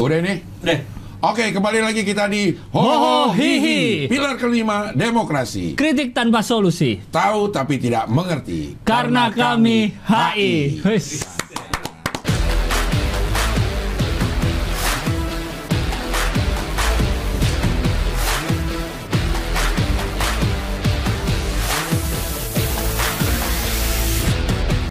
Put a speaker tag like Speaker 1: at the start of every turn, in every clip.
Speaker 1: Udah ini?
Speaker 2: Udah.
Speaker 1: Oke, kembali lagi kita di Ho
Speaker 3: Ho
Speaker 1: Ho Hi Hi.
Speaker 3: Hi.
Speaker 1: Pilar kelima demokrasi.
Speaker 3: Kritik tanpa solusi
Speaker 1: Tahu tapi tidak mengerti.
Speaker 3: karena, kami HI. Wis.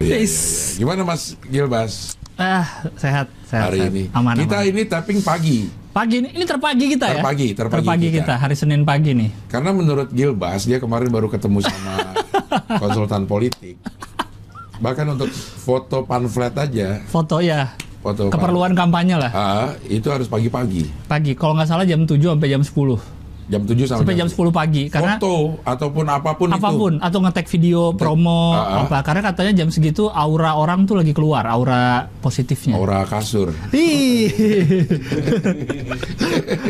Speaker 3: Wis.
Speaker 1: Gimana Mas Gilbas
Speaker 3: Ah, sehat, sehat.
Speaker 1: hari
Speaker 3: sehat.
Speaker 1: ini?
Speaker 3: Aman,
Speaker 1: kita
Speaker 3: aman.
Speaker 1: ini tapping pagi.
Speaker 3: Pagi ini, ini terpagi kita ya.
Speaker 1: Terpagi, terpagi kita.
Speaker 3: kita. hari Senin pagi nih.
Speaker 1: Karena menurut Gilbas dia kemarin baru ketemu sama konsultan politik. Bahkan untuk foto pamflet aja,
Speaker 3: Foto ya.
Speaker 1: foto pam-
Speaker 3: Keperluan kampanye lah.
Speaker 1: Ah, itu harus pagi-pagi.
Speaker 3: Pagi, kalau nggak salah jam 7 sampai jam 10.
Speaker 1: Jam 7 sampai,
Speaker 3: Sampai jam 10 pagi karena
Speaker 1: foto ataupun apapun,
Speaker 3: apapun
Speaker 1: itu.
Speaker 3: atau ngetek video promo
Speaker 1: Ah, ah.
Speaker 3: apa karena katanya jam segitu aura orang tuh lagi keluar aura positifnya
Speaker 1: Aura kasur.
Speaker 3: Ih.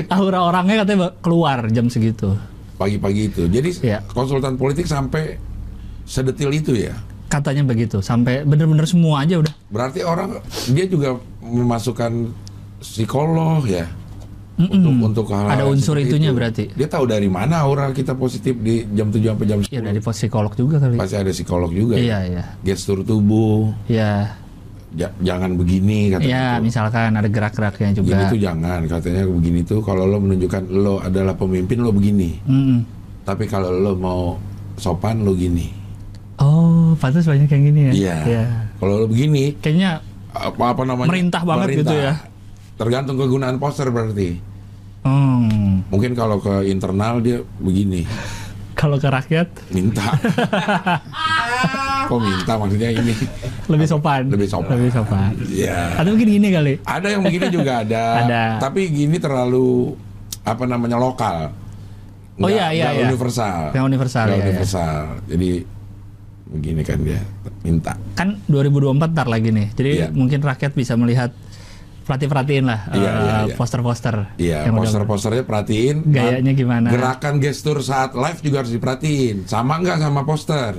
Speaker 3: aura orangnya katanya ba- keluar jam segitu
Speaker 1: pagi-pagi itu. Jadi
Speaker 3: Iya.
Speaker 1: konsultan politik sampai sedetil itu ya.
Speaker 3: katanya begitu sampai bener-bener semua aja udah
Speaker 1: Berarti orang dia juga memasukkan psikolog ya. Untuk untuk hal-hal
Speaker 3: Ada unsur
Speaker 1: seperti
Speaker 3: itunya berarti.
Speaker 1: Dia tahu dari mana aura kita positif di jam 7 sampai jam 10.
Speaker 3: ya dari pos psikolog juga kali
Speaker 1: Pasti ada psikolog juga.
Speaker 3: iya
Speaker 1: ya.
Speaker 3: iya
Speaker 1: Gestur tubuh,
Speaker 3: ya
Speaker 1: ja- jangan begini kata
Speaker 3: ya
Speaker 1: itu.
Speaker 3: misalkan ada gerak-geraknya juga
Speaker 1: Begini tuh jangan katanya begini tuh kalau lo menunjukkan lo adalah pemimpin lo begini.
Speaker 3: Mm-mm.
Speaker 1: Tapi kalau lo mau sopan lo gini.
Speaker 3: oh pantas banyak yang gini ya
Speaker 1: Iya.
Speaker 3: Iya.
Speaker 1: Kalau lo begini
Speaker 3: kayaknya
Speaker 1: apa apa namanya
Speaker 3: Merintah banget gitu ya.
Speaker 1: tergantung kegunaan poster berarti
Speaker 3: hmm,
Speaker 1: mungkin kalau ke internal dia begini
Speaker 3: kalau ke rakyat
Speaker 1: minta kok minta maksudnya ini
Speaker 3: lebih sopan
Speaker 1: Lebih sopan.
Speaker 3: lebih sopan
Speaker 1: ya
Speaker 3: atau mungkin gini kali
Speaker 1: ada yang begini juga ada,
Speaker 3: Ada.
Speaker 1: tapi gini terlalu apa namanya lokal
Speaker 3: Oh, iya, iya,
Speaker 1: nggak
Speaker 3: iya.
Speaker 1: universal
Speaker 3: Yang universal,
Speaker 1: Nggak
Speaker 3: iya, iya.
Speaker 1: universal jadi begini kan dia minta
Speaker 3: kan 2024 ntar lagi nih jadi
Speaker 1: Iya.
Speaker 3: mungkin rakyat bisa melihat perhati perhatiin lah
Speaker 1: Iya,
Speaker 3: eh,
Speaker 1: iya, iya.
Speaker 3: poster-poster
Speaker 1: Iya,
Speaker 3: yang udah-
Speaker 1: poster-posternya perhatiin.
Speaker 3: Gayanya gimana?
Speaker 1: Gerakan gestur saat live juga harus diperhatiin. Sama nggak sama poster?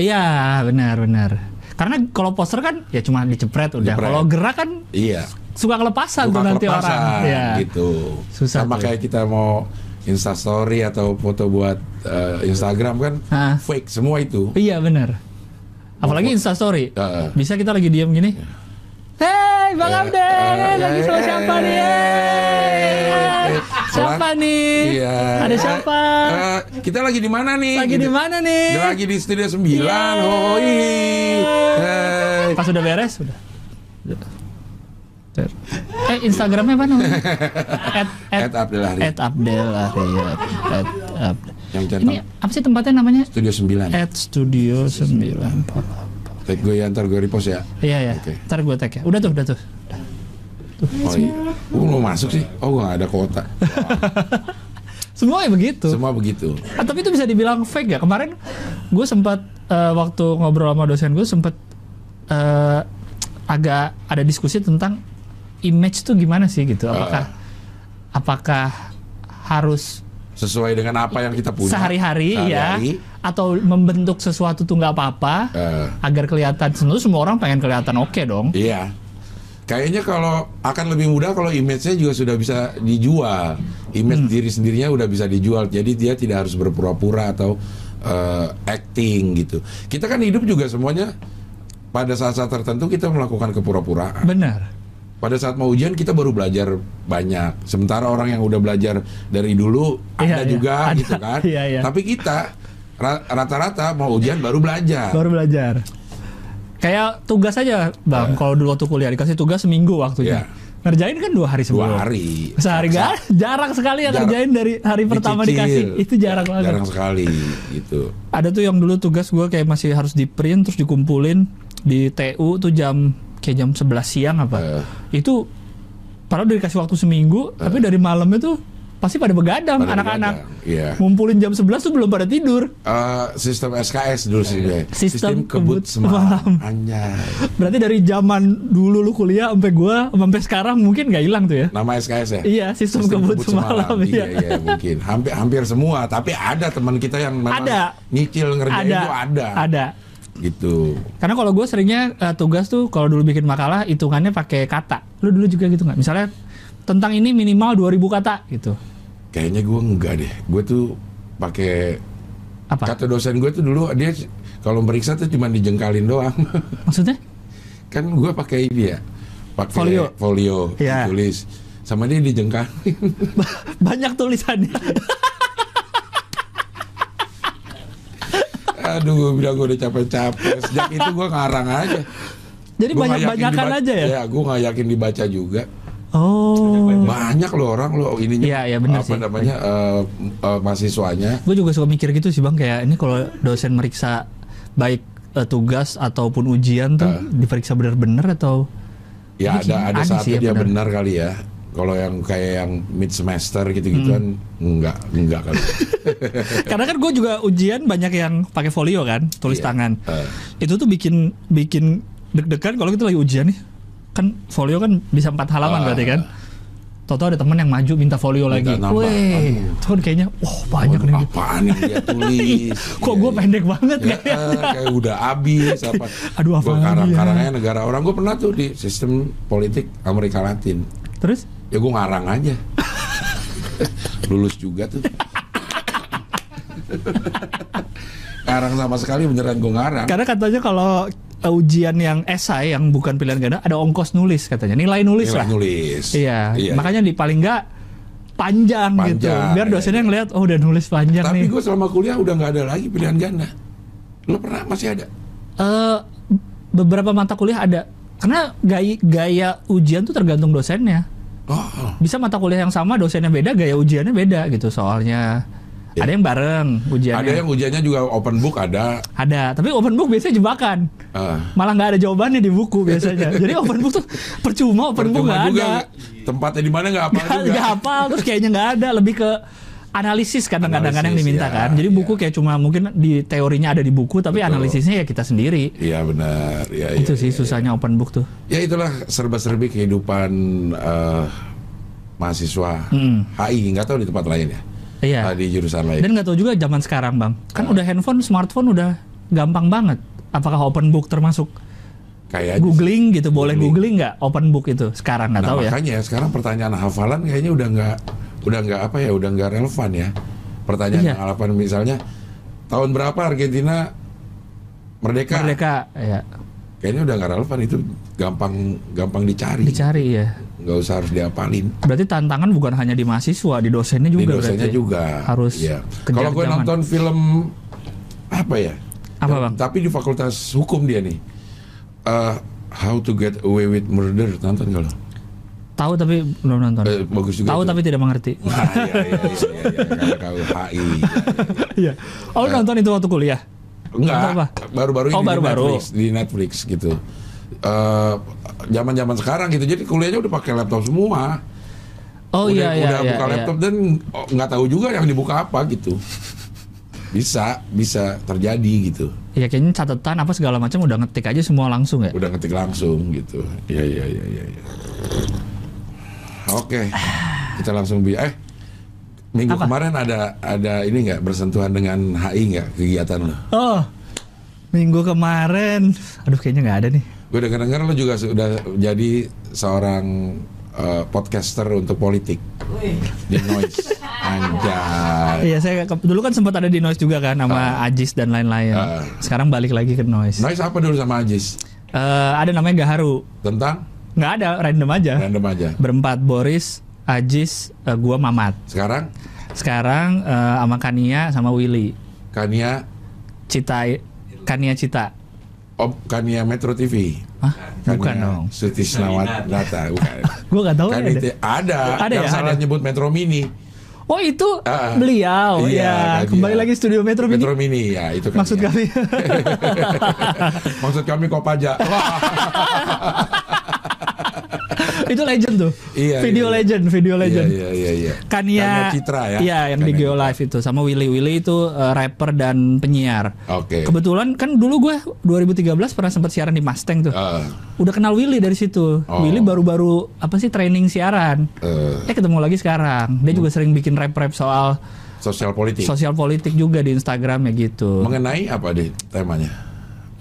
Speaker 3: iya benar benar karena kalau poster kan ya cuma dicepret udah
Speaker 1: Jepret.
Speaker 3: kalau gerak kan
Speaker 1: Iya.
Speaker 3: suka kelepasan
Speaker 1: Bukan
Speaker 3: tuh nanti
Speaker 1: kelepasan,
Speaker 3: orang Iya.
Speaker 1: gitu.
Speaker 3: Susah
Speaker 1: sama
Speaker 3: tuh.
Speaker 1: kayak kita mau Insta story atau foto buat eh, Instagram kan
Speaker 3: Hah.
Speaker 1: fake semua itu.
Speaker 3: iya benar apalagi instastory
Speaker 1: Heeh.
Speaker 3: bisa kita lagi diam gini Hei, Bang
Speaker 1: Ya,
Speaker 3: Abdel,
Speaker 1: eh,
Speaker 3: lagi
Speaker 1: eh,
Speaker 3: sama
Speaker 1: eh,
Speaker 3: siapa nih?
Speaker 1: eh,
Speaker 3: Hey,
Speaker 1: eh,
Speaker 3: Siapa
Speaker 1: selak-
Speaker 3: nih?
Speaker 1: Iya.
Speaker 3: Ada siapa?
Speaker 1: Eh, eh, kita lagi di mana nih?
Speaker 3: Lagi di
Speaker 1: Gitu.
Speaker 3: mana Iya. nih?
Speaker 1: Lagi di Studio 9.
Speaker 3: Yeay.
Speaker 1: Hoi. Hey.
Speaker 3: Pas udah beres sudah. Eh Instagramnya apa namanya? At
Speaker 1: Ed Abdul Hari.
Speaker 3: at Abdel Arya. At Abdel.
Speaker 1: Yang
Speaker 3: Ini Eh.
Speaker 1: centang.
Speaker 3: apa sih tempatnya namanya?
Speaker 1: Studio 9.
Speaker 3: At Studio 9.
Speaker 1: Tag gue ya, ntar gue repost ya.
Speaker 3: Iya ya.
Speaker 1: Oke.
Speaker 3: Ntar gue tag ya. Udah tuh, udah tuh.
Speaker 1: Oh iya. Gue mau masuk sih. Oh gue ada kuota.
Speaker 3: Semuanya ya begitu.
Speaker 1: Semua begitu.
Speaker 3: Ah, tapi itu bisa dibilang fake ya. Kemarin gue sempat eh, waktu ngobrol sama dosen gue sempat eh, agak ada diskusi tentang image tuh gimana sih gitu.
Speaker 1: Ah.
Speaker 3: Apakah apakah harus
Speaker 1: Sesuai dengan apa yang kita punya.
Speaker 3: sehari-hari ya
Speaker 1: Sehari-hari.
Speaker 3: atau membentuk sesuatu tuh nggak apa-apa
Speaker 1: Eh.
Speaker 3: agar kelihatan tentu semua orang pengen kelihatan oke dong.
Speaker 1: Iya. Kayaknya kalau akan lebih mudah kalau image-nya juga sudah bisa dijual. Image
Speaker 3: Hmm.
Speaker 1: diri sendirinya udah bisa dijual. Jadi dia tidak harus berpura-pura atau eh, acting gitu. Kita kan hidup juga semuanya pada saat-saat tertentu kita melakukan kepura-puraan.
Speaker 3: Benar.
Speaker 1: Pada saat mau ujian kita baru belajar banyak. Sementara orang yang udah belajar dari dulu ada
Speaker 3: Iya, iya.
Speaker 1: juga
Speaker 3: Ada.
Speaker 1: gitu kan.
Speaker 3: Iya, iya.
Speaker 1: Tapi kita ra- rata-rata mau ujian baru belajar.
Speaker 3: Baru belajar. Kayak tugas aja bang. Kalau dulu waktu kuliah dikasih tugas seminggu
Speaker 1: Ah. Iya.
Speaker 3: waktunya. Ngerjain kan dua hari sebelum.
Speaker 1: Dua hari.
Speaker 3: Sehari
Speaker 1: Sa-
Speaker 3: gak? Jarang sekali yang
Speaker 1: Jarang.
Speaker 3: ngerjain dari hari pertama
Speaker 1: dicicil.
Speaker 3: dikasih. Itu jarang banget.
Speaker 1: Jarang sekali gitu.
Speaker 3: Ada tuh yang dulu tugas gue kayak masih harus di print terus dikumpulin di TU tuh jam kayak jam 11 siang apa.
Speaker 1: Eh.
Speaker 3: Itu padahal udah dikasih waktu seminggu, tapi dari malamnya tuh pasti pada begadang
Speaker 1: Pada
Speaker 3: anak-anak.
Speaker 1: begadang, iya.
Speaker 3: Ngumpulin jam 11 tuh belum pada tidur.
Speaker 1: Eh, sistem SKS dulu sih gue.
Speaker 3: Sistem kebut
Speaker 1: semalam.
Speaker 3: semalam.
Speaker 1: Anjay.
Speaker 3: Berarti dari zaman dulu lu kuliah sampai gua sampai sekarang mungkin nggak hilang tuh ya.
Speaker 1: Nama SKS ya?
Speaker 3: Iya, sistem kebut semalam,
Speaker 1: Iya,
Speaker 3: iya.
Speaker 1: iya mungkin. Hampir hampir semua, tapi ada teman kita yang memang
Speaker 3: Ada.
Speaker 1: nyicil ngerjain itu ada.
Speaker 3: Ada.
Speaker 1: gitu.
Speaker 3: Karena kalau gue seringnya eh, tugas tuh kalau dulu bikin makalah hitungannya pakai kata. Lu dulu juga gitu nggak? Misalnya tentang ini minimal 2000 kata gitu.
Speaker 1: Kayaknya gue enggak deh. Gue tuh pakai
Speaker 3: Apa?
Speaker 1: kata dosen gue tuh dulu dia kalau meriksa tuh cuma dijengkalin doang.
Speaker 3: Maksudnya?
Speaker 1: kan gue pakai dia. Pakai
Speaker 3: Folio.
Speaker 1: folio
Speaker 3: Iya.
Speaker 1: ditulis. Sama dia dijengkalin.
Speaker 3: Banyak tulisannya.
Speaker 1: Aduh, gue bilang gue udah capek-capek. Sejak itu gue ngarang aja.
Speaker 3: Jadi
Speaker 1: Gua nggak yakin
Speaker 3: banyak-banyakan
Speaker 1: dibaca-
Speaker 3: aja ya.
Speaker 1: Ya, gue nggak yakin dibaca juga.
Speaker 3: Oh.
Speaker 1: Banyak loh orang loh ininya.
Speaker 3: Iya, iya, bener
Speaker 1: apa
Speaker 3: sih.
Speaker 1: namanya eh, eh, mahasiswanya.
Speaker 3: Gue juga suka mikir gitu sih bang kayak ini kalau dosen meriksa baik eh, tugas ataupun ujian tuh
Speaker 1: Eh.
Speaker 3: diperiksa benar-benar atau
Speaker 1: Ya ada
Speaker 3: Ini kayaknya
Speaker 1: ada
Speaker 3: aneh
Speaker 1: saatnya
Speaker 3: sih ya,
Speaker 1: dia
Speaker 3: benar.
Speaker 1: benar kali ya. Kalau yang kayak yang mid semester gitu-gituan
Speaker 3: Hmm.
Speaker 1: enggak enggak kali.
Speaker 3: karena kan gue juga ujian banyak yang pakai folio kan tulis
Speaker 1: Iya.
Speaker 3: tangan
Speaker 1: Eh.
Speaker 3: itu tuh bikin bikin deg-degan kalau kita lagi ujian nih kan folio kan bisa empat halaman
Speaker 1: Ah.
Speaker 3: berarti kan Toto ada teman yang maju minta folio
Speaker 1: Minta
Speaker 3: lagi
Speaker 1: nambah.
Speaker 3: Weh,
Speaker 1: Aduh.
Speaker 3: tuh kan kayaknya wah banyak nih
Speaker 1: Apaan yang dia tulis?
Speaker 3: kok
Speaker 1: Iya,
Speaker 3: gue
Speaker 1: iya.
Speaker 3: pendek banget
Speaker 1: Ya,
Speaker 3: kayak
Speaker 1: eh, kayak udah abis apa
Speaker 3: Aduh,
Speaker 1: gue
Speaker 3: apaan
Speaker 1: karang
Speaker 3: dia?
Speaker 1: karangnya negara orang gue pernah tuh di sistem politik Amerika Latin
Speaker 3: terus
Speaker 1: ya gue ngarang aja lulus juga tuh ngarang sama sekali beneran gue ngarang
Speaker 3: karena katanya kalau uh, ujian yang esai yang bukan pilihan ganda ada ongkos nulis katanya nilai nulis
Speaker 1: Nilai
Speaker 3: lah
Speaker 1: nulis
Speaker 3: Iya,
Speaker 1: Iya,
Speaker 3: makanya di paling nggak panjang, gitu.
Speaker 1: Panjang,
Speaker 3: Biar
Speaker 1: iya,
Speaker 3: dosennya ngeliat, oh udah nulis panjang
Speaker 1: Tapi
Speaker 3: nih.
Speaker 1: gue selama kuliah udah nggak ada lagi pilihan ganda. Lo pernah masih ada?
Speaker 3: Eh, beberapa mata kuliah ada, karena gaya, gaya ujian tuh tergantung dosennya.
Speaker 1: Oh,
Speaker 3: Bisa mata kuliah yang sama, dosennya beda, gaya ujiannya beda gitu soalnya.
Speaker 1: Iya.
Speaker 3: Ada yang bareng ujiannya.
Speaker 1: ada yang ujiannya juga open book ada.
Speaker 3: Ada, tapi open book biasanya jebakan.
Speaker 1: Ah.
Speaker 3: Malah nggak ada jawabannya di buku biasanya. Jadi open book tuh percuma, open book
Speaker 1: Percuma
Speaker 3: nggak
Speaker 1: juga
Speaker 3: ada.
Speaker 1: tempatnya di mana nggak apa
Speaker 3: Nggak-
Speaker 1: juga.
Speaker 3: nggak hafal terus kayaknya nggak ada lebih ke analisis kadang-kadang kadang
Speaker 1: Analisis,
Speaker 3: diminta
Speaker 1: ya,
Speaker 3: kan jadi buku
Speaker 1: ya.
Speaker 3: kayak cuma mungkin di teorinya ada di buku tapi
Speaker 1: Betul.
Speaker 3: analisisnya ya kita sendiri
Speaker 1: Iya benar. Ya, ya,
Speaker 3: itu
Speaker 1: ya.
Speaker 3: sih susahnya open book tuh
Speaker 1: Ya itulah serba-serbi kehidupan eh, mahasiswa
Speaker 3: Hmm.
Speaker 1: HI nggak tahu di tempat lain ya. Ah,
Speaker 3: iya
Speaker 1: Di jurusan lain.
Speaker 3: dan nggak tahu juga zaman sekarang bang kan udah handphone smartphone udah gampang banget apakah open book termasuk
Speaker 1: Kayaknya
Speaker 3: googling gitu boleh
Speaker 1: Googling.
Speaker 3: googling nggak open book itu sekarang nggak
Speaker 1: Nah,
Speaker 3: tahu ya
Speaker 1: makanya sekarang pertanyaan hafalan kayaknya udah nggak udah nggak apa ya udah nggak relevan ya pertanyaan
Speaker 3: Iya.
Speaker 1: hafalan misalnya tahun berapa Argentina merdeka,
Speaker 3: mereka ya
Speaker 1: Hmm. kayaknya udah nggak relevan itu gampang gampang dicari
Speaker 3: dicari ya
Speaker 1: nggak usah harus dihafalin
Speaker 3: berarti tantangan bukan hanya di mahasiswa di dosennya
Speaker 1: di
Speaker 3: juga
Speaker 1: dosennya
Speaker 3: berarti ya?
Speaker 1: juga
Speaker 3: harus
Speaker 1: Iya.
Speaker 3: kejar
Speaker 1: kalau gue
Speaker 3: zaman.
Speaker 1: nonton film apa ya
Speaker 3: Apa,
Speaker 1: Ta-
Speaker 3: Bang?
Speaker 1: tapi di fakultas hukum dia nih Eh, How to Get Away with Murder nonton nggak lo?
Speaker 3: tahu tapi belum nonton
Speaker 1: Eh, bagus juga
Speaker 3: tahu
Speaker 1: tuh.
Speaker 3: tapi tidak mengerti
Speaker 1: Nah, iya, iya, iya, iya, iya, karena KUHI, iya.
Speaker 3: Iya.
Speaker 1: Nah.
Speaker 3: Oh, lu nonton itu waktu kuliah. Nonton apa?
Speaker 1: Enggak, baru-baru ini
Speaker 3: Oh, baru-baru.
Speaker 1: di Netflix, di Netflix gitu. Eh, Zaman-zaman sekarang gitu, jadi kuliahnya udah pakai laptop semua.
Speaker 3: Oh
Speaker 1: udah,
Speaker 3: iya iya
Speaker 1: udah
Speaker 3: iya.
Speaker 1: buka
Speaker 3: iya.
Speaker 1: laptop dan oh, nggak tahu juga yang dibuka apa gitu. Bisa, bisa terjadi gitu.
Speaker 3: Iya kayaknya catatan apa segala macam udah ngetik aja semua langsung ya.
Speaker 1: Udah ngetik langsung gitu. Iya, iya, iya, iya. iya. Oke, kita langsung bi. Eh, minggu
Speaker 3: Apa?
Speaker 1: kemarin ada ada ini nggak bersentuhan dengan HI nggak kegiatan lo?
Speaker 3: Oh. Minggu kemarin. Aduh kayaknya nggak ada nih.
Speaker 1: Gue denger-denger lo juga sudah jadi seorang eh, podcaster untuk politik di Noise. Anjay.
Speaker 3: Iya, saya ke- dulu kan sempat ada di Noise juga kan sama Ajis dan lain-lain.
Speaker 1: Ah. Nah.
Speaker 3: Sekarang balik lagi ke Noise.
Speaker 1: Noise apa dulu sama Ajis?
Speaker 3: Eh, ada namanya Gaharu.
Speaker 1: Tentang
Speaker 3: Nggak ada, random aja.
Speaker 1: random aja.
Speaker 3: Berempat Boris, Ajis, eh, gua Mamat.
Speaker 1: Sekarang
Speaker 3: Sekarang eh, sama Kania sama Willy.
Speaker 1: Kania
Speaker 3: Cita Kania Cita.
Speaker 1: Op Kania Metro TV.
Speaker 3: Hah? Bukan dong.
Speaker 1: Sutisnawata bukan.
Speaker 3: Gua nggak tahu ya.
Speaker 1: Kan
Speaker 3: ada.
Speaker 1: itu- ada,
Speaker 3: Ada
Speaker 1: yang
Speaker 3: ya,
Speaker 1: salah
Speaker 3: ada.
Speaker 1: nyebut Metro Mini.
Speaker 3: Oh itu
Speaker 1: Ah,
Speaker 3: beliau
Speaker 1: iya,
Speaker 3: ya.
Speaker 1: kan,
Speaker 3: Kembali
Speaker 1: iya.
Speaker 3: lagi studio Metro Mini.
Speaker 1: Metro Mini ya itu kan.
Speaker 3: Maksud kami.
Speaker 1: Maksud kami Kopaja. Wah,
Speaker 3: itu legend tuh.
Speaker 1: Iya,
Speaker 3: video
Speaker 1: iya.
Speaker 3: legend, video legend.
Speaker 1: Iya iya iya.
Speaker 3: Kania,
Speaker 1: Citra ya.
Speaker 3: Iya, yang di
Speaker 1: Kania
Speaker 3: Geo Live itu sama Willy Willy itu eh, rapper dan penyiar.
Speaker 1: Oke.
Speaker 3: Kebetulan kan dulu gue 2013 pernah sempat siaran di Mustang tuh.
Speaker 1: Eh,
Speaker 3: Udah kenal Willy dari situ.
Speaker 1: Oh.
Speaker 3: Willy baru-baru apa sih training siaran.
Speaker 1: eh,
Speaker 3: Eh ketemu lagi sekarang. Dia juga sering bikin rap-rap soal
Speaker 1: sosial politik.
Speaker 3: sosial politik juga di Instagram ya gitu.
Speaker 1: Mengenai apa deh temanya?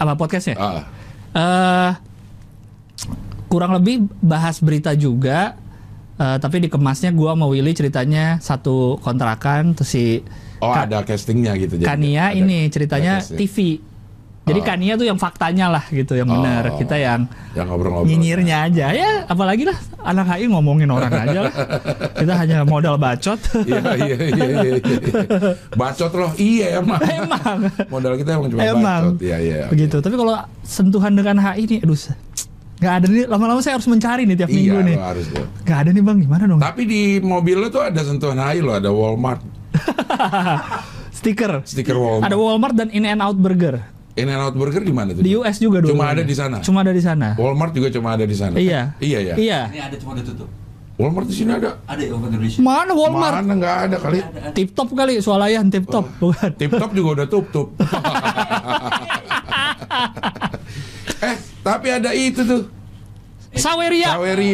Speaker 3: apa podcastnya?
Speaker 1: Ah,
Speaker 3: eh kurang lebih bahas berita juga eh, tapi dikemasnya gua sama Willy ceritanya satu kontrakan terus si
Speaker 1: oh
Speaker 3: Ka-
Speaker 1: ada castingnya gitu. jadi
Speaker 3: Kania
Speaker 1: ada-
Speaker 3: ini ceritanya
Speaker 1: ada casting.
Speaker 3: TV jadi
Speaker 1: Oh.
Speaker 3: Kania tuh yang faktanya lah gitu yang benar
Speaker 1: Oh.
Speaker 3: kita yang
Speaker 1: Yang ngobrol-ngobrol.
Speaker 3: nyinyirnya aja ya apalagi lah anak HI ngomongin orang aja lah kita hanya modal bacot
Speaker 1: Iya iya iya. iya, iya. Bacot loh, iya emang.
Speaker 3: emang
Speaker 1: Modal kita emang cuma
Speaker 3: Emang.
Speaker 1: bacot. Iya iya. oke.
Speaker 3: begitu tapi kalau sentuhan dengan HI nih aduh nggak ada nih lama-lama saya harus mencari nih tiap
Speaker 1: Iya
Speaker 3: minggu nih
Speaker 1: lo harus lo.
Speaker 3: nggak ada nih bang gimana dong
Speaker 1: Tapi di mobil lo tuh ada sentuhan hai lo, ada Walmart,
Speaker 3: stiker
Speaker 1: stiker Walmart.
Speaker 3: Iya, ada Walmart dan In and Out Burger
Speaker 1: In and Out Burger di mana tuh?
Speaker 3: di US juga dulu
Speaker 1: Cuma ada di sana.
Speaker 3: cuma ada di sana
Speaker 1: Walmart juga cuma ada di sana.
Speaker 3: iya
Speaker 1: Iya ya.
Speaker 3: iya
Speaker 2: Ini ada cuma udah tutup.
Speaker 1: Walmart di sini ada.
Speaker 2: Ada ya Open Indonesia.
Speaker 3: mana Walmart
Speaker 1: Mana nggak ada kali.
Speaker 2: Ada, ada.
Speaker 3: tip top kali swalayan tip top bukan
Speaker 1: Tip top juga udah tutup. eh, tapi ada itu tuh.
Speaker 3: Saweria
Speaker 1: Saweria.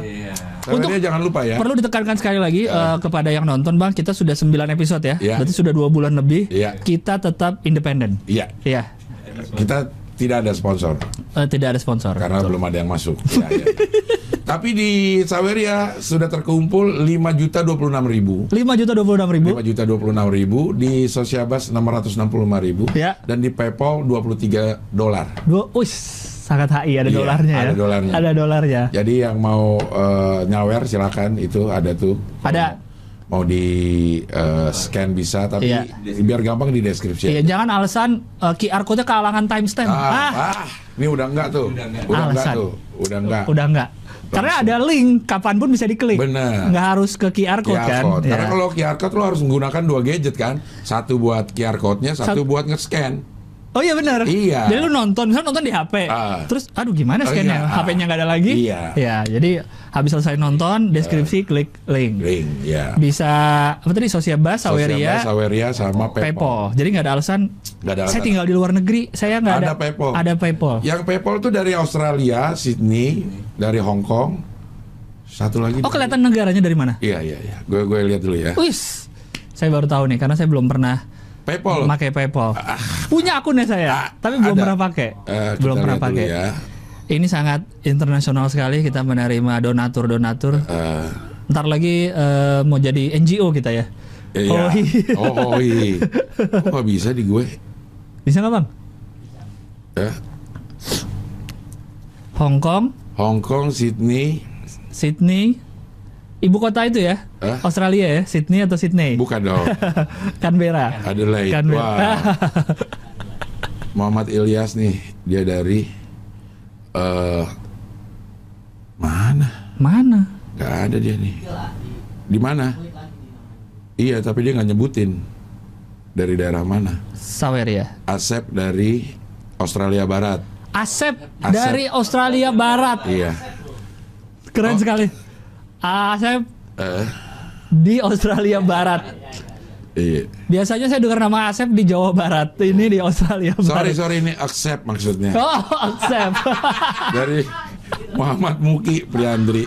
Speaker 2: Iya.
Speaker 1: Saweria
Speaker 3: Untuk-
Speaker 1: jangan lupa ya.
Speaker 3: perlu ditekankan sekali lagi eh, kepada yang nonton bang kita sudah 9 episode ya
Speaker 1: Iya.
Speaker 3: berarti sudah dua bulan lebih
Speaker 1: Iya.
Speaker 3: kita tetap independen
Speaker 1: Iya,
Speaker 3: iya
Speaker 1: kita tidak ada sponsor
Speaker 3: Eh, tidak ada sponsor
Speaker 1: karena belum ada yang masuk. Iya, iya. Tapi di Saweria sudah terkumpul 5 juta 26 ribu.
Speaker 3: lima juta dua ribu
Speaker 1: 5 juta 26 ribu di Sosiabas 665 ribu
Speaker 3: Ya.
Speaker 1: dan di PayPal 23 dolar.
Speaker 3: dua uis sangat HI ada
Speaker 1: Iya,
Speaker 3: dolarnya ya
Speaker 1: ada dolarnya. Ya,
Speaker 3: ada dolarnya
Speaker 1: Jadi yang mau eh, nyawer silakan itu ada tuh.
Speaker 3: Ada.
Speaker 1: Mau di eh, scan bisa tapi
Speaker 3: Iya.
Speaker 1: biar gampang di deskripsi.
Speaker 3: Iya,
Speaker 1: aja.
Speaker 3: jangan alasan eh, QR code-nya kealangan timestamp. Ah,
Speaker 1: Ah, ah, ini udah enggak tuh.
Speaker 2: Udah enggak.
Speaker 1: Udah enggak
Speaker 3: Alasan.
Speaker 1: tuh. Udah enggak.
Speaker 3: udah enggak. Karena ada link kapanpun bisa diklik.
Speaker 1: Bener.
Speaker 3: Nggak harus ke QR code
Speaker 1: QR
Speaker 3: kan.
Speaker 1: code.
Speaker 3: Ya.
Speaker 1: Karena kalau QR code lo harus menggunakan dua gadget kan. Satu buat QR code-nya, satu
Speaker 3: Sat-
Speaker 1: buat nge-scan.
Speaker 3: Oh iya benar.
Speaker 1: Iya.
Speaker 3: Jadi lu nonton, misalnya nonton di HP.
Speaker 1: Ah.
Speaker 3: Terus aduh
Speaker 1: Oh,
Speaker 3: gimana scan-nya?
Speaker 1: iya.
Speaker 3: HP-nya nggak ada lagi.
Speaker 1: Iya.
Speaker 3: Ya, jadi habis selesai nonton, deskripsi klik link.
Speaker 1: Ring, ya.
Speaker 3: Bisa apa tadi Sosiabas, Saweria,
Speaker 1: Sosiabas, Saweria sama PayPal.
Speaker 3: PayPal. Jadi nggak ada alasan.
Speaker 1: Nggak ada
Speaker 3: Saya
Speaker 1: alasan.
Speaker 3: tinggal di luar negeri, saya nggak ada.
Speaker 1: Ada Iya, PayPal.
Speaker 3: Ada PayPal.
Speaker 1: Yang PayPal tuh dari Australia, Sydney, dari Hong Kong. Satu lagi.
Speaker 3: Oh
Speaker 1: dari-
Speaker 3: kelihatan negaranya dari mana?
Speaker 1: Iya iya iya. Gue gue lihat dulu ya.
Speaker 3: Wis, saya baru tahu nih karena saya belum pernah
Speaker 1: PayPal.
Speaker 3: pakai PayPal. Punya akunnya
Speaker 1: Ah,
Speaker 3: saya, tapi belum
Speaker 1: ada.
Speaker 3: pernah pakai.
Speaker 1: Eh, kita
Speaker 3: belum pernah
Speaker 1: lihat dulu
Speaker 3: pakai.
Speaker 1: Ya.
Speaker 3: Ini sangat internasional sekali kita menerima donatur-donatur.
Speaker 1: Eh,
Speaker 3: Ntar lagi eh, mau jadi NGO kita ya.
Speaker 1: iya.
Speaker 3: Oh, iya.
Speaker 1: Oh, oh, iya. Kok nggak bisa di gue?
Speaker 3: Bisa nggak bang?
Speaker 1: Eh,
Speaker 3: Hong Kong,
Speaker 1: Hong Kong, Sydney,
Speaker 3: Sydney, ibu kota itu ya?
Speaker 1: Eh?
Speaker 3: Australia ya? Sydney atau Sydney?
Speaker 1: bukan dong.
Speaker 3: Canberra.
Speaker 1: Adelaide.
Speaker 3: Canberra.
Speaker 1: Wah. Muhammad Ilyas nih, dia dari eh mana?
Speaker 3: Mana?
Speaker 1: Gak ada dia nih. Di mana? Iya, tapi dia nggak nyebutin dari daerah mana.
Speaker 3: Saweria.
Speaker 1: Asep dari Australia Barat.
Speaker 3: Asep,
Speaker 1: Asep.
Speaker 3: dari Australia Barat.
Speaker 1: Iya. Oh.
Speaker 3: Keren sekali. Asep
Speaker 1: Eh,
Speaker 3: di Australia Barat.
Speaker 1: iya.
Speaker 3: Biasanya saya dengar nama Asep di Jawa Barat. Ini di Australia
Speaker 1: Sorry,
Speaker 3: Barat.
Speaker 1: sorry ini Asep maksudnya.
Speaker 3: Oh, Asep.
Speaker 1: Dari Muhammad Muki Priandri,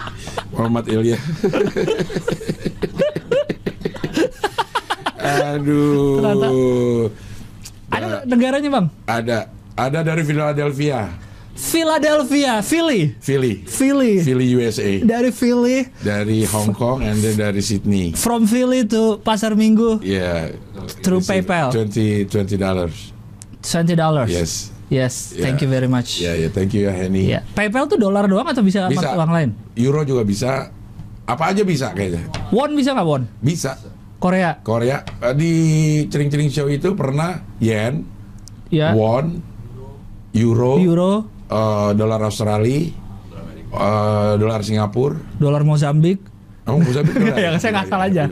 Speaker 1: Muhammad Ilya. Aduh.
Speaker 3: Ada negaranya, Bang?
Speaker 1: Ada ada dari Philadelphia,
Speaker 3: Philadelphia, Philly.
Speaker 1: Philly,
Speaker 3: Philly.
Speaker 1: Philly USA.
Speaker 3: Dari Philly,
Speaker 1: Dari Hong Kong and then dari Sydney.
Speaker 3: from Philly to Pasar Minggu,
Speaker 1: Yeah.
Speaker 3: Through PayPal.
Speaker 1: 20 20 dollars.
Speaker 3: $20.
Speaker 1: Yes.
Speaker 3: Yes, thank
Speaker 1: Yeah.
Speaker 3: you very much.
Speaker 1: Ya ya, thank you ya Henny.
Speaker 3: Yeah. PayPal tuh dolar doang atau bisa,
Speaker 1: Bisa.
Speaker 3: pakai uang lain?
Speaker 1: Euro juga bisa. Apa aja bisa kayaknya.
Speaker 3: Won bisa nggak won?
Speaker 1: Bisa.
Speaker 3: Korea,
Speaker 1: Korea eh, di cering-cering show itu pernah yen,
Speaker 3: ya.
Speaker 1: won, euro,
Speaker 3: Euro,
Speaker 1: eh, dolar Australia, eh, dolar Singapura.
Speaker 3: dolar Mozambik,
Speaker 1: Kamu bisa
Speaker 3: Nggak, ya,
Speaker 1: Iya,
Speaker 3: saya ngasal aja.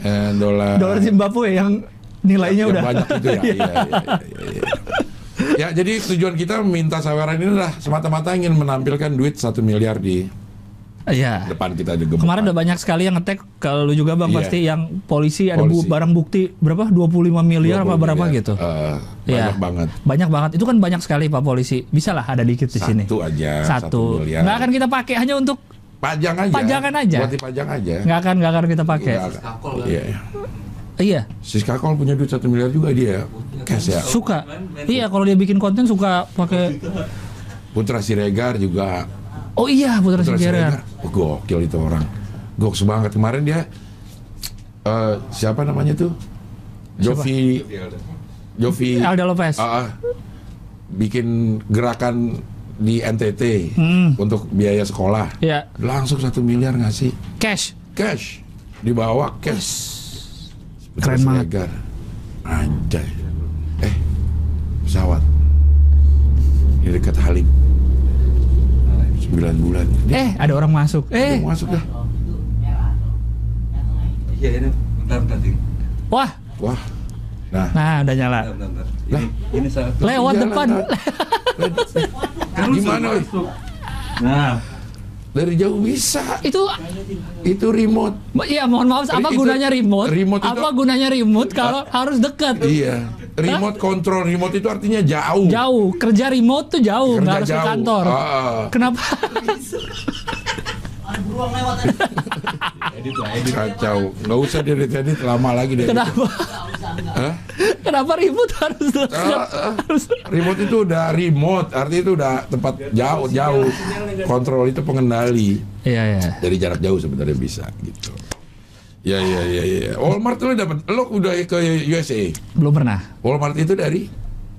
Speaker 1: Eh, dolar
Speaker 3: dolar Zimbabwe yang nilainya
Speaker 1: yang
Speaker 3: udah
Speaker 1: banyak itu ya.
Speaker 3: Iya.
Speaker 1: Iya, iya, iya, iya. Ya, jadi tujuan kita minta saweran ini adalah semata-mata ingin menampilkan duit satu miliar di
Speaker 3: Iya.
Speaker 1: depan kita juga.
Speaker 3: Kemarin udah banyak sekali yang ngetek kalau lu juga Bang
Speaker 1: Iya.
Speaker 3: pasti yang polisi ada bu-
Speaker 1: Polisi.
Speaker 3: barang bukti berapa 25 miliar apa berapa gitu. Iya.
Speaker 1: Eh, banyak banget.
Speaker 3: Banyak banget. Itu kan banyak sekali Pak polisi. Bisa lah ada dikit di sini.
Speaker 1: Satu aja, satu
Speaker 3: Satu. Nah, kan
Speaker 1: miliar.
Speaker 3: Nggak akan kita pakai hanya untuk
Speaker 1: Pajang aja.
Speaker 3: Pajangan aja.
Speaker 1: Buat dipajang aja.
Speaker 3: nggak akan nggak akan kita pakai.
Speaker 1: Nggak akan.
Speaker 2: Kapol kan.
Speaker 1: Iya. iya.
Speaker 3: Iya,
Speaker 1: Siska Kol punya duit satu miliar juga dia cash ya
Speaker 3: suka. Iya, kalau dia bikin konten suka pakai
Speaker 1: Putra Siregar juga
Speaker 3: Oh iya, Putra
Speaker 1: Putra Siregar
Speaker 3: Siregar.
Speaker 1: oh, gokil itu orang goks banget kemarin dia eh, siapa namanya tuh Jovi Jovi
Speaker 3: Alda Lopez.
Speaker 1: Ah, ah. bikin gerakan di NTT
Speaker 3: Hmm.
Speaker 1: untuk biaya sekolah
Speaker 3: Iya,
Speaker 1: langsung satu miliar ngasih
Speaker 3: cash.
Speaker 1: cash dibawa cash
Speaker 3: Keren banget.
Speaker 1: Siregar. anjay eh pesawat di dekat Halim 9 bulan dia
Speaker 3: Eh, ada orang masuk.
Speaker 1: dia
Speaker 3: Eh,
Speaker 1: mau masuk dah
Speaker 2: Iya ini bentar bentar Ding.
Speaker 3: wah.
Speaker 1: wah nah
Speaker 3: Nah, udah nyala.
Speaker 2: Bentar, bentar, bentar.
Speaker 1: Lah.
Speaker 2: Ini, ini saat
Speaker 3: Lewat
Speaker 1: Jalan,
Speaker 3: depan.
Speaker 1: Tat.
Speaker 2: Terus
Speaker 1: Gimana,
Speaker 2: Kan masuk. Nah,
Speaker 1: dari jauh bisa
Speaker 3: itu
Speaker 1: itu remote
Speaker 3: ya mohon maaf apa
Speaker 1: Itu-
Speaker 3: gunanya remote?
Speaker 1: remote itu-
Speaker 3: apa gunanya remote kalau harus dekat?
Speaker 1: iya remote control remote itu artinya jauh
Speaker 3: Jauh. Kerja remote tuh jauh, nggak harus ke kantor.
Speaker 1: Ah, ah.
Speaker 3: Kenapa?
Speaker 2: edit lah edit.
Speaker 1: kacau nggak usah diedit edit lama lagi deh
Speaker 3: Kenapa?
Speaker 1: Hah?
Speaker 3: Kenapa remote harus dekat?
Speaker 1: Ah, ah.
Speaker 3: Harus
Speaker 1: remote itu udah remote artinya itu udah tempat jauh jauh kontrol itu pengendali
Speaker 3: Iya, iya.
Speaker 1: dari jarak jauh sebenarnya bisa gitu ya ya ya ya Walmart lo dapat lo udah ke USA
Speaker 3: Belum pernah.
Speaker 1: Walmart itu dari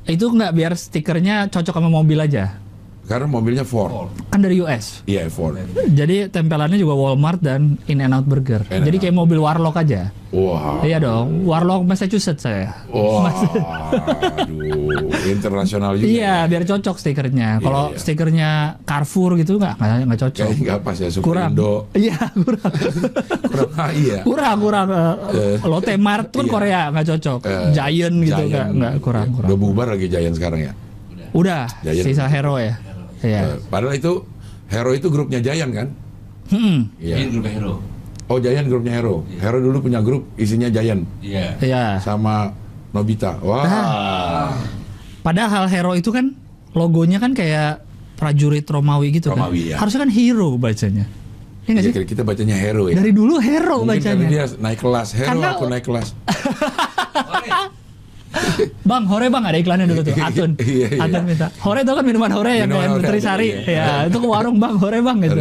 Speaker 3: Itu nggak biar stikernya cocok sama mobil aja.
Speaker 1: karena mobilnya Ford
Speaker 3: Kan dari US.
Speaker 1: iya Ford
Speaker 3: Jadi tempelannya juga Walmart dan In and Out Burger.
Speaker 1: In and
Speaker 3: Jadi kayak mobil Warlock aja.
Speaker 1: wah
Speaker 3: Iya dong, Warlock Massachusetts saya.
Speaker 1: wah aduh internasional juga
Speaker 3: Iya, biar cocok stikernya.
Speaker 1: iya.
Speaker 3: Kalau stikernya Carrefour gitu nggak nggak nggak cocok.
Speaker 1: kayaknya nggak pas ya
Speaker 3: Kurang.
Speaker 1: Superindo
Speaker 3: Iya, kurang.
Speaker 1: kurang ah, iya
Speaker 3: kurang, kurang. Eh,
Speaker 1: Eh,
Speaker 3: Lotte Mart pun
Speaker 1: iya.
Speaker 3: Korea nggak cocok.
Speaker 1: Eh,
Speaker 3: Giant gitu nggak nggak kurang, kurang.
Speaker 1: udah bubar lagi Giant sekarang ya
Speaker 3: Udah,
Speaker 1: Giant.
Speaker 3: sisa Hero ya.
Speaker 1: Eh,
Speaker 3: Iya.
Speaker 1: padahal itu Hero itu grupnya Giant kan
Speaker 3: Mm-mm.
Speaker 1: Iya.
Speaker 2: Ini grup hero.
Speaker 1: Oh Giant grupnya Hero. Hero dulu punya grup isinya Giant
Speaker 2: Iya.
Speaker 3: Iya.
Speaker 1: sama Nobita.
Speaker 3: Ah.
Speaker 1: Wah.
Speaker 3: Padahal Hero itu kan logonya kan kayak prajurit Romawi gitu
Speaker 1: Romawi,
Speaker 3: kan.
Speaker 1: ya.
Speaker 3: Harusnya kan hero bacanya. Iya
Speaker 1: Ya,
Speaker 3: nggak sih?
Speaker 1: kira- kita bacanya Hero ya.
Speaker 3: Dari dulu hero
Speaker 1: Mungkin karena
Speaker 3: bacanya.
Speaker 1: dia naik kelas. Hero
Speaker 3: Karena-
Speaker 1: aku naik kelas.
Speaker 3: Bang, hore bang ada iklannya dulu tuh. Atun.
Speaker 1: Iya, iya.
Speaker 3: Atun minta. Hore itu kan minuman hore yang
Speaker 1: Minuman
Speaker 3: kayak
Speaker 1: hore,
Speaker 3: Nutrisari.
Speaker 1: iya.
Speaker 3: Ya, itu ke warung bang, hore bang gitu.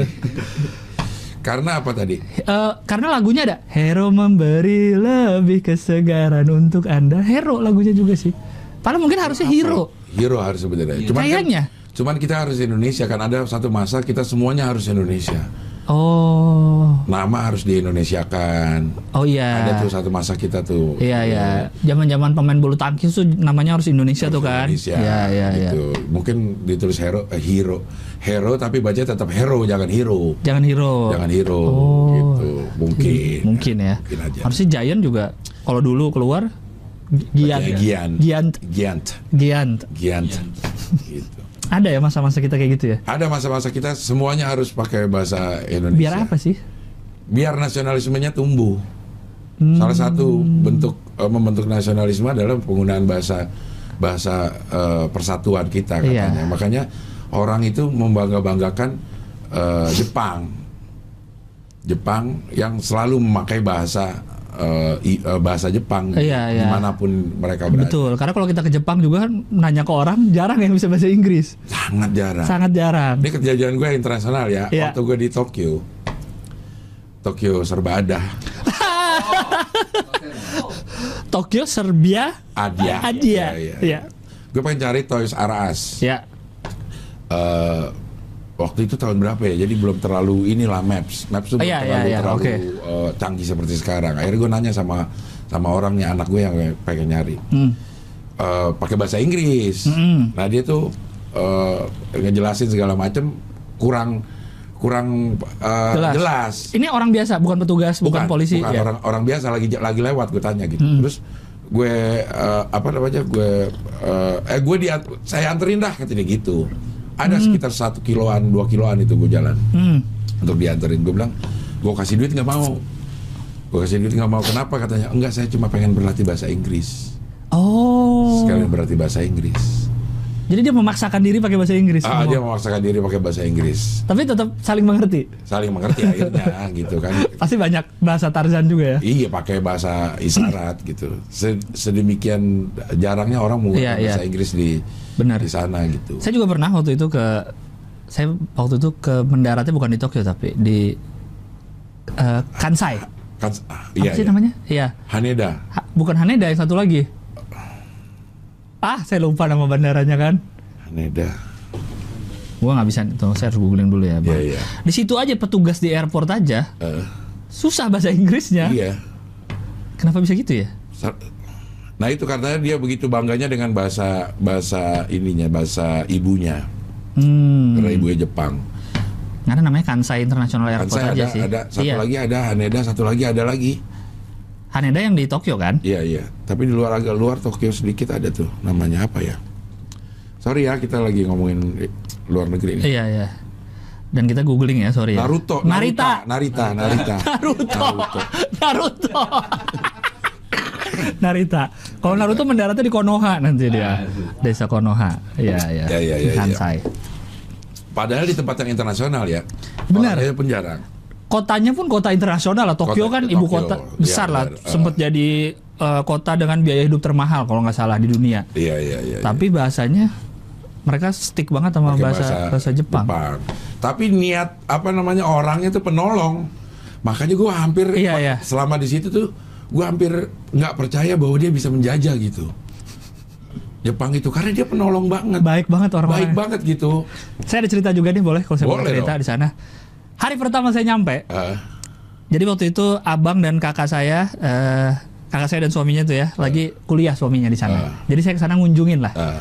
Speaker 1: Karena apa tadi?
Speaker 3: Eh, karena lagunya ada Hero memberi lebih kesegaran untuk Anda. Hero lagunya juga sih. Padahal mungkin harusnya hero.
Speaker 1: Hero harus sebenarnya.
Speaker 3: Iya.
Speaker 1: Cuman kan-
Speaker 3: Kayaknya.
Speaker 1: cuman kita harus Indonesia kan ada satu masa kita semuanya harus Indonesia.
Speaker 3: Oh.
Speaker 1: Nama harus diindonesiakan.
Speaker 3: Oh iya.
Speaker 1: Ada tuh satu masa kita tuh.
Speaker 3: Iya iya, zaman-zaman pemain bulu tangkis tuh namanya harus Indonesia tuh kan.
Speaker 1: Indonesia.
Speaker 3: Iya iya iya.
Speaker 1: gitu. Mungkin ditulis hero eh, hero. Hero tapi baca tetap hero jangan hero.
Speaker 3: Jangan hero.
Speaker 1: Jangan hero
Speaker 3: Oh.
Speaker 1: gitu. Mungkin.
Speaker 3: Mungkin ya.
Speaker 1: Mungkin aja.
Speaker 3: Harusnya Giant juga kalau dulu keluar Giant. ya?
Speaker 1: Bacanya Giant.
Speaker 3: Giant.
Speaker 1: Giant.
Speaker 3: Giant.
Speaker 1: Giant. gitu.
Speaker 3: Ada ya masa-masa kita kayak gitu ya.
Speaker 1: Ada masa-masa kita semuanya harus pakai bahasa Indonesia.
Speaker 3: Biar apa sih?
Speaker 1: Biar nasionalismenya tumbuh.
Speaker 3: Hmm,
Speaker 1: Salah satu bentuk eh, membentuk nasionalisme adalah penggunaan bahasa bahasa eh, persatuan kita
Speaker 3: Iya.
Speaker 1: katanya. Makanya orang itu membangga-banggakan eh, Jepang. Jepang yang selalu memakai bahasa eh, i- eh, bahasa Jepang
Speaker 3: Iya, iya.
Speaker 1: dimanapun mereka berada.
Speaker 3: Betul. Karena kalau kita ke Jepang juga kan nanya ke orang jarang yang bisa bahasa Inggris.
Speaker 1: Sangat jarang.
Speaker 3: Sangat jarang.
Speaker 1: Ini kejadian gue internasional ya.
Speaker 3: Iya.
Speaker 1: Waktu gue di Tokyo, Tokyo serba ada,
Speaker 3: Tokyo, Serbia,
Speaker 1: adia.
Speaker 3: Adia.
Speaker 1: Iya,
Speaker 3: Iya.
Speaker 1: iya. Gue pengen cari Toys R Us.
Speaker 3: Ya.
Speaker 1: Eh, waktu itu tahun berapa ya? Jadi belum terlalu inilah Maps. Maps itu
Speaker 3: Oh,
Speaker 1: belum
Speaker 3: iya,
Speaker 1: terlalu,
Speaker 3: iya, iya,
Speaker 1: terlalu
Speaker 3: oke.
Speaker 1: eh, canggih seperti sekarang. Akhirnya gue nanya sama sama orangnya anak gue yang pengen nyari.
Speaker 3: Hmm.
Speaker 1: eh, pakai bahasa Inggris.
Speaker 3: Mm-mm.
Speaker 1: Nah dia tuh eh, ngejelasin segala macem kurang kurang eh,
Speaker 3: Jelas.
Speaker 1: jelas.
Speaker 3: Ini orang biasa, bukan petugas, bukan, polisi.
Speaker 1: bukan
Speaker 3: ya. Hmm.
Speaker 1: orang orang biasa lagi lagi lewat gue tanya gitu terus gue eh, apa namanya gue eh, eh gue di saya anterin dah katanya gitu ada sekitar satu kiloan dua kiloan itu gue jalan
Speaker 3: Hmm.
Speaker 1: untuk dianterin gue bilang gue kasih duit nggak mau gue kasih duit nggak mau kenapa katanya enggak saya cuma pengen berlatih bahasa Inggris
Speaker 3: Oh.
Speaker 1: sekalian berlatih bahasa Inggris
Speaker 3: Jadi dia memaksakan diri pakai bahasa Inggris.
Speaker 1: Ah,
Speaker 3: semua.
Speaker 1: dia memaksakan diri pakai bahasa Inggris
Speaker 3: Tapi tetap saling mengerti.
Speaker 1: saling mengerti akhirnya gitu kan
Speaker 3: Pasti banyak bahasa Tarzan juga ya.
Speaker 1: iya pakai bahasa isyarat gitu Se- sedemikian jarangnya orang menggunakan
Speaker 3: Iya, iya.
Speaker 1: bahasa Inggris di
Speaker 3: Benar.
Speaker 1: di sana gitu
Speaker 3: Saya juga pernah waktu itu ke saya waktu itu ke mendaratnya bukan di Tokyo tapi di eh, Kansai.
Speaker 1: kan ah,
Speaker 3: Apa
Speaker 1: iya,
Speaker 3: sih
Speaker 1: iya.
Speaker 3: namanya? Iya.
Speaker 1: Haneda
Speaker 3: Ha- bukan Haneda yang satu lagi. Ah, saya lupa nama bandaranya kan.
Speaker 1: Haneda
Speaker 3: Gua nggak bisa itu, saya harus googling dulu ya, Bang.
Speaker 1: Iya, iya.
Speaker 3: Di situ aja petugas di airport aja
Speaker 1: Eh,
Speaker 3: susah bahasa Inggrisnya.
Speaker 1: iya
Speaker 3: Kenapa bisa gitu ya?
Speaker 1: Sa- nah itu karena dia begitu bangganya dengan bahasa bahasa ininya bahasa ibunya
Speaker 3: Hmm.
Speaker 1: karena ibunya Jepang
Speaker 3: Karena namanya Kansai International
Speaker 1: kan
Speaker 3: Airport
Speaker 1: saya
Speaker 3: aja
Speaker 1: ada
Speaker 3: sih.
Speaker 1: ada satu
Speaker 3: iya.
Speaker 1: lagi ada Haneda satu lagi ada lagi
Speaker 3: Haneda yang di Tokyo kan?
Speaker 1: Iya iya, tapi di luar agak luar Tokyo sedikit ada tuh namanya apa ya? Sorry ya kita lagi ngomongin eh, luar negeri ini.
Speaker 3: Iya, iya. Dan kita googling ya, sorry ya.
Speaker 1: Naruto,
Speaker 3: Narita.
Speaker 1: Narita, Narita,
Speaker 3: Naruto. Naruto. Narita. Kalau Naruto mendaratnya di Konoha nanti
Speaker 1: Ah,
Speaker 3: dia. Desa Konoha. Iya, iya.
Speaker 1: Ya, ya, ya, ya.
Speaker 3: Kansai.
Speaker 1: Padahal di tempat yang internasional ya.
Speaker 3: Benar.
Speaker 1: Orangnya penjara.
Speaker 3: Kotanya pun kota internasional lah. Tokyo
Speaker 1: Kota-
Speaker 3: kan
Speaker 1: Tokyo.
Speaker 3: ibu kota besar
Speaker 1: Iya,
Speaker 3: lah.
Speaker 1: benar.
Speaker 3: Sempat jadi eh, kota dengan biaya hidup termahal kalau nggak salah di dunia.
Speaker 1: Iya iya iya.
Speaker 3: Tapi bahasanya mereka stick banget sama
Speaker 1: Pakai
Speaker 3: bahasa bahasa Jepang.
Speaker 1: Tapi niat apa namanya orangnya tuh penolong. Makanya gue hampir
Speaker 3: Iya,
Speaker 1: ma-
Speaker 3: iya.
Speaker 1: selama di situ tuh gue hampir nggak percaya bahwa dia bisa menjajah gitu. Jepang itu karena dia penolong banget.
Speaker 3: Baik banget
Speaker 1: Baik
Speaker 3: orang-orang.
Speaker 1: banget gitu.
Speaker 3: Saya ada cerita juga nih boleh kalau saya mau
Speaker 1: Boleh
Speaker 3: cerita
Speaker 1: dong.
Speaker 3: di sana. Hari pertama saya nyampe,
Speaker 1: Ah,
Speaker 3: jadi waktu itu abang dan kakak saya, eh, kakak saya dan suaminya tuh ya,
Speaker 1: Eh.
Speaker 3: lagi kuliah suaminya di sana.
Speaker 1: Ah.
Speaker 3: Jadi saya ke sana ngunjungin lah.
Speaker 1: ah.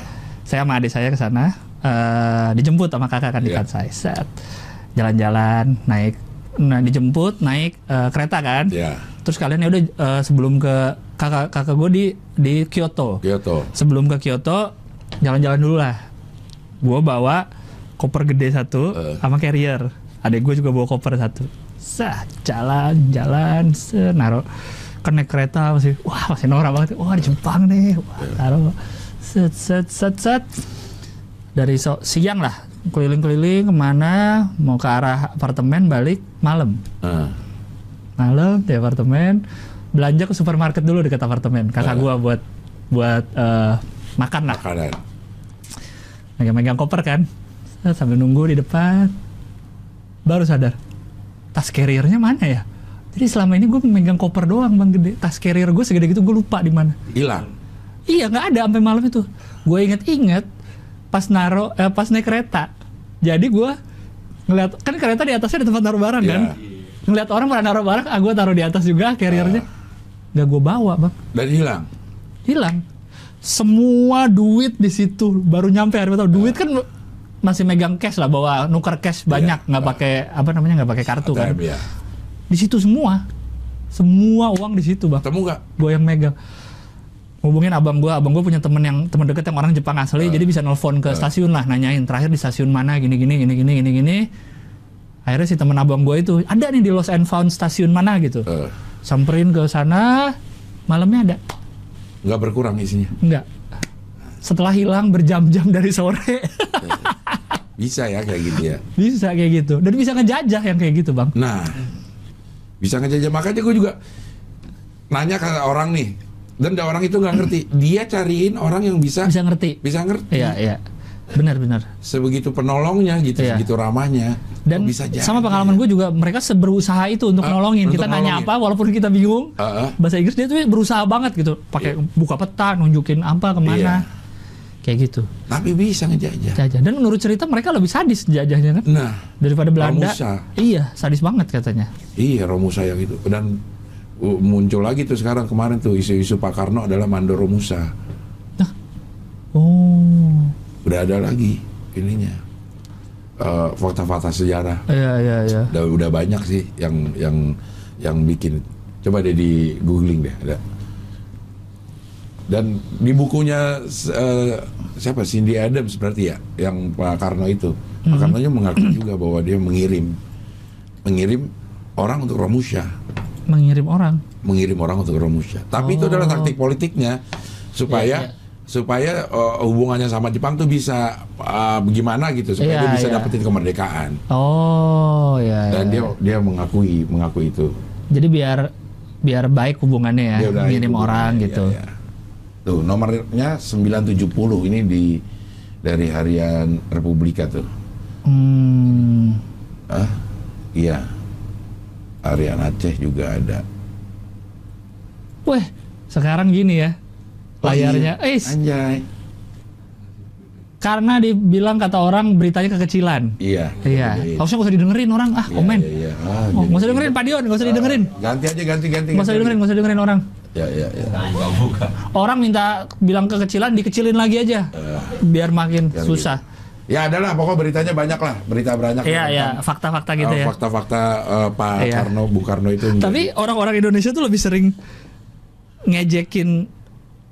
Speaker 3: Saya sama adik saya ke sana, eh, dijemput sama kakak kan di
Speaker 1: Iya.
Speaker 3: Kansai. Set. Jalan-jalan, naik, nah dijemput, naik eh, kereta kan.
Speaker 1: Ya,
Speaker 3: Terus kalian ya udah eh, sebelum ke kakak kakak gue di di Kyoto
Speaker 1: Kyoto.
Speaker 3: sebelum ke Kyoto jalan-jalan dulu lah gue bawa koper gede satu
Speaker 1: Eh.
Speaker 3: sama carrier adek gue juga bawa koper satu sah jalan jalan senaro naik kereta masih wah masih norak banget wah di Jepang nih wah taruh set set set set dari so- siang lah keliling-keliling kemana mau ke arah apartemen balik malam
Speaker 1: Ah.
Speaker 3: malam di apartemen belanja ke supermarket dulu dekat apartemen kakak gua buat buat eh, makan lah
Speaker 1: makanan.
Speaker 3: megang-megang koper kan Set, sambil nunggu di depan baru sadar tas carriernya mana ya jadi selama ini gue memegang koper doang bang gede tas carrier gue segede gitu gue lupa di mana
Speaker 1: Hilang.
Speaker 3: Iya nggak ada sampai malam itu. Gue inget-inget pas naro eh, pas naik kereta. Jadi gue ngeliat kan kereta di atasnya ada tempat naruh barang kan.
Speaker 1: Iya.
Speaker 3: Ngeliat orang pada naruh barang, ah gue taruh di atas juga carriernya. Nggak gue bawa bang,
Speaker 1: Dan hilang.
Speaker 3: hilang. Semua duit di situ baru nyampe hari pertama. Duit kan masih megang cash lah bawa nuker cash banyak nggak pakai apa namanya nggak pakai kartu kan.
Speaker 1: ATM, ya.
Speaker 3: Di situ semua semua uang di situ bang
Speaker 1: Temu nggak?
Speaker 3: gue yang megang hubungin abang gue abang gue punya temen yang temen deket yang orang Jepang asli jadi bisa nelfon ke stasiun lah nanyain terakhir di stasiun mana gini gini gini gini gini gini akhirnya si temen abang gue itu ada nih di Lost and Found stasiun mana gitu
Speaker 1: Eh,
Speaker 3: samperin ke sana malamnya ada
Speaker 1: Nggak berkurang isinya.
Speaker 3: enggak setelah hilang berjam-jam dari sore
Speaker 1: Bisa ya kayak gitu ya.
Speaker 3: bisa kayak gitu dan bisa ngejajah yang kayak gitu bang
Speaker 1: Nah, bisa ngejajah. Makanya gue juga nanya ke orang nih. Dan ada orang itu nggak ngerti. Dia cariin orang yang bisa
Speaker 3: bisa ngerti
Speaker 1: bisa ngerti.
Speaker 3: iya iya benar-benar
Speaker 1: Sebegitu penolongnya gitu,
Speaker 3: Iya.
Speaker 1: segitu ramahnya.
Speaker 3: dan
Speaker 1: Kok bisa jadi
Speaker 3: sama pengalaman
Speaker 1: ya?
Speaker 3: gue juga mereka seberusaha itu untuk
Speaker 1: Ah,
Speaker 3: nolongin
Speaker 1: untuk
Speaker 3: kita nanya
Speaker 1: nolongin.
Speaker 3: apa walaupun kita bingung
Speaker 1: Ah, ah.
Speaker 3: bahasa Inggris dia tuh berusaha banget gitu pakai buka peta nunjukin apa kemana
Speaker 1: Iya.
Speaker 3: kayak gitu
Speaker 1: Tapi bisa ngejajah.
Speaker 3: jajah dan menurut cerita mereka lebih sadis jajahnya kan
Speaker 1: Nah,
Speaker 3: daripada Belanda
Speaker 1: Romusa.
Speaker 3: iya sadis banget katanya
Speaker 1: iya Romusa yang itu. Dan uh, muncul lagi tuh sekarang kemarin tuh isu-isu Pak Karno adalah mandor Romusa.
Speaker 3: oh
Speaker 1: udah ada lagi ininya Eh, fakta-fakta sejarah
Speaker 3: iya iya iya
Speaker 1: udah, udah banyak sih yang yang yang bikin coba deh di googling deh ada dan di bukunya eh, siapa Cindy Adams berarti ya yang Pak Karno itu Pak
Speaker 3: Hmm.
Speaker 1: Karno mengaku juga bahwa dia mengirim mengirim orang untuk Romusha
Speaker 3: mengirim orang Oh. Iya,
Speaker 1: mengirim orang untuk Romusha tapi itu adalah taktik politiknya supaya supaya eh, hubungannya sama Jepang tuh bisa eh, gimana gitu supaya
Speaker 3: Iya,
Speaker 1: dia bisa
Speaker 3: iya.
Speaker 1: dapetin kemerdekaan
Speaker 3: Oh ya.
Speaker 1: dan dia dia mengakui mengakui itu
Speaker 3: Jadi biar biar baik hubungannya ya,
Speaker 1: dia udah
Speaker 3: minim
Speaker 1: itu
Speaker 3: orang
Speaker 1: hubungannya,
Speaker 3: gitu.
Speaker 1: iya, iya. tuh nomornya 970 ini di dari harian Republika tuh
Speaker 3: Hmm.
Speaker 1: ah iya harian Aceh juga ada
Speaker 3: Weh, sekarang gini ya.
Speaker 1: Oh, iya.
Speaker 3: Layarnya, eh
Speaker 1: anjay
Speaker 3: karena dibilang kata orang beritanya kekecilan.
Speaker 1: iya
Speaker 3: Iya,
Speaker 1: Iya,
Speaker 3: harusnya gak usah didengerin orang. Ah,
Speaker 1: iya,
Speaker 3: komen.
Speaker 1: iya, iya. iya. Ah,
Speaker 3: Oh,
Speaker 1: jadi-
Speaker 3: gak usah dengerin Pak Dion, gak usah didengerin.
Speaker 1: Ah, ganti aja ganti ganti
Speaker 3: Gak usah
Speaker 1: ganti.
Speaker 3: didengerin, gak usah dengerin orang.
Speaker 1: ya ya ya
Speaker 2: buka buka
Speaker 3: Orang minta bilang kekecilan, dikecilin lagi aja.
Speaker 1: Eh.
Speaker 3: Biar makin
Speaker 1: Biar
Speaker 3: susah.
Speaker 1: ya adalah pokok beritanya banyak lah berita banyak
Speaker 3: Iya,
Speaker 1: tentang,
Speaker 3: iya, fakta-fakta
Speaker 1: eh,
Speaker 3: gitu ya.
Speaker 1: fakta-fakta eh, Pak
Speaker 3: Iya.
Speaker 1: Karno Bu Karno itu
Speaker 3: Tapi orang-orang Indonesia tuh lebih sering ngejekin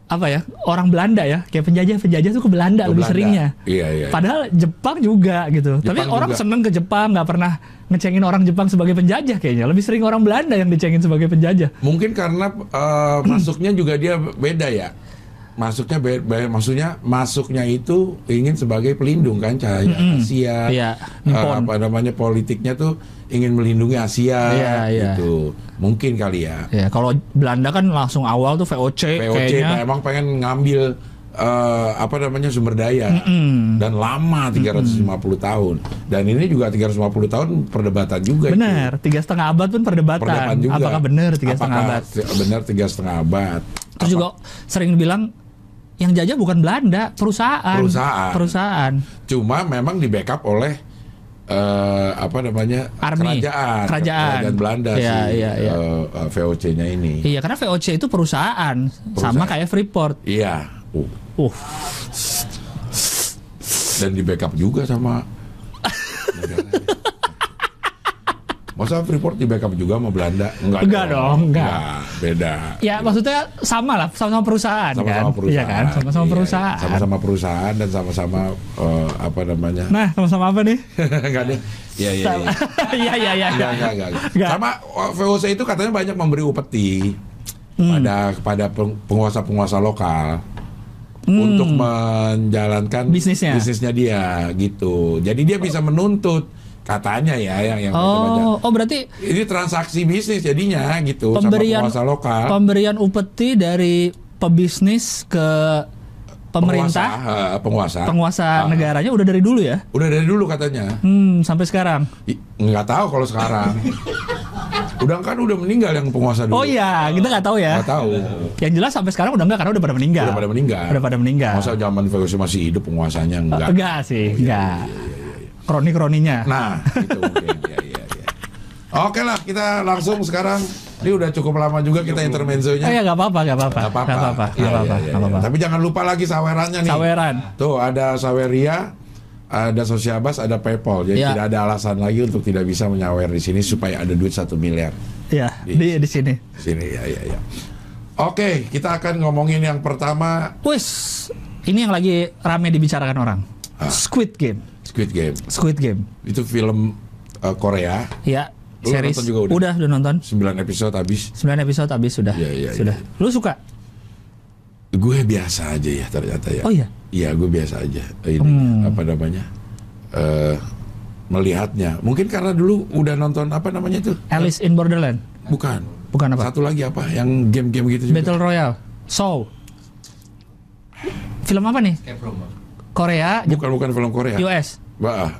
Speaker 3: apa ya orang Belanda ya kayak penjajah penjajah tuh ke Belanda
Speaker 1: Ke
Speaker 3: lebih
Speaker 1: Belanda.
Speaker 3: seringnya.
Speaker 1: Iya, iya.
Speaker 3: Padahal Jepang juga gitu. Tapi
Speaker 1: Jepang
Speaker 3: orang
Speaker 1: juga.
Speaker 3: seneng ke Jepang nggak pernah ngecengin orang Jepang sebagai penjajah kayaknya. Lebih sering orang Belanda yang dicengin sebagai penjajah.
Speaker 1: mungkin karena eh, masuknya juga dia beda ya masuknya be- be- maksudnya masuknya itu ingin sebagai pelindung kan cahaya Asia
Speaker 3: Iya,
Speaker 1: eh,
Speaker 3: Nippon.
Speaker 1: apa namanya politiknya tuh ingin melindungi Asia
Speaker 3: Iya, iya.
Speaker 1: gitu mungkin kali ya
Speaker 3: Ya kalau Belanda kan langsung awal tuh VOC,
Speaker 1: POC
Speaker 3: kayaknya.
Speaker 1: emang pengen ngambil eh, apa namanya sumber daya dan lama 350 tahun dan ini juga 350 tahun perdebatan juga itu.
Speaker 3: Benar, tiga setengah abad pun gitu. perdebatan.
Speaker 1: perdebatan juga
Speaker 3: Apakah benar tiga setengah
Speaker 1: Apakah
Speaker 3: abad?
Speaker 1: ti- benar tiga setengah abad
Speaker 3: Terus juga sering bilang yang jajah bukan Belanda, perusahaan.
Speaker 1: Perusahaan.
Speaker 3: Perusahaan.
Speaker 1: cuma memang di backup oleh eh, apa namanya
Speaker 3: Army.
Speaker 1: kerajaan
Speaker 3: Kerajaan.
Speaker 1: Belanda
Speaker 3: Iya,
Speaker 1: sih
Speaker 3: iya, iya.
Speaker 1: eh, eh, VOC-nya ini
Speaker 3: Iya, karena VOC itu perusahaan, sama kayak Freeport.
Speaker 1: iya Uh,
Speaker 3: Uh,
Speaker 1: dan di backup juga sama negara. Masa Freeport di backup juga sama Belanda? Enggak,
Speaker 3: Enggak dong, enggak.
Speaker 1: beda.
Speaker 3: ya maksudnya sama lah, sama-sama perusahaan
Speaker 1: Sama-sama
Speaker 3: kan? Iya
Speaker 1: perusahaan.
Speaker 3: kan,
Speaker 1: Iya,
Speaker 3: sama-sama
Speaker 1: iya.
Speaker 3: perusahaan.
Speaker 1: Sama-sama perusahaan dan sama-sama eh, apa namanya?
Speaker 3: Nah, sama-sama apa nih?
Speaker 1: Enggak deh. Iya, iya.
Speaker 3: Sama-
Speaker 1: iya.
Speaker 3: Iya, iya, iya.
Speaker 1: Enggak, enggak, enggak.
Speaker 3: Enggak.
Speaker 1: Sama eh, VOC itu katanya banyak memberi upeti
Speaker 3: Hmm.
Speaker 1: pada kepada peng- penguasa-penguasa lokal untuk menjalankan
Speaker 3: Hmm. Bisnisnya.
Speaker 1: dia gitu. Jadi dia bisa menuntut katanya ya yang yang kita baca.
Speaker 3: Oh, oh berarti
Speaker 1: Ini transaksi bisnis jadinya gitu
Speaker 3: pemberian
Speaker 1: sama penguasa lokal.
Speaker 3: pemberian upeti dari pebisnis ke pemerintah,
Speaker 1: Penguasa, eh, penguasa.
Speaker 3: penguasa
Speaker 1: Ah,
Speaker 3: negaranya udah dari dulu ya?
Speaker 1: Udah dari dulu katanya.
Speaker 3: Hmm, sampai sekarang.
Speaker 1: I- Nggak tahu kalau sekarang. udah kan udah meninggal yang penguasa dulu.
Speaker 3: Oh iya, kita nggak tahu ya.
Speaker 1: Nggak tahu.
Speaker 3: Yang jelas sampai sekarang udah enggak karena udah pada meninggal.
Speaker 1: Udah pada meninggal.
Speaker 3: Udah pada meninggal.
Speaker 1: Masa zaman VOC masih hidup penguasanya enggak. Oh, iya,
Speaker 3: Iya. enggak. sih, enggak. Kroni-kroninya.
Speaker 1: Nah, itu mungkin. Iya, iya, iya. Oke lah, kita langsung sekarang. Ini udah cukup lama juga kita intermezzonya.
Speaker 3: Oh ya nggak apa-apa, nggak apa-apa.
Speaker 1: Nggak iya. apa-apa.
Speaker 3: Nggak apa-apa,
Speaker 1: Iya,
Speaker 3: nggak
Speaker 1: iya,
Speaker 3: apa-apa,
Speaker 1: iya,
Speaker 3: nggak
Speaker 1: iya.
Speaker 3: apa-apa.
Speaker 1: Tapi jangan lupa lagi sawerannya nih.
Speaker 3: Saweran.
Speaker 1: Tuh ada Saweria, ada Sosiabas, ada PayPal. Jadi
Speaker 3: Iya.
Speaker 1: tidak ada alasan lagi untuk tidak bisa menyawer di sini supaya ada duit satu miliar.
Speaker 3: Iya, di di sini.
Speaker 1: Di Sini ya ya ya. Oke, kita akan ngomongin yang pertama
Speaker 3: Wis, ini yang lagi rame dibicarakan orang.
Speaker 1: Ah.
Speaker 3: Squid Game.
Speaker 1: Squid Game.
Speaker 3: Squid Game.
Speaker 1: Itu film eh, Korea,
Speaker 3: Ya,
Speaker 1: Lu
Speaker 3: series.
Speaker 1: nonton juga udah?
Speaker 3: udah, udah nonton.
Speaker 1: 9 episode habis.
Speaker 3: 9 episode habis sudah.
Speaker 1: Iya, iya,
Speaker 3: sudah. Lu suka?
Speaker 1: Gue biasa aja ya ternyata ya.
Speaker 3: Oh iya. Hmm.
Speaker 1: Iya, gue biasa aja. Ini apa namanya? Eh melihatnya. Mungkin karena dulu udah nonton apa namanya tuh?
Speaker 3: Alice in Borderland.
Speaker 1: Bukan.
Speaker 3: Bukan apa?
Speaker 1: Satu lagi apa? Yang game-game gitu juga.
Speaker 3: Battle Royale. Saw. Film apa nih?
Speaker 2: Escape room, Bang.
Speaker 3: Korea, Jep-
Speaker 1: Bukan bukan film Korea.
Speaker 3: US.
Speaker 1: Wah,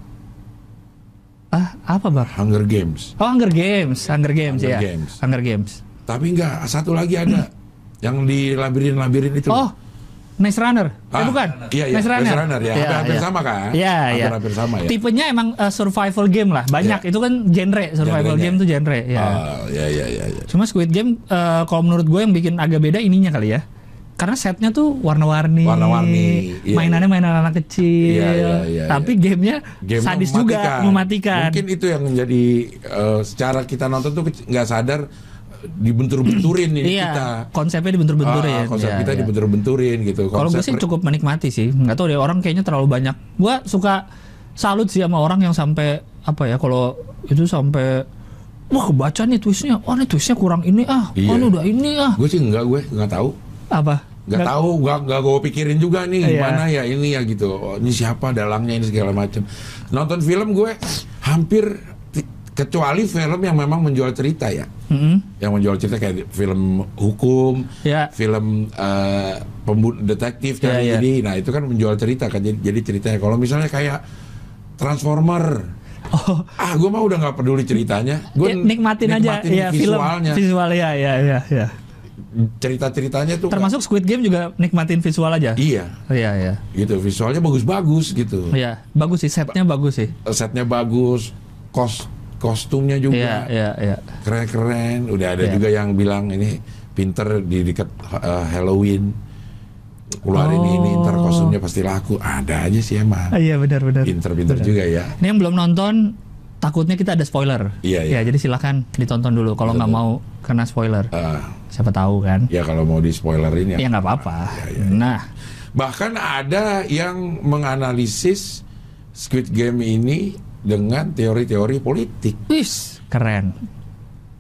Speaker 3: Ah, apa, Bang?
Speaker 1: Hunger Games.
Speaker 3: Oh, Hunger Games, Hunger Games
Speaker 1: Hunger
Speaker 3: ya.
Speaker 1: Games.
Speaker 3: Hunger Games.
Speaker 1: Tapi enggak, satu lagi ada yang di labirin-labirin itu.
Speaker 3: Oh, Nice Runner. eh
Speaker 1: Ah,
Speaker 3: bukan?
Speaker 1: iya, iya.
Speaker 3: Nice Runner.
Speaker 1: Maze Runner, ya. Hampir-hampir sama, kan?
Speaker 3: Iya, iya.
Speaker 1: Hampir-hampir sama, ya.
Speaker 3: Tipenya emang eh, survival game lah. Banyak
Speaker 1: Iya.
Speaker 3: itu kan genre survival
Speaker 1: Genrenya.
Speaker 3: game tuh genre ya.
Speaker 1: Ah, ya ya ya ya.
Speaker 3: Cuma Squid Game eh, kalau menurut gue yang bikin agak beda ininya kali ya. Karena setnya tuh warna-warni,
Speaker 1: Warna-warni, iya,
Speaker 3: mainannya mainan anak kecil,
Speaker 1: Iya, iya, iya,
Speaker 3: tapi
Speaker 1: iya.
Speaker 3: gamenya
Speaker 1: Game
Speaker 3: sadis juga, mematikan.
Speaker 1: Mungkin itu yang menjadi eh, secara kita nonton tuh kec- nggak sadar eh, dibentur-benturin ini
Speaker 3: iya,
Speaker 1: kita.
Speaker 3: konsepnya dibentur-benturin.
Speaker 1: Ah, konsep
Speaker 3: Iya,
Speaker 1: kita
Speaker 3: iya.
Speaker 1: dibentur-benturin gitu.
Speaker 3: Kalau gue
Speaker 1: Konsep
Speaker 3: sih
Speaker 1: re-
Speaker 3: cukup menikmati sih. Nggak tahu deh orang kayaknya terlalu banyak. Gue suka salut sih sama orang yang sampai apa ya kalau itu sampai wah kebaca nih twistnya, oh ini twistnya kurang ini ah, oh
Speaker 1: Iya.
Speaker 3: ini udah ini ah
Speaker 1: Gue sih enggak gue nggak tahu.
Speaker 3: apa?
Speaker 1: nggak
Speaker 3: Nggak-
Speaker 1: tahu nggak nggak gue pikirin juga nih
Speaker 3: Iya.
Speaker 1: gimana ya ini ya gitu oh, ini siapa dalangnya ini segala macam nonton film gue hampir ti- kecuali film yang memang menjual cerita ya
Speaker 3: Mm-mm.
Speaker 1: yang menjual cerita kayak film hukum
Speaker 3: Ya.
Speaker 1: film eh, pembu- detektif
Speaker 3: Ya,
Speaker 1: cari
Speaker 3: ya.
Speaker 1: ini nah itu kan menjual cerita kan jadi, jadi ceritanya kalau misalnya kayak Transformer
Speaker 3: Oh,
Speaker 1: ah gue mah udah nggak peduli ceritanya gue
Speaker 3: ya, nikmatin, aja ya film
Speaker 1: visualnya
Speaker 3: visual ya ya ya. ya.
Speaker 1: cerita ceritanya tuh
Speaker 3: Termasuk Squid Game juga nikmatin visual aja.
Speaker 1: nggak- iya
Speaker 3: Iya iya.
Speaker 1: gitu visualnya bagus-bagus gitu
Speaker 3: Iya, bagus sih setnya bagus sih.
Speaker 1: setnya bagus, kos kostumnya
Speaker 3: Iya,
Speaker 1: juga
Speaker 3: iya, iya.
Speaker 1: keren-keren. Udah ada
Speaker 3: Iya.
Speaker 1: juga yang bilang ini pinter di dekat uh, Halloween keluarin
Speaker 3: Oh.
Speaker 1: ini, ntar kostumnya pasti laku. Ada aja sih
Speaker 3: Ah,
Speaker 1: emang.
Speaker 3: Iya, benar benar.
Speaker 1: Pinter-pinter
Speaker 3: Benar.
Speaker 1: juga ya.
Speaker 3: Ini yang belum nonton takutnya kita ada spoiler.
Speaker 1: Iya, iya.
Speaker 3: Ya, jadi silahkan ditonton dulu kalau nggak mau kena spoiler.
Speaker 1: Eh,
Speaker 3: Siapa tahu kan?
Speaker 1: ya kalau mau di spoilerin ya.
Speaker 3: Ya nggak apa-apa.
Speaker 1: iya,
Speaker 3: Nah,
Speaker 1: Bahkan ada yang menganalisis Squid Game ini dengan teori-teori politik.
Speaker 3: wis keren.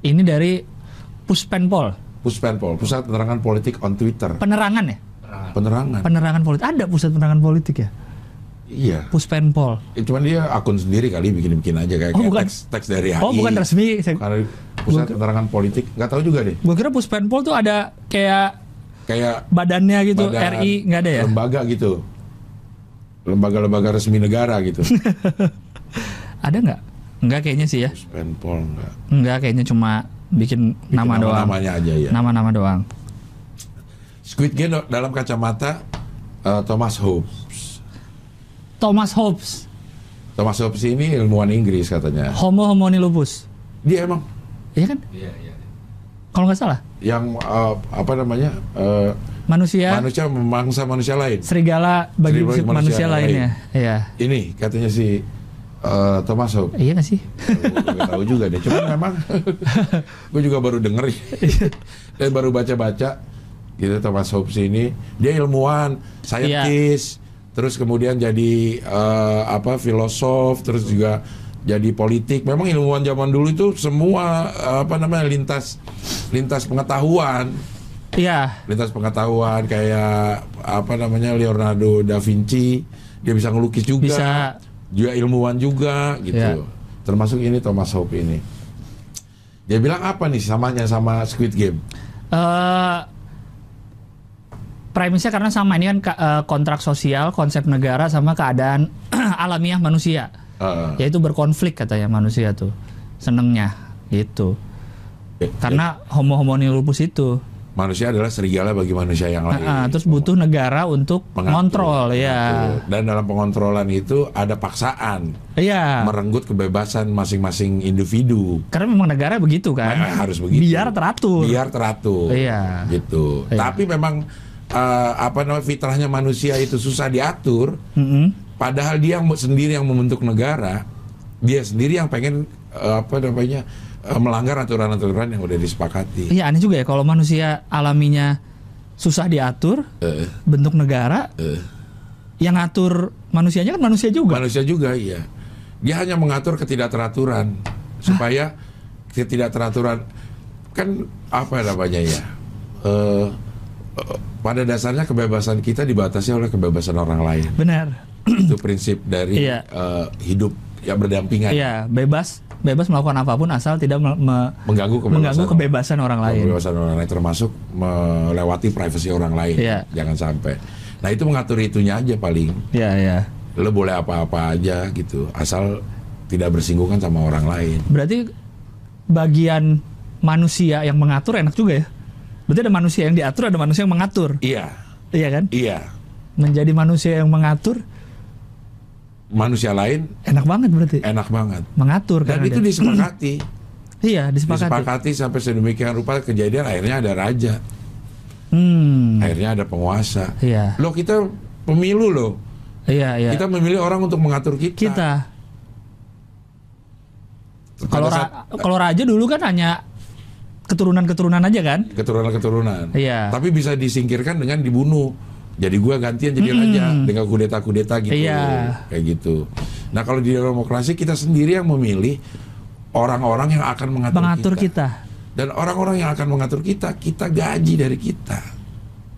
Speaker 3: Ini dari Puspenpol,
Speaker 1: Puspenpol, Pusat Penerangan Politik on Twitter.
Speaker 3: penerangan ya?
Speaker 1: Nah. Penerangan.
Speaker 3: Penerangan politik. Ada pusat penerangan politik ya?
Speaker 1: iya.
Speaker 3: Puspenpol.
Speaker 1: Eh, cuman dia akun sendiri kali bikin-bikin aja kayak,
Speaker 3: Oh,
Speaker 1: kayak
Speaker 3: bukan.
Speaker 1: teks teks dari HI.
Speaker 3: Oh, bukan resmi. Saya-
Speaker 1: Karena pusat keterangan politik nggak tahu juga deh.
Speaker 3: Gue kira Puspenpol tuh ada kayak
Speaker 1: Kayak
Speaker 3: badannya gitu,
Speaker 1: badan
Speaker 3: RI nggak ada ya?
Speaker 1: Lembaga gitu. Lembaga-lembaga resmi negara gitu.
Speaker 3: Ada nggak? Nggak kayaknya sih ya.
Speaker 1: Penpol nggak.
Speaker 3: Nggak kayaknya cuma bikin,
Speaker 1: Bikin
Speaker 3: nama doang.
Speaker 1: Namanya aja ya.
Speaker 3: Nama-nama doang.
Speaker 1: Squid Game dalam kacamata eh, Thomas Hobbes.
Speaker 3: Thomas Hobbes,
Speaker 1: Thomas Hobbes ini ilmuwan Inggris katanya.
Speaker 3: Homo homini lupus.
Speaker 1: Dia emang
Speaker 3: Iya kan?
Speaker 2: Iya, iya.
Speaker 3: Kalau nggak salah,
Speaker 1: yang eh, apa namanya eh,
Speaker 3: manusia,
Speaker 1: manusia memangsa manusia lain.
Speaker 3: serigala bagi
Speaker 1: Serigala
Speaker 3: manusia,
Speaker 1: manusia
Speaker 3: lainnya. Iya.
Speaker 1: Ini katanya si eh, Thomas Hobbes.
Speaker 3: Iya nggak sih?
Speaker 1: Gak tahu juga deh. Cuman memang gue juga baru denger ya. dan baru baca-baca gitu Thomas Hobbes ini dia ilmuwan, saintis, terus kemudian jadi eh, apa filosof, terus juga jadi politik. Memang ilmuwan zaman dulu itu semua eh, apa namanya lintas lintas pengetahuan,
Speaker 3: Iya.
Speaker 1: lintas pengetahuan kayak apa namanya Leonardo da Vinci, dia bisa ngelukis juga
Speaker 3: Bisa.
Speaker 1: juga ilmuwan juga gitu.
Speaker 3: Ya.
Speaker 1: Termasuk ini Thomas Hope ini. Dia bilang apa nih samanya sama Squid Game?
Speaker 3: eh premisnya karena sama ini kan ka- eh, kontrak sosial, konsep negara sama keadaan alamiah manusia.
Speaker 1: Eh,
Speaker 3: Yaitu berkonflik katanya manusia tuh. Senengnya gitu.
Speaker 1: eh,
Speaker 3: Karena homo homini lupus itu.
Speaker 1: manusia adalah serigala bagi manusia yang lain.
Speaker 3: Nah, eh, terus butuh negara untuk
Speaker 1: Oh, iya, Mengatur,
Speaker 3: mengontrol ya.
Speaker 1: mengatur. Dan dalam pengontrolan itu ada paksaan
Speaker 3: Iya.
Speaker 1: merenggut kebebasan masing-masing individu.
Speaker 3: Karena memang negara begitu kan.
Speaker 1: Nah, harus begitu.
Speaker 3: Biar teratur.
Speaker 1: Biar teratur.
Speaker 3: Iya.
Speaker 1: Gitu.
Speaker 3: Iya.
Speaker 1: Tapi memang eh, apa namanya fitrahnya manusia itu susah diatur.
Speaker 3: Mm-mm.
Speaker 1: Padahal dia yang sendiri yang membentuk negara, dia sendiri yang pengen eh, apa namanya eh, melanggar aturan-aturan yang udah disepakati.
Speaker 3: Iya aneh juga ya kalau manusia alaminya susah diatur,
Speaker 1: Eh,
Speaker 3: bentuk negara
Speaker 1: eh.
Speaker 3: yang ngatur manusianya kan manusia juga.
Speaker 1: Manusia juga iya. Dia hanya mengatur ketidakteraturan supaya ketidakteraturan kan apa namanya ya? Eh, eh, pada dasarnya kebebasan kita dibatasi oleh kebebasan orang lain.
Speaker 3: Benar.
Speaker 1: Itu prinsip dari
Speaker 3: Iya.
Speaker 1: eh, hidup yang berdampingan.
Speaker 3: Iya, bebas bebas melakukan apapun asal tidak me- me-
Speaker 1: Mengganggu kebebasan
Speaker 3: mengganggu
Speaker 1: orang.
Speaker 3: kebebasan orang lain.
Speaker 1: kebebasan orang lain termasuk melewati privasi orang lain
Speaker 3: Iya.
Speaker 1: jangan sampai nah itu mengatur itunya aja paling
Speaker 3: Iya, iya.
Speaker 1: lo boleh apa-apa aja gitu asal tidak bersinggungan sama orang lain
Speaker 3: Berarti bagian manusia yang mengatur enak juga ya. Berarti ada manusia yang diatur, ada manusia yang mengatur.
Speaker 1: iya
Speaker 3: Iya kan?
Speaker 1: iya
Speaker 3: Menjadi manusia yang mengatur
Speaker 1: manusia lain
Speaker 3: enak banget berarti.
Speaker 1: enak banget
Speaker 3: Mengatur kan
Speaker 1: dan
Speaker 3: karena
Speaker 1: Eh. itu
Speaker 3: dia-
Speaker 1: disepakati
Speaker 3: Iya, disepakati.
Speaker 1: disepakati sampai sedemikian rupa kejadian akhirnya ada raja
Speaker 3: Hmm.
Speaker 1: akhirnya ada penguasa
Speaker 3: Iya.
Speaker 1: lo kita pemilu lo
Speaker 3: Iya, iya.
Speaker 1: kita memilih orang untuk mengatur kita,
Speaker 3: kita
Speaker 1: Pada
Speaker 3: kalau
Speaker 1: saat-
Speaker 3: ra- kalau raja dulu kan hanya keturunan-keturunan aja kan?
Speaker 1: keturunan-keturunan.
Speaker 3: Iya.
Speaker 1: Tapi bisa disingkirkan dengan dibunuh. Jadi gua gantian jadi raja dengan kudeta-kudeta gitu.
Speaker 3: Iya.
Speaker 1: Kayak gitu. Nah, kalau di demokrasi kita sendiri yang memilih orang-orang yang akan mengatur,
Speaker 3: Mengatur kita.
Speaker 1: Dan orang-orang yang akan mengatur kita, kita gaji dari kita.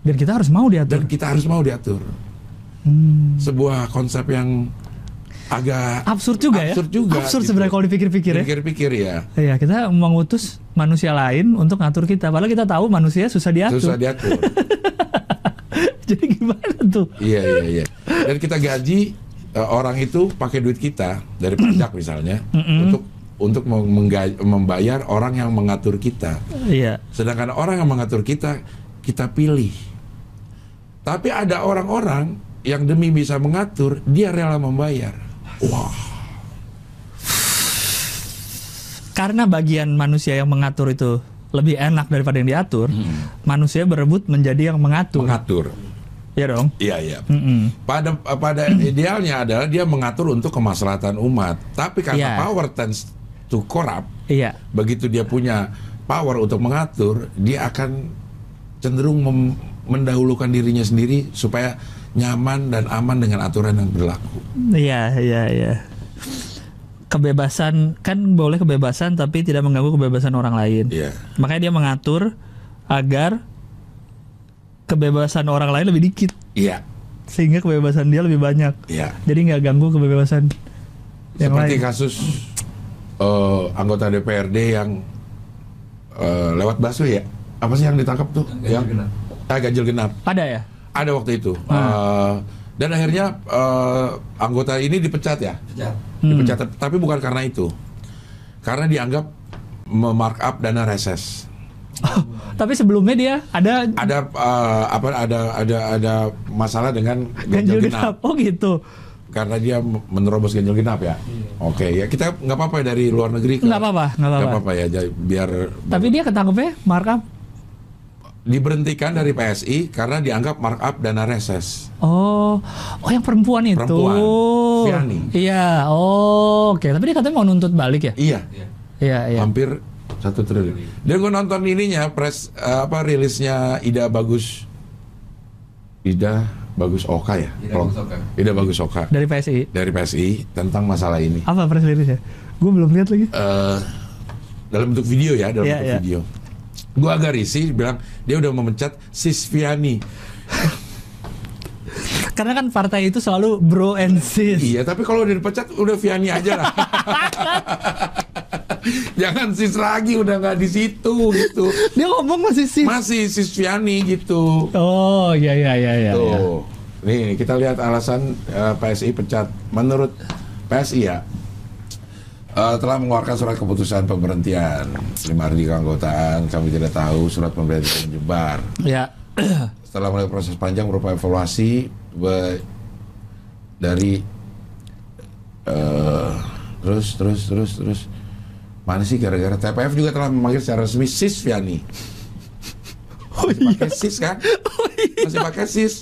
Speaker 3: Dan kita harus mau diatur.
Speaker 1: dan kita harus mau diatur.
Speaker 3: Hmm.
Speaker 1: Sebuah konsep yang agak
Speaker 3: absurd juga ya.
Speaker 1: absurd juga.
Speaker 3: Absurd
Speaker 1: gitu.
Speaker 3: sebenarnya kalau dipikir-pikir ya.
Speaker 1: Pikir-pikir ya.
Speaker 3: Iya, kita mengutus manusia lain untuk ngatur kita. Padahal kita tahu manusia susah diatur.
Speaker 1: Susah diatur.
Speaker 3: Jadi gimana tuh?
Speaker 1: Iya iya iya. Dan kita gaji eh, orang itu pakai duit kita dari pajak misalnya untuk untuk meng- mengga- membayar orang yang mengatur kita.
Speaker 3: Iya.
Speaker 1: Sedangkan orang yang mengatur kita kita pilih. Tapi ada orang-orang yang demi bisa mengatur dia rela membayar. Wah,
Speaker 3: Karena bagian manusia yang mengatur itu lebih enak daripada yang diatur, manusia berebut menjadi yang mengatur.
Speaker 1: Hmm. mengatur.
Speaker 3: Iya dong.
Speaker 1: Iya iya.
Speaker 3: Mm-mm.
Speaker 1: Pada pada idealnya adalah dia mengatur untuk kemaslahatan umat. Tapi karena
Speaker 3: Iya.
Speaker 1: power tends to corrupt,
Speaker 3: Iya.
Speaker 1: begitu dia punya power untuk mengatur, dia akan cenderung mem- mendahulukan dirinya sendiri supaya nyaman dan aman dengan aturan yang berlaku.
Speaker 3: Iya, iya, iya. Kebebasan kan boleh kebebasan tapi tidak mengganggu kebebasan orang lain.
Speaker 1: Iya.
Speaker 3: Makanya dia mengatur agar kebebasan orang lain lebih dikit
Speaker 1: Iya.
Speaker 3: sehingga kebebasan dia lebih banyak.
Speaker 1: Iya.
Speaker 3: Jadi nggak ganggu kebebasan yang
Speaker 1: Seperti kan?
Speaker 3: lain.
Speaker 1: kasus eh, anggota DPRD yang eh, lewat basu ya. Apa sih yang ditangkap tuh?
Speaker 2: Ganjil
Speaker 1: yang
Speaker 2: genap. Ah.
Speaker 1: Ah, ganjil genap.
Speaker 3: Ada ya?
Speaker 1: Ada waktu itu. Eh, dan akhirnya eh, anggota ini dipecat ya.
Speaker 2: Pecat.
Speaker 3: Hmm.
Speaker 1: dipecat tapi bukan karena itu karena dianggap memarkup dana reses
Speaker 3: Tapi sebelumnya dia ada
Speaker 1: ada eh, apa ada ada ada masalah dengan
Speaker 3: ganjil
Speaker 1: ganjil
Speaker 3: genap.
Speaker 1: genap
Speaker 3: Oh gitu.
Speaker 1: karena dia menerobos ganjil genap ya oke ya kita nggak apa-apa ya dari luar negeri ke-
Speaker 3: Hmm. Nggak apa-apa, nggak
Speaker 1: nggak
Speaker 3: apa-apa.
Speaker 1: apa-apa ya jadi biar
Speaker 3: Tapi dia ketangkepnya markup.
Speaker 1: diberhentikan dari PSI karena dianggap markup dana reses
Speaker 3: Oh, oh yang perempuan itu.
Speaker 1: Perempuan, Viani.
Speaker 3: Iya, oh, oke. Tapi dia katanya mau nuntut balik ya?
Speaker 1: iya
Speaker 2: Iya.
Speaker 3: Iya, iya.
Speaker 1: hampir satu triliun dan gue nonton ininya press eh, apa rilisnya Ida Bagus Ida Bagus Oka ya
Speaker 2: Ida
Speaker 1: Kalau-
Speaker 2: Bagus Oka.
Speaker 1: Ida Bagus Oka
Speaker 3: Dari PSI.
Speaker 1: dari PSI tentang masalah ini
Speaker 3: Apa press release ya? Gue belum lihat lagi.
Speaker 1: Eh, dalam bentuk video ya dalam
Speaker 3: Iya,
Speaker 1: bentuk
Speaker 3: iya.
Speaker 1: video gue agak risih bilang dia udah memecat Sisviani
Speaker 3: Karena kan partai itu selalu bro and sis.
Speaker 1: iya tapi kalau udah dipecat udah Viani aja lah jangan sis lagi udah nggak di situ gitu
Speaker 3: Dia ngomong masih sis.
Speaker 1: masih sis Viani gitu
Speaker 3: oh, iya iya iya iya. iya.
Speaker 1: Tuh. Nih, kita lihat alasan eh, PSI pecat. Menurut PSI ya, eh, telah mengeluarkan surat keputusan pemberhentian lima hari di keanggotaan kami tidak tahu surat pemberhentian menyebar
Speaker 3: Ya.
Speaker 1: setelah mulai proses panjang berupa evaluasi be- dari eh, terus terus terus terus mana sih gara-gara TPF juga telah memanggil secara resmi sis Viani
Speaker 3: Oh
Speaker 1: masih pakai sis kan masih pakai sis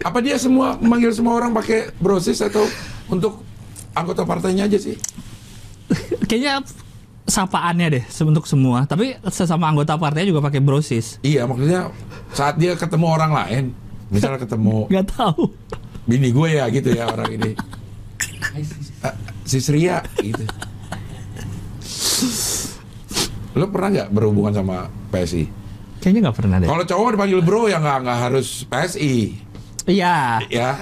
Speaker 1: apa dia semua memanggil semua orang pakai brosis atau untuk anggota partainya aja sih
Speaker 3: Kayaknya sapaannya deh sebentuk semua. Tapi sesama anggota partainya juga pakai bro sis.
Speaker 1: iya maksudnya saat dia ketemu orang lain misalnya ketemu
Speaker 3: Gak tahu.
Speaker 1: bini gue ya gitu ya orang ini
Speaker 2: Hai, sis.
Speaker 1: "Ah, sis Ria gitu lo pernah nggak berhubungan sama PSI
Speaker 3: Kayaknya nggak pernah deh.
Speaker 1: kalau cowok dipanggil bro ya nggak nggak harus PSI
Speaker 3: Iya.
Speaker 1: ya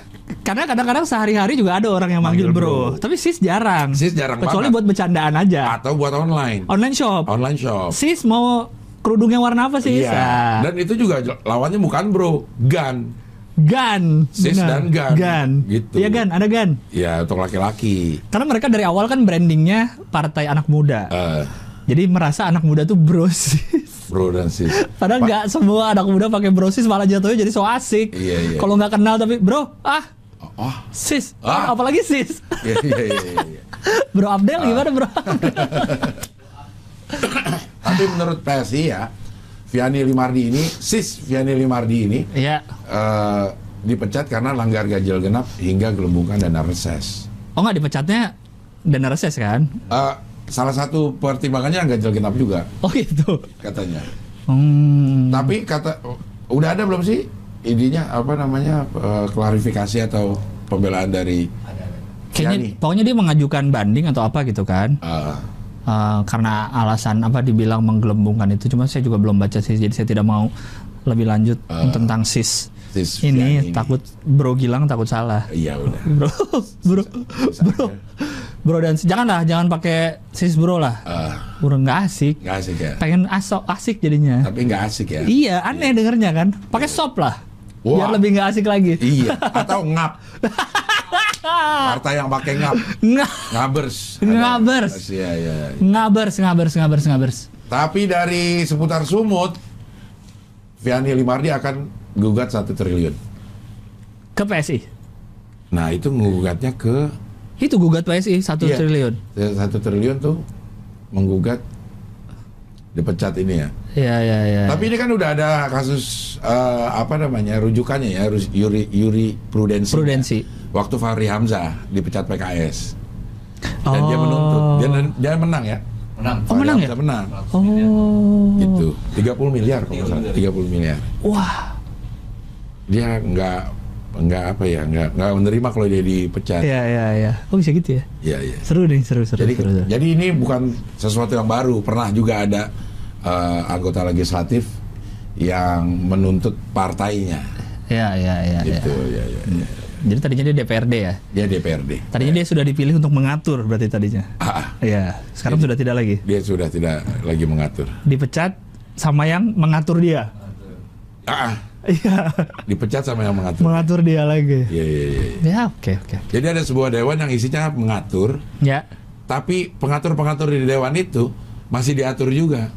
Speaker 3: Karena kadang-kadang sehari-hari juga ada orang yang manggil
Speaker 1: Manggil
Speaker 3: bro.
Speaker 1: bro.
Speaker 3: Tapi sis jarang.
Speaker 1: Sis jarang
Speaker 3: Kecuali
Speaker 1: banget.
Speaker 3: buat bercandaan aja.
Speaker 1: atau buat online
Speaker 3: Online shop.
Speaker 1: online shop
Speaker 3: Sis mau kerudungnya warna apa sis?
Speaker 1: Iya.
Speaker 3: Ah.
Speaker 1: Dan itu juga j- lawannya bukan bro, gun.
Speaker 3: Gan,
Speaker 1: Sis dan Gan. Gitu.
Speaker 3: Iya Gan, ada Gan.
Speaker 1: Ya untuk laki-laki.
Speaker 3: Karena mereka dari awal kan brandingnya partai anak muda.
Speaker 1: Eh,
Speaker 3: Jadi merasa anak muda tuh brosis.
Speaker 1: bro dan sis.
Speaker 3: Padahal
Speaker 1: Pa-
Speaker 3: nggak semua anak muda pakai brosis malah jatuhnya jadi so asik.
Speaker 1: Iya, iya.
Speaker 3: Kalau nggak kenal tapi bro, ah
Speaker 1: Oh,
Speaker 3: sis,
Speaker 1: Ah.
Speaker 3: apalagi sis.
Speaker 1: iya, iya, iya, iya.
Speaker 3: Bro Abdel gimana bro?
Speaker 1: Tapi menurut PSI ya, Viani Limardi ini, sis Viani Limardi ini
Speaker 3: Iya.
Speaker 1: eh, dipecat karena langgar ganjil genap hingga gelembungkan dana reses.
Speaker 3: Oh nggak dipecatnya dana reses kan?
Speaker 1: Eh, salah satu pertimbangannya ganjil genap juga
Speaker 3: Oh gitu.
Speaker 1: katanya.
Speaker 3: Hmm.
Speaker 1: Tapi kata udah ada belum sih idenya apa namanya eh, klarifikasi atau pembelaan dari
Speaker 2: Ada, ada.
Speaker 1: Yani?
Speaker 3: Kayaknya, pokoknya dia mengajukan banding atau apa gitu kan?
Speaker 1: eh,
Speaker 3: Eh, karena alasan apa dibilang menggelembungkan itu cuma saya juga belum baca sih jadi saya tidak mau lebih lanjut tentang sis.
Speaker 1: Sis
Speaker 3: ini,
Speaker 1: Fiani ini.
Speaker 3: takut bro Gilang takut salah.
Speaker 1: Iya udah.
Speaker 3: Bro, bro, bro, bro dan sis. janganlah jangan pakai sis bro lah.
Speaker 1: Eh,
Speaker 3: Udah nggak asik.
Speaker 1: nggak asik ya.
Speaker 3: Pengen asok asik jadinya.
Speaker 1: Tapi nggak asik ya.
Speaker 3: Iya, aneh dengernya kan. Pakai sop lah.
Speaker 1: Wah.
Speaker 3: Biar lebih nggak asik lagi.
Speaker 1: Iya. Atau ngap. Partai yang pakai ngap.
Speaker 3: Nggak
Speaker 1: Ngabers.
Speaker 3: Ngabers.
Speaker 1: Ada. Iya iya.
Speaker 3: ngabers, ngabers, ngabers, ngabers.
Speaker 1: Tapi dari seputar sumut, Viani Limardi akan gugat satu triliun.
Speaker 3: Ke PSI.
Speaker 1: Nah itu menggugatnya ke
Speaker 3: Itu gugat PSI satu
Speaker 1: Iya.
Speaker 3: triliun.
Speaker 1: satu triliun tuh menggugat dipecat ini ya.
Speaker 3: Iya, iya, iya.
Speaker 1: Tapi ini kan udah ada kasus eh, apa namanya rujukannya ya rus- Yuri Yuri Prudensi.
Speaker 3: Prudensi.
Speaker 1: Waktu Fahri Hamzah dipecat PKS dan dia menuntut dia, dia menang ya.
Speaker 2: menang
Speaker 3: Oh,
Speaker 1: Fahri
Speaker 3: menang ya?
Speaker 1: Hamzah menang.
Speaker 3: Oh.
Speaker 1: Gitu. 30 miliar kalau nggak salah. 30 miliar.
Speaker 3: Wah.
Speaker 1: Dia nggak nggak apa ya nggak nggak menerima kalau dia dipecat.
Speaker 3: Iya, iya, iya. Oh bisa gitu ya.
Speaker 1: Iya iya.
Speaker 3: Seru nih, seru, seru,
Speaker 1: Jadi
Speaker 3: seru. seru.
Speaker 1: jadi ini bukan sesuatu yang baru. Pernah juga ada eh, anggota legislatif yang menuntut partainya.
Speaker 3: Iya, iya, iya, iya.
Speaker 1: Gitu ya ya. ya.
Speaker 3: Jadi tadinya dia DPRD ya.
Speaker 1: Dia DPRD.
Speaker 3: Tadinya dia sudah dipilih untuk mengatur berarti tadinya.
Speaker 1: Ah,
Speaker 3: Iya, sekarang sudah tidak lagi.
Speaker 1: dia sudah tidak lagi mengatur.
Speaker 3: Dipecat sama yang mengatur dia.
Speaker 1: Ah, ah,
Speaker 3: Iya,
Speaker 1: dipecat sama yang mengatur.
Speaker 3: mengatur dia lagi.
Speaker 1: Iya, iya, iya.
Speaker 3: Ya, oke, oke.
Speaker 1: Jadi ada sebuah dewan yang isinya mengatur,
Speaker 3: Ya.
Speaker 1: tapi pengatur-pengatur di dewan itu masih diatur juga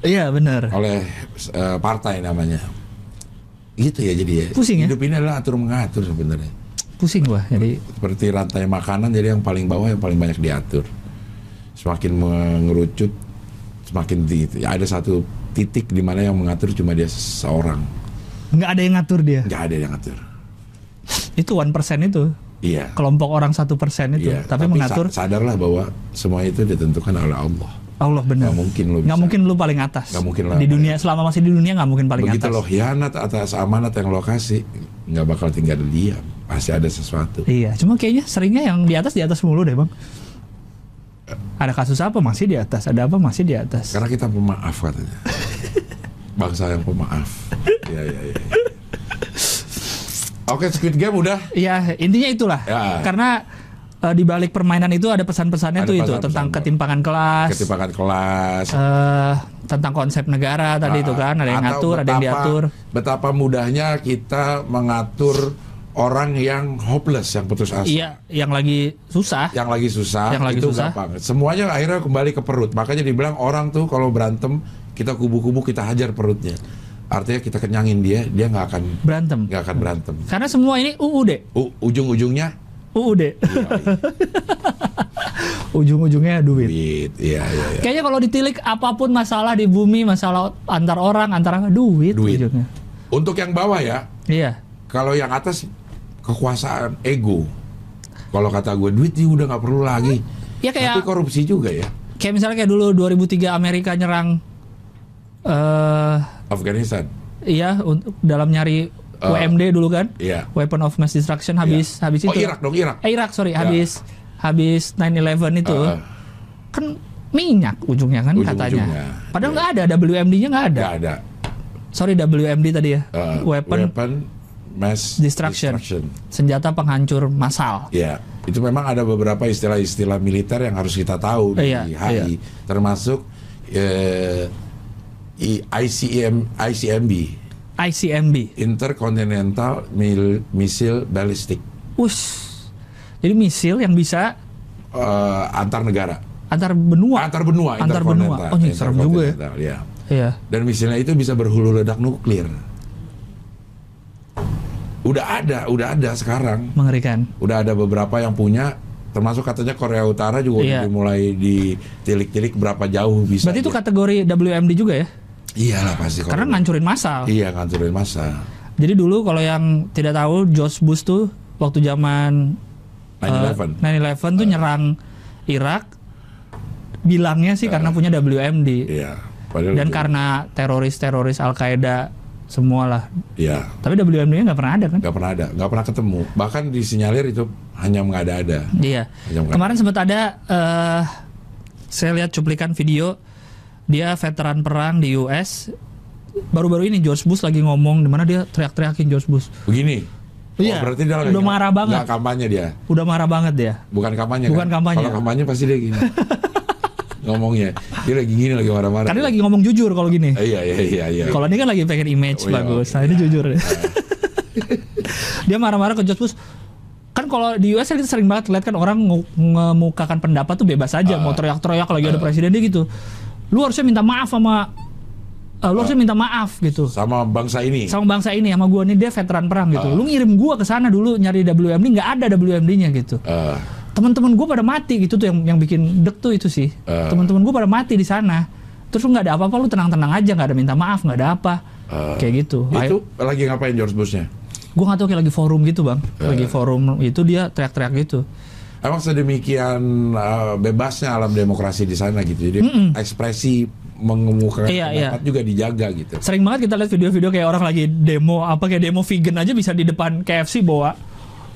Speaker 3: Iya, benar.
Speaker 1: oleh eh, partai namanya. Gitu ya jadi ya.
Speaker 3: Pusing ya?
Speaker 1: Hidup ini adalah atur mengatur sebenarnya.
Speaker 3: Pusing gua. Jadi
Speaker 1: Seperti rantai makanan jadi yang paling bawah yang paling banyak diatur. Semakin mengerucut semakin di- ya ada satu titik di mana yang mengatur cuma dia seorang.
Speaker 3: nggak ada yang ngatur dia.
Speaker 1: Nggak ada yang ngatur.
Speaker 3: Itu one persen itu.
Speaker 1: Iya.
Speaker 3: Kelompok orang satu persen itu.
Speaker 1: Iya,
Speaker 3: Gitu. tapi, mengatur
Speaker 1: sa- sadarlah bahwa semua itu ditentukan oleh Allah.
Speaker 3: Allah benar.
Speaker 1: Nggak mungkin lu
Speaker 3: Nggak
Speaker 1: bisa.
Speaker 3: mungkin lu paling atas.
Speaker 1: Nggak mungkin lah.
Speaker 3: Di dunia selama masih di dunia nggak mungkin paling
Speaker 1: Begitu
Speaker 3: atas.
Speaker 1: lo hianat atas amanat yang lo kasih, nggak bakal tinggal diam. Pasti ada sesuatu.
Speaker 3: Iya, cuma kayaknya seringnya yang di atas di atas mulu deh bang. Ada kasus apa masih di atas? Ada apa masih di atas?
Speaker 1: Karena kita pemaaf katanya. Bangsa yang pemaaf. Iya iya iya. Oke, Squid Game udah.
Speaker 3: Iya, intinya itulah.
Speaker 1: Ya.
Speaker 3: Karena eh, di balik permainan itu ada pesan-pesannya
Speaker 1: Ada
Speaker 3: tuh itu
Speaker 1: pesan-pesan.
Speaker 3: tentang ketimpangan kelas,
Speaker 1: Ketipakan kelas.
Speaker 3: eh, tentang konsep negara tadi itu kan ada yang
Speaker 1: Ah, Atau
Speaker 3: ngatur, ada yang
Speaker 1: betapa-
Speaker 3: diatur.
Speaker 1: Betapa mudahnya kita mengatur orang yang hopeless, yang putus asa.
Speaker 3: Iya, yang lagi susah.
Speaker 1: yang lagi susah
Speaker 3: Yang lagi
Speaker 1: itu
Speaker 3: susah.
Speaker 1: gampang. Semuanya akhirnya kembali ke perut. Makanya dibilang orang tuh kalau berantem kita kubu-kubu kita hajar perutnya. Artinya kita kenyangin dia, dia nggak akan
Speaker 3: Berantem.
Speaker 1: nggak akan berantem.
Speaker 3: Karena semua ini UUD,
Speaker 1: U- ujung-ujungnya
Speaker 3: UUD.
Speaker 1: iya,
Speaker 3: Ujung-ujungnya duit.
Speaker 1: duit. Iya, iya, iya.
Speaker 3: Kayaknya kalau ditilik apapun masalah di bumi, masalah antar orang, antara duit,
Speaker 1: Duit.
Speaker 3: ujungnya.
Speaker 1: Untuk yang bawah ya,
Speaker 3: Iya.
Speaker 1: kalau yang atas kekuasaan ego. Kalau kata gue duit sih udah nggak perlu lagi.
Speaker 3: Ya kayak
Speaker 1: Tapi korupsi juga ya.
Speaker 3: kayak misalnya kayak dulu 2003 Amerika nyerang eh
Speaker 1: Afghanistan.
Speaker 3: iya untuk dalam nyari
Speaker 1: Eh,
Speaker 3: WMD dulu kan.
Speaker 1: Iya.
Speaker 3: Weapon of mass destruction habis
Speaker 1: Iya.
Speaker 3: habis
Speaker 1: Oh,
Speaker 3: itu.
Speaker 1: Irak dong, Irak.
Speaker 3: Eh, Irak sorry,
Speaker 1: Ya.
Speaker 3: habis habis 9/11 itu.
Speaker 1: Eh, eh.
Speaker 3: Kan minyak ujungnya kan
Speaker 1: Ujung-ujungnya.
Speaker 3: katanya. Padahal
Speaker 1: Iya.
Speaker 3: nggak ada WMD-nya nggak ada.
Speaker 1: Nggak ada.
Speaker 3: Sorry WMD tadi ya.
Speaker 1: Eh,
Speaker 3: weapon
Speaker 1: mass
Speaker 3: Destruction.
Speaker 1: destruction.
Speaker 3: senjata penghancur massal.
Speaker 1: Ya, itu memang ada beberapa istilah-istilah militer yang harus kita tahu
Speaker 3: Iya,
Speaker 1: di
Speaker 3: iya.
Speaker 1: HI, termasuk eh, I- ICM, ICMB,
Speaker 3: ICMB.
Speaker 1: Intercontinental Mil- Missile Ballistic
Speaker 3: Ush. Jadi misil yang bisa
Speaker 1: eh, antar negara,
Speaker 3: antar benua.
Speaker 1: antar benua,
Speaker 3: Antar benua.
Speaker 1: interkontinental,
Speaker 3: Oh, ini serem juga ya.
Speaker 1: interkontinental, ya.
Speaker 3: Iya.
Speaker 1: Dan misilnya itu bisa berhulu ledak nuklir. Udah ada, udah ada sekarang.
Speaker 3: Mengerikan.
Speaker 1: udah ada beberapa yang punya termasuk katanya Korea Utara juga
Speaker 3: Iya.
Speaker 1: udah dimulai ditilik-tilik berapa jauh bisa
Speaker 3: Berarti itu kategori WMD juga ya?
Speaker 1: iyalah pasti kalau-
Speaker 3: Karena ngancurin massal.
Speaker 1: iya ngancurin masa
Speaker 3: Jadi dulu kalau yang tidak tahu George Bush tuh waktu zaman eh,
Speaker 1: 9/11.
Speaker 3: 9/11
Speaker 1: Iya.
Speaker 3: tuh nyerang Irak bilangnya sih karena punya WMD
Speaker 1: iya padahal itu-
Speaker 3: dan karena teroris-teroris Al-Qaeda semualah.
Speaker 1: iya
Speaker 3: Tapi WMD-nya nggak pernah ada kan?
Speaker 1: nggak pernah ada nggak pernah ketemu bahkan disinyalir itu hanya mengada-ada
Speaker 3: Iya.
Speaker 1: Iya, bukan.
Speaker 3: Kemarin sempat ada eh saya lihat cuplikan video dia veteran perang di US baru-baru ini George Bush lagi ngomong dimana dia teriak-teriakin George Bush.
Speaker 1: Begini. Oh,
Speaker 3: Iya,
Speaker 1: berarti dia
Speaker 3: udah marah banget.
Speaker 1: nggak kampanye dia.
Speaker 3: Udah marah banget dia.
Speaker 1: Bukan kampanye
Speaker 3: Bukan
Speaker 1: kan?
Speaker 3: kampanye.
Speaker 1: Kalau kampanye pasti dia gini. Ngomongnya. Dia lagi gini lagi marah-marah.
Speaker 3: Karena Kan lagi ngomong jujur kalau gini.
Speaker 1: Eh, Iya, iya, iya, iya.
Speaker 3: Kalau ini kan lagi pengen image
Speaker 1: Oh, iya,
Speaker 3: bagus.
Speaker 1: oke.
Speaker 3: Nah, ini jujur. dia marah-marah ke George Bush. Kan kalau di US kita sering banget lihat kan orang ngu- ngemukakan pendapat tuh bebas
Speaker 1: Ah.
Speaker 3: aja, mau teriak-teriak lagi ada presiden dia gitu. Lu harusnya minta maaf sama eh, lu
Speaker 1: Ah.
Speaker 3: harusnya minta maaf gitu.
Speaker 1: Sama bangsa ini.
Speaker 3: sama bangsa ini sama gua nih dia veteran perang gitu.
Speaker 1: Ah.
Speaker 3: Lu ngirim gua ke sana dulu nyari WMD nggak ada WMD-nya gitu.
Speaker 1: Eh,
Speaker 3: Teman-teman gua pada mati gitu tuh yang yang bikin dek tuh itu sih.
Speaker 1: Ah.
Speaker 3: Teman-teman gua pada mati di sana. Terus lu nggak ada apa-apa lu tenang-tenang aja nggak ada minta maaf nggak ada apa.
Speaker 1: Ah.
Speaker 3: Kayak gitu.
Speaker 1: itu
Speaker 3: Ayo,
Speaker 1: lagi ngapain George Bushnya?
Speaker 3: gua nggak tahu kayak lagi forum gitu, Bang.
Speaker 1: Ah.
Speaker 3: Lagi forum itu dia teriak-teriak gitu.
Speaker 1: Emang sedemikian eh, bebasnya alam demokrasi di sana gitu. Jadi ekspresi mengemukakan
Speaker 3: Iya,
Speaker 1: pendapat juga dijaga gitu.
Speaker 3: Sering banget kita lihat video-video kayak orang lagi demo apa kayak demo vegan aja bisa di depan KFC bawa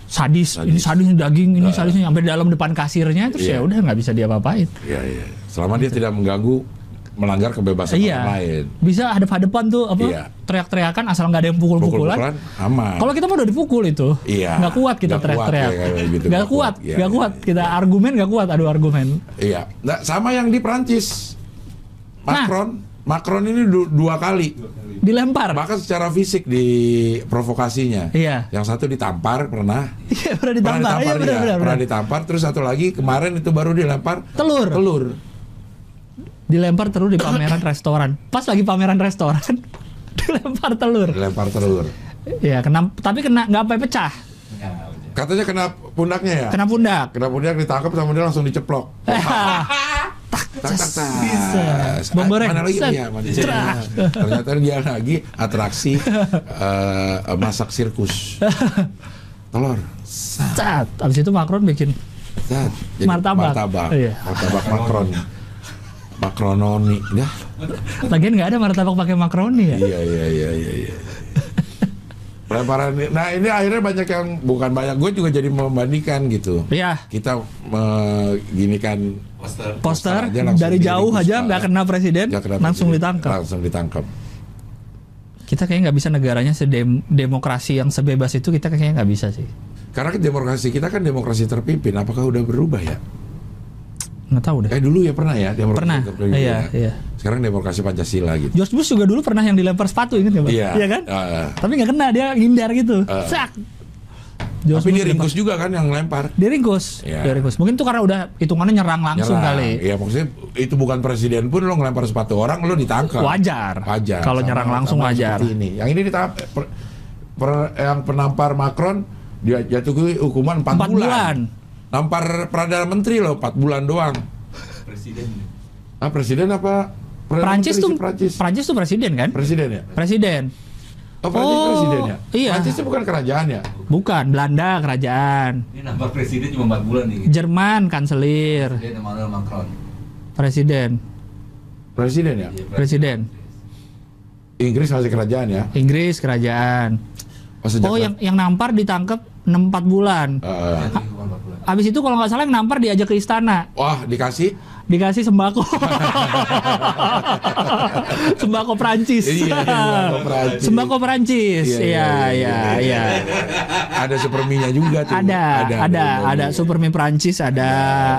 Speaker 3: sadis, ini sadis ini daging ini sadisnya sampai di dalam depan kasirnya terus
Speaker 1: Ah. Iya.
Speaker 3: ya udah nggak bisa diapa-apain.
Speaker 1: Iya, iya. Selama dia tidak mengganggu melanggar kebebasan
Speaker 3: Iya.
Speaker 1: orang lain.
Speaker 3: Bisa hadap-hadapan tuh apa?
Speaker 1: Iya.
Speaker 3: Teriak-teriakan asal nggak ada yang pukul-pukulan.
Speaker 1: Pukul-pukulan aman.
Speaker 3: Kalau kita mah udah dipukul itu.
Speaker 1: Iya.
Speaker 3: Nggak kuat kita
Speaker 1: Nggak kuat
Speaker 3: teriak-teriak.
Speaker 1: ya, kayak gitu.
Speaker 3: Nggak
Speaker 1: Nggak
Speaker 3: kuat,
Speaker 1: kuat. Iya,
Speaker 3: nggak
Speaker 1: iya,
Speaker 3: kuat.
Speaker 1: iya.
Speaker 3: Kita argumen nggak kuat, aduh argumen.
Speaker 1: Iya. Nah, sama yang di Prancis.
Speaker 3: Nah.
Speaker 1: Macron, Macron ini du- dua kali.
Speaker 3: Dilempar.
Speaker 1: Bahkan secara fisik di provokasinya.
Speaker 3: Iya.
Speaker 1: Yang satu ditampar pernah.
Speaker 3: Iya, pernah
Speaker 1: Pernah
Speaker 3: ditampar. Iya,
Speaker 1: ditampar,
Speaker 3: benar
Speaker 1: dia.
Speaker 3: benar.
Speaker 1: pernah
Speaker 3: benar.
Speaker 1: ditampar. Terus satu lagi kemarin itu baru dilempar
Speaker 3: Telur.
Speaker 1: telur.
Speaker 3: Dilempar terus di pameran restoran. Pas lagi pameran restoran, dilempar telur.
Speaker 1: Dilempar telur.
Speaker 3: Iya, kena tapi kena nggak sampai pecah.
Speaker 2: Nah,
Speaker 1: Katanya kena pundaknya ya.
Speaker 3: Kena pundak.
Speaker 1: Kena pundak ditangkap sama dia langsung diceplok. tak tak tak.
Speaker 3: Bisa. Bom goreng.
Speaker 1: Mana lagi?
Speaker 3: Set.
Speaker 1: Iya, mana lagi?
Speaker 3: Cerah.
Speaker 1: Iya. Ternyata dia lagi atraksi eh, masak sirkus. Telur.
Speaker 3: Cat. Abis itu Macron bikin
Speaker 1: Zat. Nah,
Speaker 3: Martabak.
Speaker 1: Martabak.
Speaker 3: Iya.
Speaker 1: Martabak makron. Makrononi. Ya.
Speaker 3: Lagian nggak ada martabak pakai makaroni ya.
Speaker 1: Iya iya iya iya. iya. Lemparan ini- Nah ini akhirnya banyak yang bukan banyak. Gue juga jadi membandingkan gitu.
Speaker 3: Iya.
Speaker 1: Kita mengginikan
Speaker 2: Poster.
Speaker 1: Poster
Speaker 3: poster
Speaker 1: aja langsung
Speaker 3: dari
Speaker 1: di-
Speaker 3: jauh
Speaker 1: di-
Speaker 3: aja nggak kena presiden
Speaker 1: nggak kena
Speaker 3: langsung
Speaker 1: presiden,
Speaker 3: ditangkap
Speaker 1: Langsung ditangkap.
Speaker 3: kita kayaknya nggak bisa negaranya sedem demokrasi yang sebebas itu kita kayaknya nggak bisa sih
Speaker 1: Karena kan demokrasi kita kan demokrasi terpimpin. Apakah udah berubah ya?
Speaker 3: nggak tahu deh
Speaker 1: Kayak dulu ya pernah ya demokrasi
Speaker 3: Pernah,
Speaker 1: terpimpin.
Speaker 3: iya,
Speaker 1: ya.
Speaker 3: iya.
Speaker 1: Sekarang demokrasi Pancasila gitu.
Speaker 3: George Bush juga dulu pernah yang dilempar sepatu inget nggak bang
Speaker 1: Iya.
Speaker 3: kan
Speaker 1: Ah.
Speaker 3: tapi nggak kena dia ngindar gitu
Speaker 1: Ah.
Speaker 3: sak
Speaker 1: Tapi dia
Speaker 3: dilempar-
Speaker 1: ringkus juga kan yang lempar.
Speaker 3: dia ringkus
Speaker 1: Iya.
Speaker 3: dia ringkus mungkin itu karena udah hitungannya nyerang langsung
Speaker 1: Nyerang.
Speaker 3: kali
Speaker 1: Iya maksudnya itu bukan presiden pun lo ngelempar sepatu orang lo ditangkap.
Speaker 3: Wajar.
Speaker 1: Wajar.
Speaker 3: Kalau
Speaker 1: Sama-
Speaker 3: nyerang langsung
Speaker 1: sama
Speaker 3: wajar.
Speaker 1: seperti Ini. Yang ini ditangkap per- per- yang penampar Macron dia jatuhi hukuman 4,
Speaker 3: Empat
Speaker 1: bulan.
Speaker 3: bulan.
Speaker 1: Nampar perdana menteri lo 4 bulan doang.
Speaker 2: Presiden.
Speaker 1: Ah presiden apa? Perdana
Speaker 3: Prancis
Speaker 1: Menteri
Speaker 3: tuh
Speaker 1: si Prancis.
Speaker 3: Prancis tuh presiden kan
Speaker 1: Presiden ya?
Speaker 3: presiden
Speaker 1: Oh, Prancis
Speaker 3: Oh,
Speaker 1: presiden ya?
Speaker 3: iya.
Speaker 1: Prancis itu bukan kerajaan ya?
Speaker 3: bukan Belanda kerajaan
Speaker 2: Ini nambah presiden cuma 4 bulan nih.
Speaker 3: Jerman kanselir
Speaker 2: Dia Emmanuel Macron.
Speaker 3: presiden
Speaker 1: Presiden ya?
Speaker 2: Dia
Speaker 3: presiden
Speaker 1: Inggris masih kerajaan ya?
Speaker 3: Inggris kerajaan
Speaker 1: Oh, sejak
Speaker 3: Oh, yang yang nampar ditangkap 6 4 bulan.
Speaker 1: Eh,
Speaker 2: Jadi cuma 4 bulan.
Speaker 3: Habis itu kalau nggak salah yang nampar diajak ke istana,
Speaker 1: wah dikasih
Speaker 3: dikasih sembako. sembako Prancis.
Speaker 1: Iya, iya, sembako Prancis.
Speaker 3: sembako Prancis.
Speaker 1: Iya,
Speaker 3: Iya,
Speaker 1: iya,
Speaker 3: iya,
Speaker 1: iya,
Speaker 3: iya.
Speaker 1: iya. ada superminya juga tuh
Speaker 3: Ada, ada, ada,
Speaker 1: ada.
Speaker 3: super mie Prancis, ada,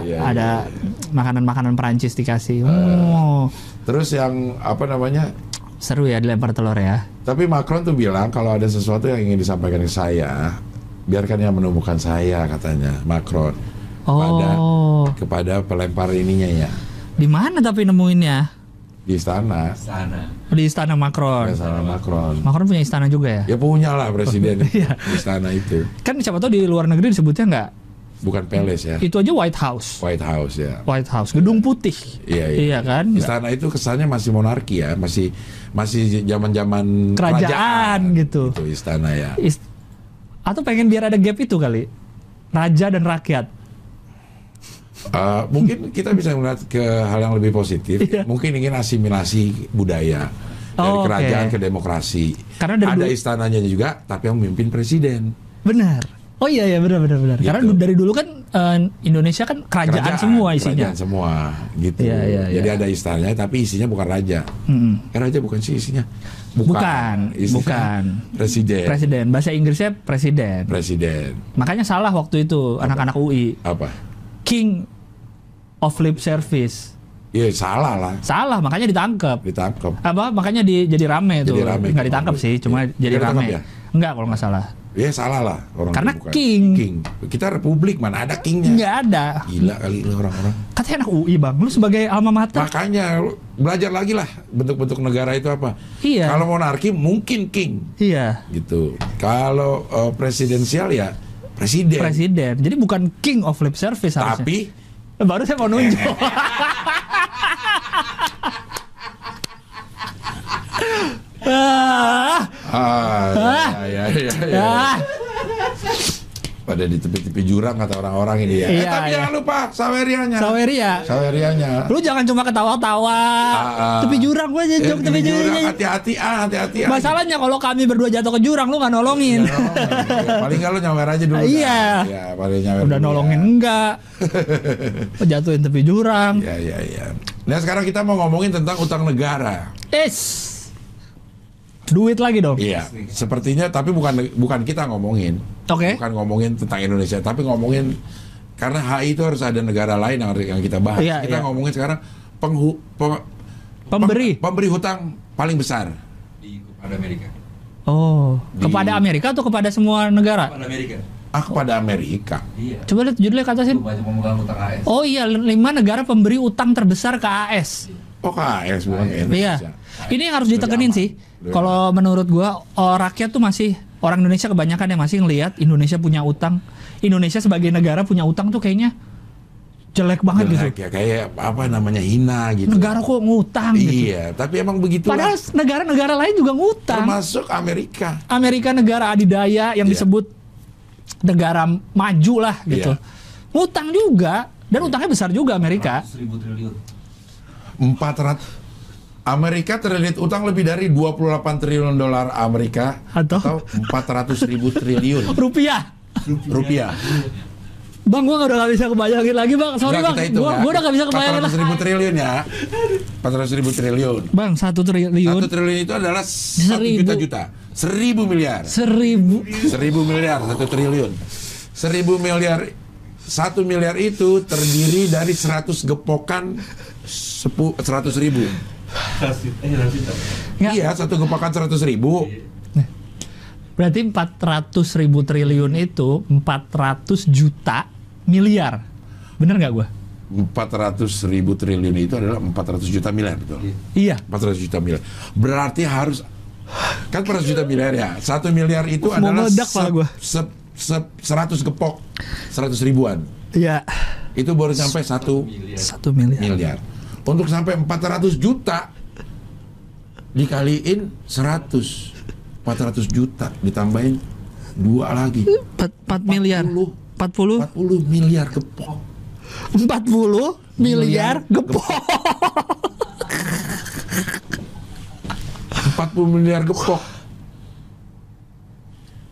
Speaker 1: Iya, iya,
Speaker 3: ada
Speaker 1: iya,
Speaker 3: makanan-makanan Prancis dikasih. Oh,
Speaker 1: Terus yang apa namanya?
Speaker 3: seru ya dilempar telur ya.
Speaker 1: Tapi Macron tuh bilang kalau ada sesuatu yang ingin disampaikan ke saya, biarkan yang menemukan saya katanya Macron kepada
Speaker 3: Oh,
Speaker 1: kepada pelempar ininya ya
Speaker 3: di mana tapi nemuinnya?
Speaker 1: di istana,
Speaker 2: Sana.
Speaker 3: Di istana
Speaker 1: di
Speaker 3: Macron.
Speaker 1: istana Macron.
Speaker 3: Macron punya istana juga
Speaker 1: Ya
Speaker 3: ya?
Speaker 1: punya lah presiden
Speaker 3: Iya.
Speaker 1: istana itu,
Speaker 3: Kan siapa tahu di luar negeri disebutnya nggak
Speaker 1: bukan Palace ya,
Speaker 3: itu aja White House.
Speaker 1: White House ya.
Speaker 3: White House, gedung putih.
Speaker 1: Iya, iya.
Speaker 3: kan?
Speaker 1: Istana itu kesannya masih monarki ya, masih masih zaman-zaman
Speaker 3: Kerajaan, gitu.
Speaker 1: Itu istana ya.
Speaker 3: Is- Atau pengen biar ada gap itu kali. Raja dan rakyat.
Speaker 1: Eh, mungkin kita bisa melihat ke hal yang lebih positif.
Speaker 3: Iya.
Speaker 1: Mungkin ingin asimilasi budaya dari
Speaker 3: Oh, oke.
Speaker 1: kerajaan ke demokrasi.
Speaker 3: Karena dari
Speaker 1: ada
Speaker 3: dulu-
Speaker 1: istananya juga, tapi yang memimpin presiden.
Speaker 3: Benar. Oh iya ya benar benar benar. Karena
Speaker 1: Gitu.
Speaker 3: du- dari dulu kan eh, Indonesia kan kerajaan, semua isinya.
Speaker 1: kerajaan semua gitu
Speaker 3: Iya, iya,
Speaker 1: jadi
Speaker 3: iya.
Speaker 1: ada istananya tapi isinya bukan raja
Speaker 3: Mm-mm.
Speaker 1: eh raja bukan sih isinya
Speaker 3: Bukan,
Speaker 1: Isinya
Speaker 3: bukan.
Speaker 1: presiden
Speaker 3: Presiden, bahasa Inggrisnya presiden.
Speaker 1: presiden
Speaker 3: Makanya salah waktu itu anak-anak UI.
Speaker 1: apa
Speaker 3: King of Lip Service.
Speaker 1: iya salah lah
Speaker 3: Salah, makanya ditangkap.
Speaker 1: ditangkap
Speaker 3: Apa makanya di, jadi rame
Speaker 1: Jadi
Speaker 3: tuh.
Speaker 1: rame.
Speaker 3: Nggak ditangkap sih, cuma
Speaker 1: Iya.
Speaker 3: jadi
Speaker 1: Nggak
Speaker 3: rame.
Speaker 1: ditangkap ya?
Speaker 3: Enggak kalau nggak salah.
Speaker 1: Iya salah lah orang
Speaker 3: Karena
Speaker 1: bukan.
Speaker 3: king.
Speaker 1: king kita republik mana ada kingnya
Speaker 3: Nggak ada.
Speaker 1: gila kali lu orang-orang
Speaker 3: Katanya anak UI, Bang. Lu sebagai alma mater.
Speaker 1: makanya lu belajar lagi lah bentuk-bentuk negara itu apa
Speaker 3: Iya.
Speaker 1: kalau monarki mungkin king
Speaker 3: Iya.
Speaker 1: gitu kalau eh, presidensial ya presiden,
Speaker 3: Presiden. Jadi bukan King of Lip Service harusnya. Eh,
Speaker 1: tapi
Speaker 3: Baru saya mau nunjuk. ah,
Speaker 1: ah,
Speaker 3: Ah.
Speaker 1: ya, ya, ya, ya.
Speaker 3: ah.
Speaker 1: pada di tepi-tepi jurang kata orang-orang ini ya. Eh,
Speaker 3: Iya,
Speaker 1: tapi
Speaker 3: iya.
Speaker 1: jangan lupa sawerianya.
Speaker 3: Saweria.
Speaker 1: Sawerianya.
Speaker 3: ya? Lu jangan cuma ketawa-tawa.
Speaker 1: Ah.
Speaker 3: Tepi jurang gua aja
Speaker 1: Eh,
Speaker 3: jok tepi
Speaker 1: jurang,
Speaker 3: Iya, jurang.
Speaker 1: hati-hati ah, hati-hati. ah.
Speaker 3: Masalahnya kalau kami berdua jatuh ke jurang lu nggak nolongin.
Speaker 1: Ya, nolongin. Ya, paling nggak lu nyawer aja dulu.
Speaker 3: Ah, iya.
Speaker 1: kan? Ya, paling nyawer.
Speaker 3: Udah
Speaker 1: dulu,
Speaker 3: nolongin enggak. Jatuhin tepi jurang.
Speaker 1: Ya, ya, ya. ya. Nah, sekarang kita mau ngomongin tentang utang negara.
Speaker 3: Es. Duit lagi dong.
Speaker 1: Iya. Sepertinya tapi bukan bukan kita ngomongin.
Speaker 3: Oke.
Speaker 1: Bukan ngomongin tentang Indonesia, tapi ngomongin karena HI itu harus ada negara lain yang yang kita bahas.
Speaker 3: Iya,
Speaker 1: kita
Speaker 3: iya.
Speaker 1: ngomongin sekarang penghu, peng-
Speaker 3: Pemberi.
Speaker 1: peng- pemberi hutang paling besar.
Speaker 2: di pada Amerika
Speaker 3: Oh,
Speaker 1: Di-
Speaker 3: kepada Amerika atau kepada semua negara?
Speaker 2: pada Amerika
Speaker 1: Ah, kepada Amerika.
Speaker 2: iya
Speaker 3: Coba lihat judulnya ke atas, Sin.
Speaker 2: lu banyak pemegang utang AS
Speaker 3: Oh iya, lima negara pemberi utang terbesar ke AS.
Speaker 1: Oh, KS bukan Indonesia.
Speaker 3: Iya. Ini yang harus ditekenin
Speaker 1: aman.
Speaker 3: sih.
Speaker 1: Lebih
Speaker 3: Kalau menurut gua oh, rakyat tuh masih orang Indonesia kebanyakan yang masih ngelihat Indonesia punya utang. Indonesia sebagai negara punya utang tuh kayaknya jelek banget
Speaker 1: Jelek
Speaker 3: gitu.
Speaker 1: ya, kayak apa namanya hina gitu.
Speaker 3: Negara kok ngutang gitu.
Speaker 1: Iya, tapi emang begitu.
Speaker 3: Padahal negara-negara lain juga ngutang.
Speaker 1: termasuk Amerika.
Speaker 3: Amerika negara adidaya yang
Speaker 1: Iya.
Speaker 3: disebut negara maju lah gitu.
Speaker 1: Iya.
Speaker 3: Ngutang juga dan utangnya besar juga Amerika.
Speaker 2: 100 ribu triliun
Speaker 1: 400 Amerika terlilit utang lebih dari 28 triliun dolar Amerika
Speaker 3: Atau?
Speaker 1: 400 ribu triliun
Speaker 3: Rupiah.
Speaker 1: rupiah.
Speaker 3: Bang, gua udah gak bisa kebayangin lagi bang. Sorry
Speaker 1: Nggak,
Speaker 3: bang, gua, gua udah gak bisa kebayangin lah.
Speaker 1: 400 ribu triliun ya. 400 ribu triliun.
Speaker 3: Bang, satu triliun,
Speaker 1: Satu triliun itu adalah satu
Speaker 3: Seribu.
Speaker 1: juta juta. Seribu miliar.
Speaker 3: seribu.
Speaker 1: Seribu miliar, satu triliun. Seribu miliar, satu miliar itu terdiri dari 100 gepokan sepu, 100 ribu.
Speaker 2: rasid eh rasid apa?
Speaker 3: Nggak.
Speaker 1: Iya, satu gepokan 100 ribu.
Speaker 3: Berarti 400 ribu triliun itu 400 juta miliar. Bener nggak gua?
Speaker 1: 400 ribu triliun itu adalah 400 juta miliar betul.
Speaker 2: Iya.
Speaker 3: Iya.
Speaker 1: 400 juta miliar. Berarti harus kan 400 juta miliar ya. Satu miliar itu
Speaker 3: Mau
Speaker 1: adalah
Speaker 3: meledak pala gua.
Speaker 1: sep- sep- 100 gepok 100 ribuan.
Speaker 3: Iya.
Speaker 1: Itu baru sampai 1
Speaker 2: miliar
Speaker 3: Satu miliar.
Speaker 1: miliar. Untuk sampai 400 juta dikaliin 100 400 juta ditambahin dua lagi
Speaker 3: 4 miliar.
Speaker 1: 40.
Speaker 3: 40
Speaker 1: 40 miliar gepok.
Speaker 3: 40 miliar
Speaker 1: Miliar
Speaker 3: gepok.
Speaker 1: 40 miliar gepok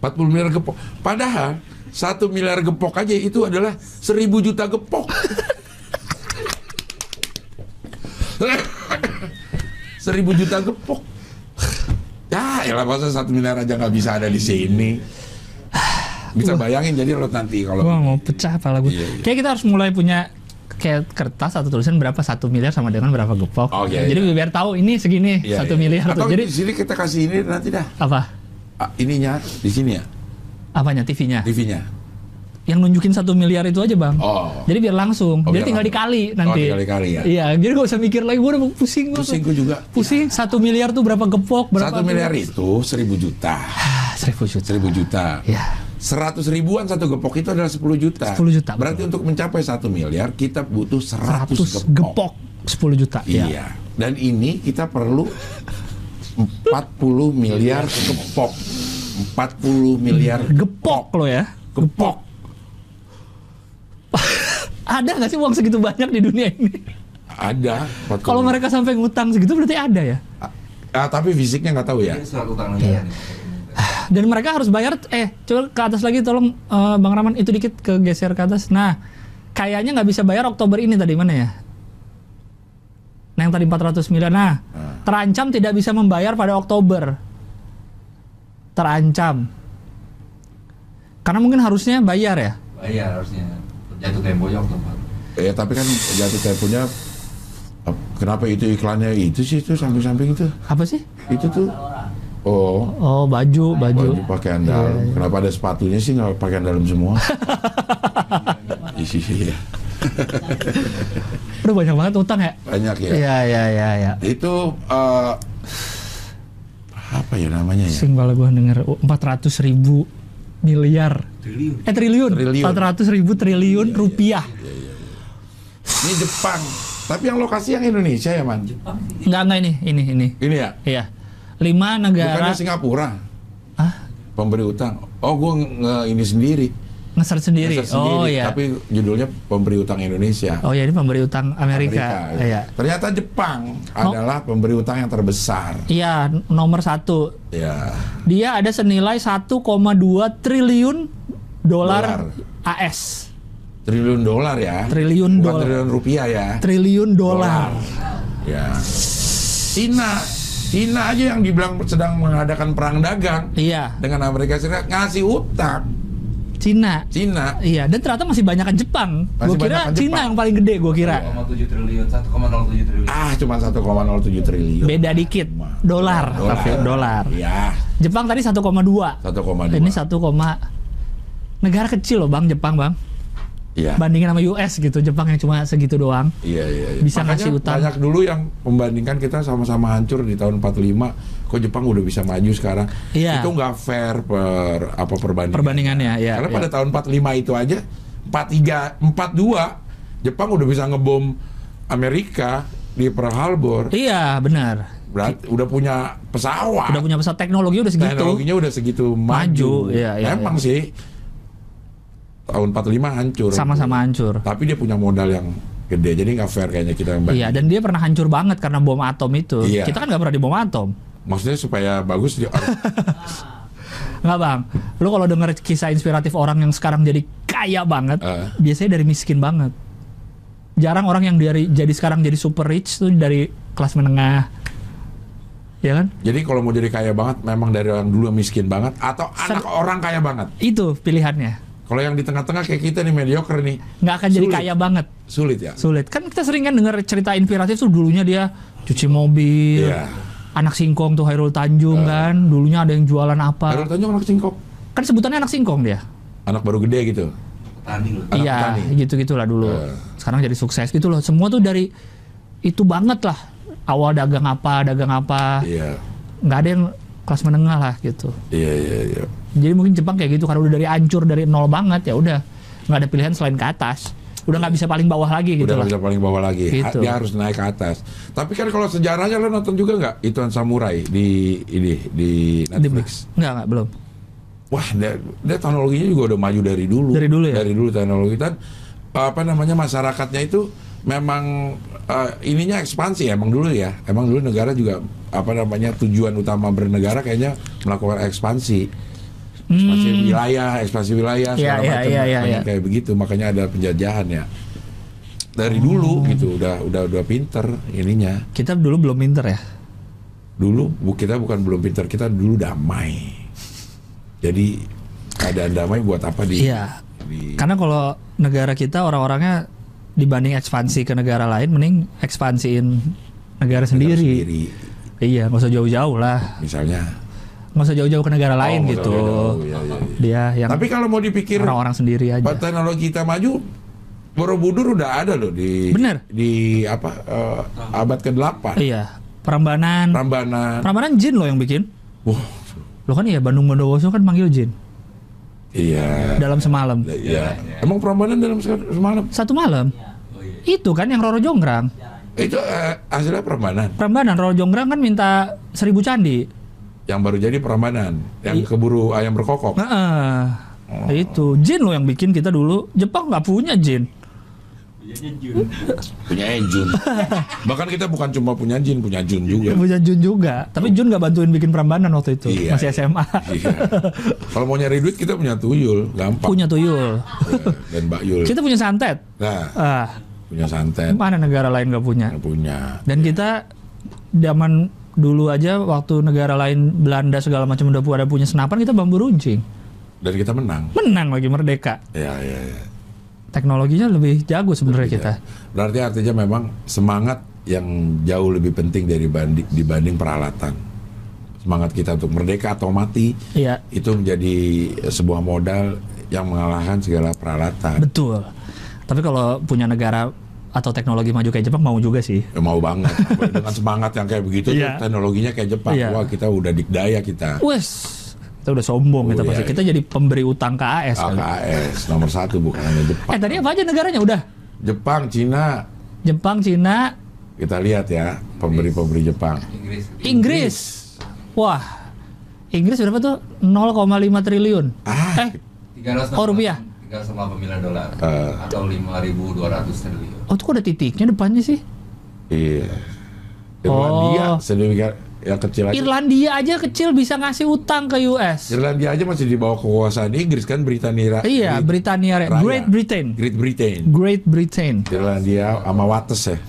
Speaker 1: 40 miliar gepok padahal satu miliar gepok aja itu adalah 1000 juta gepok 1000 juta gepok ya elah masa satu miliar aja nggak bisa ada di sini bisa bayangin jadi lo nanti
Speaker 3: Gua
Speaker 1: kalau
Speaker 3: mau pecah kepala gue.
Speaker 1: Iya, iya.
Speaker 3: Kayak kita harus mulai punya kayak kertas satu tulisan berapa satu miliar sama dengan berapa gepok.
Speaker 1: Oh, iya,
Speaker 3: Jadi
Speaker 1: iya.
Speaker 3: biar tahu ini segini
Speaker 1: Iya,
Speaker 3: satu
Speaker 1: iya.
Speaker 3: miliar tuh.
Speaker 1: atau
Speaker 3: Jadi
Speaker 1: di sini kita kasih ini nanti dah
Speaker 3: apa?
Speaker 1: Ah, ininya di sini ya
Speaker 3: Apanya TV-nya?
Speaker 1: TV-nya
Speaker 3: Yang nunjukin satu miliar itu aja bang.
Speaker 1: oh
Speaker 3: Jadi biar langsung.
Speaker 1: Oh,
Speaker 3: jadi
Speaker 1: biar
Speaker 3: tinggal
Speaker 1: langsung.
Speaker 3: dikali nanti.
Speaker 1: Oh, dikali-kali ya.
Speaker 3: Iya. Jadi gak usah mikir lagi. Gue udah pusing gua
Speaker 1: pusing
Speaker 3: tuh.
Speaker 1: gue juga
Speaker 3: Pusing satu miliar tuh berapa gepok? Berapa
Speaker 1: satu miliar itu seribu juta
Speaker 3: Ah, seribu juta.
Speaker 1: seribu juta
Speaker 3: Iya.
Speaker 1: seratus ribuan satu gepok itu adalah Ya. sepuluh juta
Speaker 3: 10 juta,
Speaker 1: berarti untuk mencapai satu miliar kita butuh seratus
Speaker 3: Seratus
Speaker 1: gepok,
Speaker 3: gepok. 10 juta. Iya.
Speaker 1: iya dan ini kita perlu 40 miliar gepok 40 miliar
Speaker 3: Gepok lo ya.
Speaker 1: gepok
Speaker 3: Ada nggak sih uang segitu banyak di dunia ini?
Speaker 1: ada 40.
Speaker 3: Kalau mereka sampai ngutang segitu berarti ada ya?
Speaker 1: Ah, tapi fisiknya nggak tahu ya
Speaker 3: Iya.
Speaker 2: ini surat utang negara nih
Speaker 3: dan mereka harus bayar eh coba ke atas lagi tolong eh, Bang Raman itu dikit ke geser ke atas. Nah, kayaknya nggak bisa bayar Oktober ini tadi mana ya? Nah, yang tadi 400 miliar. Nah, terancam tidak bisa membayar pada Oktober. Terancam. Karena mungkin harusnya bayar ya.
Speaker 2: bayar harusnya jatuh temponya Oktober
Speaker 1: Ya tapi kan jatuh temponya eh, kenapa itu iklannya itu sih itu samping-samping itu
Speaker 3: Apa sih?
Speaker 1: itu tuh oh
Speaker 3: Oh, baju, baju.
Speaker 1: baju pakaian
Speaker 3: Iya,
Speaker 1: dalam kenapa ada sepatunya sih nggak pakaian dalam semua iya
Speaker 3: Udah banyak banget utang ya.
Speaker 1: banyak ya
Speaker 3: Iya, iya, iya, iya.
Speaker 1: itu eh, apa ya namanya ya
Speaker 3: Sing kepala gua denger oh, 400 ribu miliar.
Speaker 2: triliun
Speaker 3: Eh triliun.
Speaker 1: Triliun.
Speaker 3: 400 ribu triliun rupiah.
Speaker 1: ini Jepang tapi yang lokasi yang Indonesia ya man
Speaker 3: Enggak, enggak ini, ini, ini.
Speaker 1: ini ya
Speaker 3: Iya. Lima negara.
Speaker 1: bukannya Singapura
Speaker 3: Ah,
Speaker 1: pemberi utang oh gue ini sendiri
Speaker 3: ngeser sendiri.
Speaker 1: Research
Speaker 3: Oh
Speaker 1: sendiri,
Speaker 3: iya.
Speaker 1: tapi judulnya pemberi utang Indonesia
Speaker 3: Oh iya ini pemberi utang Amerika.
Speaker 1: Amerika. ya.
Speaker 3: Iya. Oh.
Speaker 1: Ternyata Jepang adalah pemberi utang yang terbesar.
Speaker 3: Iya, nomor satu.
Speaker 1: Ya.
Speaker 3: Dia ada senilai 1,2 triliun dolar AS.
Speaker 1: Triliun dolar ya.
Speaker 3: Triliun
Speaker 1: Bukan
Speaker 3: dolar.
Speaker 1: Triliun rupiah ya.
Speaker 3: Triliun dolar.
Speaker 1: Ya. Cina, Cina aja yang dibilang sedang mengadakan perang dagang
Speaker 3: Iya,
Speaker 1: dengan Amerika Serikat ngasih utang
Speaker 3: Cina.
Speaker 1: Cina.
Speaker 3: Iya, dan ternyata masih banyakan Jepang.
Speaker 1: Masih
Speaker 3: Gue kira
Speaker 1: banyakan
Speaker 3: Cina
Speaker 1: Jepang.
Speaker 3: yang paling gede, gue kira.
Speaker 2: 1,7 triliun 1,07 triliun
Speaker 1: Ah, cuma 1,07 triliun.
Speaker 3: Beda dikit,
Speaker 1: Cuma.
Speaker 3: dolar, tapi dolar.
Speaker 1: Ya,
Speaker 3: Jepang tadi 1,2.
Speaker 1: 1,2.
Speaker 3: Ini 1, koma- negara kecil loh bang Jepang bang.
Speaker 1: Iya.
Speaker 3: Bandingin sama US gitu, Jepang yang cuma segitu doang.
Speaker 1: Iya, iya, iya.
Speaker 3: Bisa
Speaker 1: Makanya
Speaker 3: ngasih utang.
Speaker 1: banyak dulu yang membandingkan kita sama-sama hancur di tahun 45 kok Jepang udah bisa maju sekarang.
Speaker 3: Iya.
Speaker 1: Itu nggak fair per apa perbandingan.
Speaker 3: Perbandingannya ya.
Speaker 1: Karena
Speaker 3: ya.
Speaker 1: pada tahun 45 itu aja 43 42 Jepang udah bisa ngebom Amerika di Pearl Harbor.
Speaker 3: Iya benar.
Speaker 1: Berarti udah punya pesawat.
Speaker 3: Udah punya pesawat teknologi udah segitu.
Speaker 1: Teknologinya udah segitu maju.
Speaker 3: Maju, iya, iya,
Speaker 1: Emang sih tahun 45 hancur.
Speaker 3: Sama-sama hancur.
Speaker 1: Tapi dia punya modal yang gede. Jadi nggak fair kayaknya kita yang
Speaker 3: Iya dan dia pernah hancur banget karena bom atom itu.
Speaker 1: Iya.
Speaker 3: Kita kan nggak pernah di bom atom.
Speaker 1: maksudnya supaya bagus dia harus-
Speaker 3: Nggak bang. Lu kalau denger kisah inspiratif orang yang sekarang jadi kaya banget,
Speaker 1: Eh.
Speaker 3: biasanya dari miskin banget. Jarang orang yang dari jadi sekarang jadi super rich tuh dari kelas menengah. Ya kan?
Speaker 1: jadi kalau mau jadi kaya banget memang dari orang dulu yang miskin banget atau
Speaker 3: Sen-
Speaker 1: anak orang kaya banget
Speaker 3: Itu pilihannya.
Speaker 1: kalau yang di tengah-tengah kayak kita nih mediocre nih
Speaker 3: Nggak akan jadi
Speaker 1: Sulit.
Speaker 3: kaya banget.
Speaker 1: sulit ya
Speaker 3: Sulit. Kan kita sering kan denger cerita inspiratif tuh dulunya dia cuci mobil.
Speaker 1: Iya. Ah.
Speaker 3: Anak singkong tuh Hairul Tanjung kan, dulunya ada yang jualan apa.
Speaker 1: Hairul Tanjung anak singkok
Speaker 3: Kan sebutannya anak singkong dia.
Speaker 1: anak baru gede gitu
Speaker 2: petani loh
Speaker 1: Anak
Speaker 3: Iya,
Speaker 1: petani.
Speaker 3: gitu-gitulah dulu.
Speaker 1: Eh.
Speaker 3: Sekarang jadi sukses gitu loh. Semua tuh dari itu banget lah. Awal dagang apa, dagang apa.
Speaker 1: iya
Speaker 3: Nggak ada yang kelas menengah lah gitu.
Speaker 1: iya iya iya
Speaker 3: Jadi mungkin Jepang kayak gitu karena udah dari ancur dari nol banget ya udah nggak ada pilihan selain ke atas. Udah nggak bisa paling bawah lagi
Speaker 1: Iya. udah
Speaker 3: gitu lah.
Speaker 1: nggak bisa paling bawah lagi Ha-
Speaker 3: Gitu.
Speaker 1: dia harus naik ke atas tapi kan kalau sejarahnya lo nonton juga nggak ituan samurai di ini di
Speaker 3: Di-
Speaker 1: Netflix
Speaker 3: Nggak, nggak, belum.
Speaker 1: wah dia, dia teknologinya juga udah maju dari dulu
Speaker 3: Dari dulu ya?
Speaker 1: dari dulu teknologi dan apa namanya masyarakatnya itu memang eh, ininya ekspansi emang dulu ya emang dulu negara juga apa namanya tujuan utama bernegara kayaknya melakukan ekspansi ekspansi wilayah ekspansi wilayah
Speaker 3: Hmm. Iya,
Speaker 1: segala
Speaker 3: iya,
Speaker 1: macam
Speaker 3: iya, iya,
Speaker 1: Banyak
Speaker 3: iya.
Speaker 1: kayak begitu makanya ada penjajahan ya dari dulu
Speaker 3: Oh.
Speaker 1: gitu udah udah udah pinter ininya
Speaker 3: Kita dulu belum pinter
Speaker 1: Iya.
Speaker 3: ya.
Speaker 1: dulu bu- kita bukan belum pintar kita dulu damai jadi keadaan damai buat apa di
Speaker 3: Iya.
Speaker 1: di-
Speaker 3: Karena kalau negara kita orang-orangnya dibanding ekspansi ke negara lain mending ekspansiin negara sendiri.
Speaker 1: sendiri.
Speaker 3: Iya, nggak usah jauh-jauh lah.
Speaker 1: misalnya
Speaker 3: Nggak usah jauh-jauh ke negara
Speaker 1: Oh,
Speaker 3: lain gitu.
Speaker 1: jauh-jauh, ya, ya, ya.
Speaker 3: Dia yang
Speaker 1: tapi kalau mau dipikir
Speaker 3: orang-orang sendiri aja.
Speaker 1: buat teknologi kita maju Borobudur udah ada loh di
Speaker 3: Bener.
Speaker 1: di apa eh, abad ke-8
Speaker 3: Iya, Prambanan.
Speaker 1: Rambanan
Speaker 3: Prambanan Jin loh yang bikin.
Speaker 1: wah
Speaker 3: Lo kan iya Bandung Bondowoso kan manggil Jin
Speaker 1: iya
Speaker 3: dalam semalam.
Speaker 1: iya emang Rambanan dalam se- semalam
Speaker 3: Satu malam.
Speaker 2: oh iya
Speaker 3: Itu kan yang Roro Jonggrang.
Speaker 1: itu eh, hasilnya Prambanan
Speaker 3: Prambanan Roro Jonggrang kan minta seribu candi.
Speaker 1: yang baru jadi Prambanan yang
Speaker 3: Iya.
Speaker 1: keburu ayam berkokok Oh.
Speaker 3: Nah, eh, itu Jin loh yang bikin kita dulu. Jepang nggak punya Jin.
Speaker 2: Punyanya Jun.
Speaker 1: punya Jun. Bahkan kita bukan cuma punya Jin, punya Jun juga.
Speaker 3: Punya Jun juga, tapi Jun nggak bantuin bikin perambanan waktu itu,
Speaker 1: Iya,
Speaker 3: masih
Speaker 1: iya.
Speaker 3: SMA.
Speaker 1: Iya. Kalau mau nyari duit kita punya tuyul, gampang.
Speaker 3: Punya tuyul,
Speaker 1: Ya, Dan Mbak Yul.
Speaker 3: kita punya santet.
Speaker 1: Nah,
Speaker 3: Ah,
Speaker 1: punya santet.
Speaker 3: mana negara lain nggak punya?
Speaker 1: Punya.
Speaker 3: Dan kita zaman dulu aja waktu negara lain Belanda segala macam udah pu- ada punya senapan kita bambu runcing
Speaker 1: Dan kita menang.
Speaker 3: menang lagi merdeka
Speaker 1: Ya, ya, ya.
Speaker 3: teknologinya lebih jago sebenarnya kita
Speaker 1: Iya. Berarti artinya memang semangat yang jauh lebih penting dari bandi- dibanding peralatan. Semangat kita untuk merdeka atau mati
Speaker 3: iya
Speaker 1: itu menjadi sebuah modal yang mengalahkan segala peralatan.
Speaker 3: betul tapi kalau punya negara atau teknologi maju kayak Jepang mau juga sih
Speaker 1: Ya, mau banget dengan semangat yang kayak begitu tuh,
Speaker 3: Iya.
Speaker 1: teknologinya kayak Jepang.
Speaker 3: Iya.
Speaker 1: Wah, kita udah dikdaya kita.
Speaker 3: wes kita udah sombong kita
Speaker 1: Oh,
Speaker 3: pasti
Speaker 1: iya, Ah,
Speaker 3: kita jadi pemberi utang ke AS kali.
Speaker 1: AKS nomor satu bukan hanya Jepang.
Speaker 3: eh tadi apa aja negaranya udah
Speaker 1: Jepang, Cina,
Speaker 3: Jepang Cina
Speaker 1: kita lihat ya pemberi-pemberi Jepang.
Speaker 2: Inggris.
Speaker 3: Inggris wah Inggris berapa tuh 0,5 triliun
Speaker 1: Ah.
Speaker 3: eh
Speaker 2: 300
Speaker 3: Oh, rupiah. Ah.
Speaker 2: 308 miliar dolar
Speaker 1: Eh.
Speaker 2: atau 5.200 triliun.
Speaker 3: oh tuh kok ada titiknya depannya sih
Speaker 1: Iya. Irlandia
Speaker 3: Oh.
Speaker 1: sedemikian yang kecil aja.
Speaker 3: Irlandia aja kecil bisa ngasih utang ke US.
Speaker 1: Irlandia aja masih di bawah kekuasaan Inggris kan Britania.
Speaker 3: Iya,
Speaker 1: Brit-
Speaker 3: Britania Raya.
Speaker 1: Raya.
Speaker 3: Great Britain.
Speaker 1: Great Britain.
Speaker 3: Great Britain.
Speaker 1: Irlandia sama Wates ya.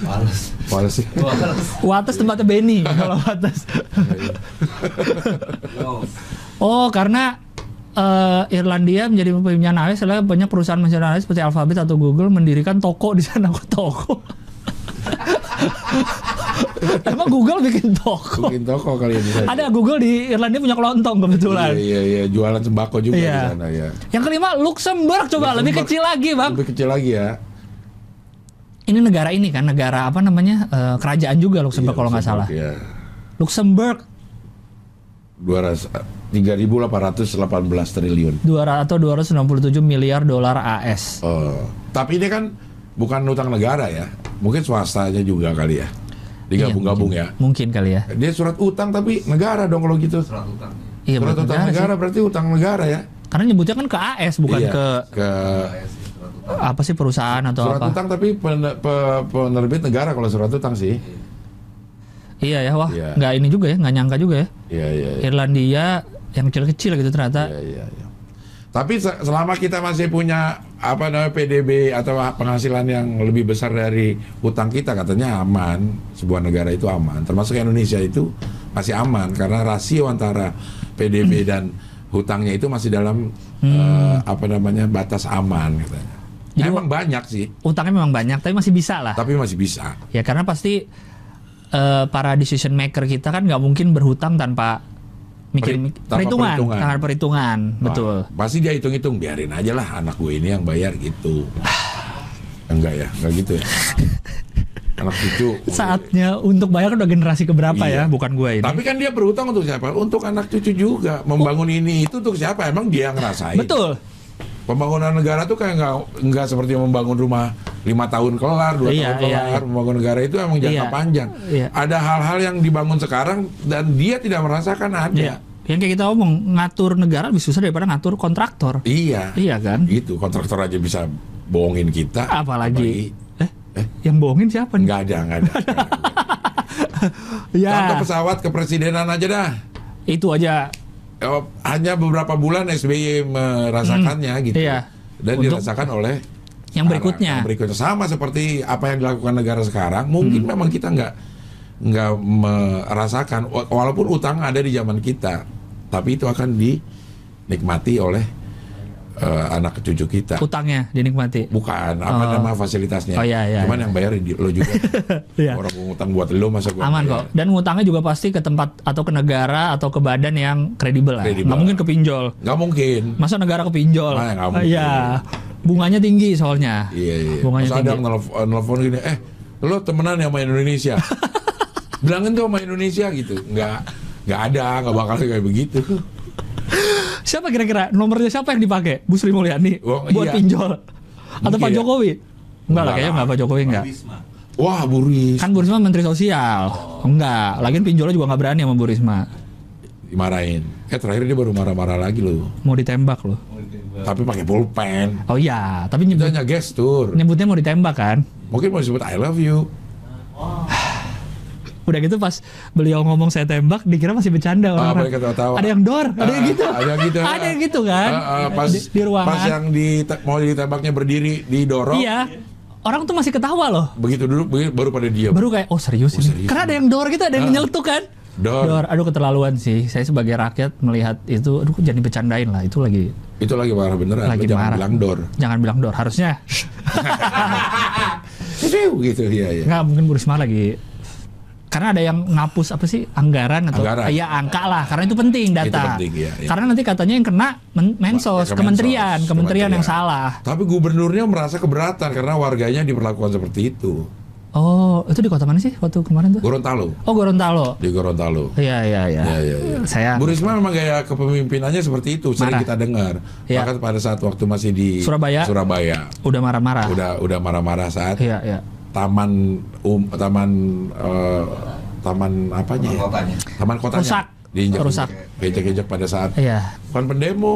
Speaker 2: Males.
Speaker 1: Wates sih.
Speaker 2: Males.
Speaker 3: Wates tempatnya Benny kalau Wates.
Speaker 2: Males.
Speaker 3: Oh, karena eh, Irlandia menjadi pemimpinan AS setelah banyak perusahaan nasional seperti Alphabet atau Google mendirikan toko di sana Kok toko. Emang Google bikin toko.
Speaker 1: Mungkin toko kali ya di sana.
Speaker 3: Ada Google di Irlandia punya kelontong kebetulan.
Speaker 1: Iya, iya, iya. Jualan sembako juga
Speaker 3: Iya.
Speaker 1: di sana ya.
Speaker 3: Yang kelima Luxembourg coba lebih
Speaker 1: Luxembourg.
Speaker 3: kecil lagi, Bang.
Speaker 1: Lebih kecil lagi ya.
Speaker 3: Ini negara ini kan negara apa namanya? eh, kerajaan juga Luxembourg
Speaker 1: Iya,
Speaker 3: kalau nggak salah.
Speaker 1: Luxembourg, Iya.
Speaker 3: Luxembourg
Speaker 1: 2.3.818 triliun.
Speaker 3: 200 atau 267 miliar dolar AS.
Speaker 1: Oh, tapi ini kan bukan utang negara ya. Mungkin swastanya juga kali ya. Digabung-gabung ya.
Speaker 3: Iya, Mungkin kali ya.
Speaker 1: Dia surat utang tapi negara dong kalau gitu.
Speaker 2: Surat utang.
Speaker 3: Iya,
Speaker 2: ya.
Speaker 1: surat
Speaker 3: bukan
Speaker 1: utang negara,
Speaker 3: negara sih.
Speaker 1: berarti utang negara ya.
Speaker 3: Karena nyebutnya kan ke AS bukan
Speaker 1: Iya,
Speaker 3: ke eh,
Speaker 1: ke
Speaker 3: Ah.
Speaker 2: AS ya, surat utang.
Speaker 3: apa sih perusahaan atau
Speaker 1: surat
Speaker 3: apa.
Speaker 1: utang tapi pen- pe- penerbit negara kalau surat utang sih.
Speaker 3: Iya ya, wah,
Speaker 1: Iya.
Speaker 3: nggak ini juga ya, nggak nyangka juga ya.
Speaker 1: Iya iya. iya.
Speaker 3: Irlandia yang kecil-kecil gitu ternyata.
Speaker 1: Iya iya. iya. Tapi se- selama kita masih punya apa namanya PDB atau penghasilan yang lebih besar dari utang kita katanya aman, sebuah negara itu aman. Termasuk Indonesia itu masih aman karena rasio antara
Speaker 3: Hmm.
Speaker 1: PDB dan hutangnya itu masih dalam eh, apa namanya batas aman katanya. Ya,
Speaker 3: Jadi
Speaker 1: Emang banyak sih,
Speaker 3: Utangnya memang banyak, tapi masih bisa lah.
Speaker 1: tapi masih bisa.
Speaker 3: Ya karena pasti eh, para decision maker kita kan nggak mungkin berhutang tanpa mikir
Speaker 1: Peri-
Speaker 3: mik-
Speaker 1: tanpa
Speaker 3: perhitungan,
Speaker 1: perhitungan.
Speaker 3: tanpa perhitungan, betul.
Speaker 1: Wah, Pasti dia hitung-hitung biarin aja lah anak gue ini yang bayar gitu.
Speaker 3: Ah.
Speaker 1: Enggak ya, enggak gitu ya. Anak cucu.
Speaker 3: Saatnya untuk bayar udah generasi keberapa
Speaker 1: Iya.
Speaker 3: ya, bukan gue ini.
Speaker 1: Tapi kan dia berhutang untuk siapa? Untuk anak cucu juga. Membangun ini itu untuk siapa? Emang dia yang ngerasain.
Speaker 3: Betul.
Speaker 1: Pembangunan negara tuh kayak nggak nggak seperti membangun rumah lima tahun kelar, dua tahun
Speaker 3: Iya, iya,
Speaker 1: kelar.
Speaker 3: iya.
Speaker 1: Membangun negara itu emang jangka
Speaker 3: Iya.
Speaker 1: panjang.
Speaker 3: Iya.
Speaker 1: Ada hal-hal yang dibangun sekarang dan dia tidak merasakan
Speaker 3: Iya.
Speaker 1: ada.
Speaker 3: Yang kayak kita omong ngatur negara lebih susah daripada ngatur kontraktor.
Speaker 1: Iya.
Speaker 3: Iya kan?
Speaker 1: Gitu kontraktor aja bisa bohongin kita.
Speaker 3: Apalagi eh, yang bohongin siapa nih?
Speaker 1: Nggak ada, nggak ada. Nggak ada. Contoh
Speaker 3: Ya,
Speaker 1: pesawat kepresidenan aja dah.
Speaker 3: itu aja.
Speaker 1: Eh, Hanya beberapa bulan SBY merasakannya gitu.
Speaker 3: iya.
Speaker 1: Dan
Speaker 3: Untuk
Speaker 1: dirasakan oleh
Speaker 3: Yang
Speaker 1: sekarang.
Speaker 3: berikutnya.
Speaker 1: Nah, Yang berikutnya sama seperti apa yang dilakukan negara sekarang. Mungkin
Speaker 3: Hmm.
Speaker 1: memang kita nggak nggak merasakan wa- walaupun utang ada di zaman kita, tapi itu akan dinikmati oleh eh, anak cucu kita.
Speaker 3: Utangnya dinikmati.
Speaker 1: Bukan apa
Speaker 3: Oh.
Speaker 1: nama fasilitasnya.
Speaker 3: Oh, iya, iya,
Speaker 1: Cuman
Speaker 3: iya.
Speaker 1: yang bayarin di- lo juga.
Speaker 3: Iya.
Speaker 1: Orang gua ngutang buat lo masa gua
Speaker 3: Aman
Speaker 1: bayar?
Speaker 3: kok. Dan ngutangnya juga pasti ke tempat atau ke negara atau ke badan yang kredibel lah.
Speaker 1: Kredibel.
Speaker 3: Nggak mungkin ke pinjol.
Speaker 1: Nggak mungkin.
Speaker 3: Masa negara ke pinjol?
Speaker 1: Ah, nggak mungkin.
Speaker 3: Iya. Bunganya tinggi soalnya.
Speaker 1: Iya, iya.
Speaker 3: Bunganya
Speaker 1: Masa ada
Speaker 3: tinggi.
Speaker 1: yang nelf- nelfon gini, eh, lo temenan ya sama Indonesia? Bilangin tuh sama Indonesia gitu. Nggak, nggak ada, nggak bakal kayak begitu.
Speaker 3: Siapa kira-kira nomornya siapa yang dipakai? Bu Sri Mulyani
Speaker 1: Oh, iya.
Speaker 3: buat pinjol.
Speaker 1: Mungkin
Speaker 3: Atau Pak
Speaker 1: ya.
Speaker 3: Jokowi? Enggak lah, kayaknya
Speaker 1: lah.
Speaker 3: enggak Pak Jokowi enggak.
Speaker 2: Wisma.
Speaker 1: Wah, Buris.
Speaker 3: Kan Bu Risma menteri sosial. Enggak, lagian pinjolnya juga nggak berani sama Bu Risma.
Speaker 1: dimarahin. Eh terakhir dia baru marah-marah lagi loh.
Speaker 3: mau ditembak loh
Speaker 2: Oh,
Speaker 1: Tapi pakai pulpen.
Speaker 3: oh iya tapi
Speaker 1: Itu
Speaker 3: nyebut,
Speaker 1: hanya gestur.
Speaker 3: nyebutnya mau ditembak kan
Speaker 1: Mungkin mau disebut I love you.
Speaker 3: udah gitu pas beliau ngomong saya tembak dikira masih
Speaker 1: Ah,
Speaker 3: bercanda orang-orang
Speaker 1: paling ketawa-tawa.
Speaker 3: ada yang dor ada yang
Speaker 1: Ah,
Speaker 3: gitu
Speaker 1: Ada yang gitu.
Speaker 3: ada yang gitu kan
Speaker 1: Ah, ah, pas,
Speaker 3: di, di ruangan
Speaker 1: Pas yang di, mau ditembaknya berdiri didorong.
Speaker 3: iya orang tuh masih ketawa loh
Speaker 1: Begitu dulu begitu- baru pada diam.
Speaker 3: baru kayak oh serius
Speaker 1: Oh,
Speaker 3: ini
Speaker 1: serius. Ah.
Speaker 3: karena ada yang dor gitu ada yang nyeletuk kan
Speaker 1: Dor.
Speaker 3: aduh keterlaluan sih saya sebagai rakyat melihat itu aduh jadi bercandain lah itu lagi
Speaker 1: Itu lagi marah beneran.
Speaker 3: lagi
Speaker 1: Lu jangan
Speaker 3: marah
Speaker 1: bilang dor.
Speaker 3: jangan bilang dor harusnya
Speaker 1: gitu iya iya.
Speaker 3: nggak mungkin Bu Risma lagi karena ada yang ngapus apa sih anggaran atau
Speaker 1: Anggaran.
Speaker 3: iya angka lah karena itu penting data
Speaker 1: Itu penting, iya, iya.
Speaker 3: karena nanti katanya yang kena men- mensos
Speaker 1: Kemensos,
Speaker 3: kementerian kementerian, yang
Speaker 1: kementerian.
Speaker 3: salah
Speaker 1: Tapi gubernurnya merasa keberatan karena warganya diperlakukan seperti itu.
Speaker 3: oh itu di kota mana sih waktu kemarin tuh
Speaker 1: Gorontalo,
Speaker 3: oh Gorontalo
Speaker 1: di Gorontalo.
Speaker 3: iya iya iya
Speaker 1: Ya, ya, ya.
Speaker 3: saya
Speaker 1: Bu Risma memang gaya kepemimpinannya seperti itu, sering
Speaker 3: Marah.
Speaker 1: kita dengar.
Speaker 3: Ya.
Speaker 1: Bahkan pada saat waktu masih di
Speaker 3: Surabaya. Ya.
Speaker 1: Surabaya,
Speaker 3: udah marah-marah
Speaker 1: udah udah marah-marah saat
Speaker 3: iya iya
Speaker 1: taman um, taman eh, taman
Speaker 3: Iya.
Speaker 1: apanya ya?
Speaker 2: kotanya
Speaker 1: Taman kotanya.
Speaker 3: Rusak.
Speaker 1: Diinjak,
Speaker 3: Rusak.
Speaker 1: Diinjak-injak pada saat
Speaker 3: iya
Speaker 1: bukan pendemo,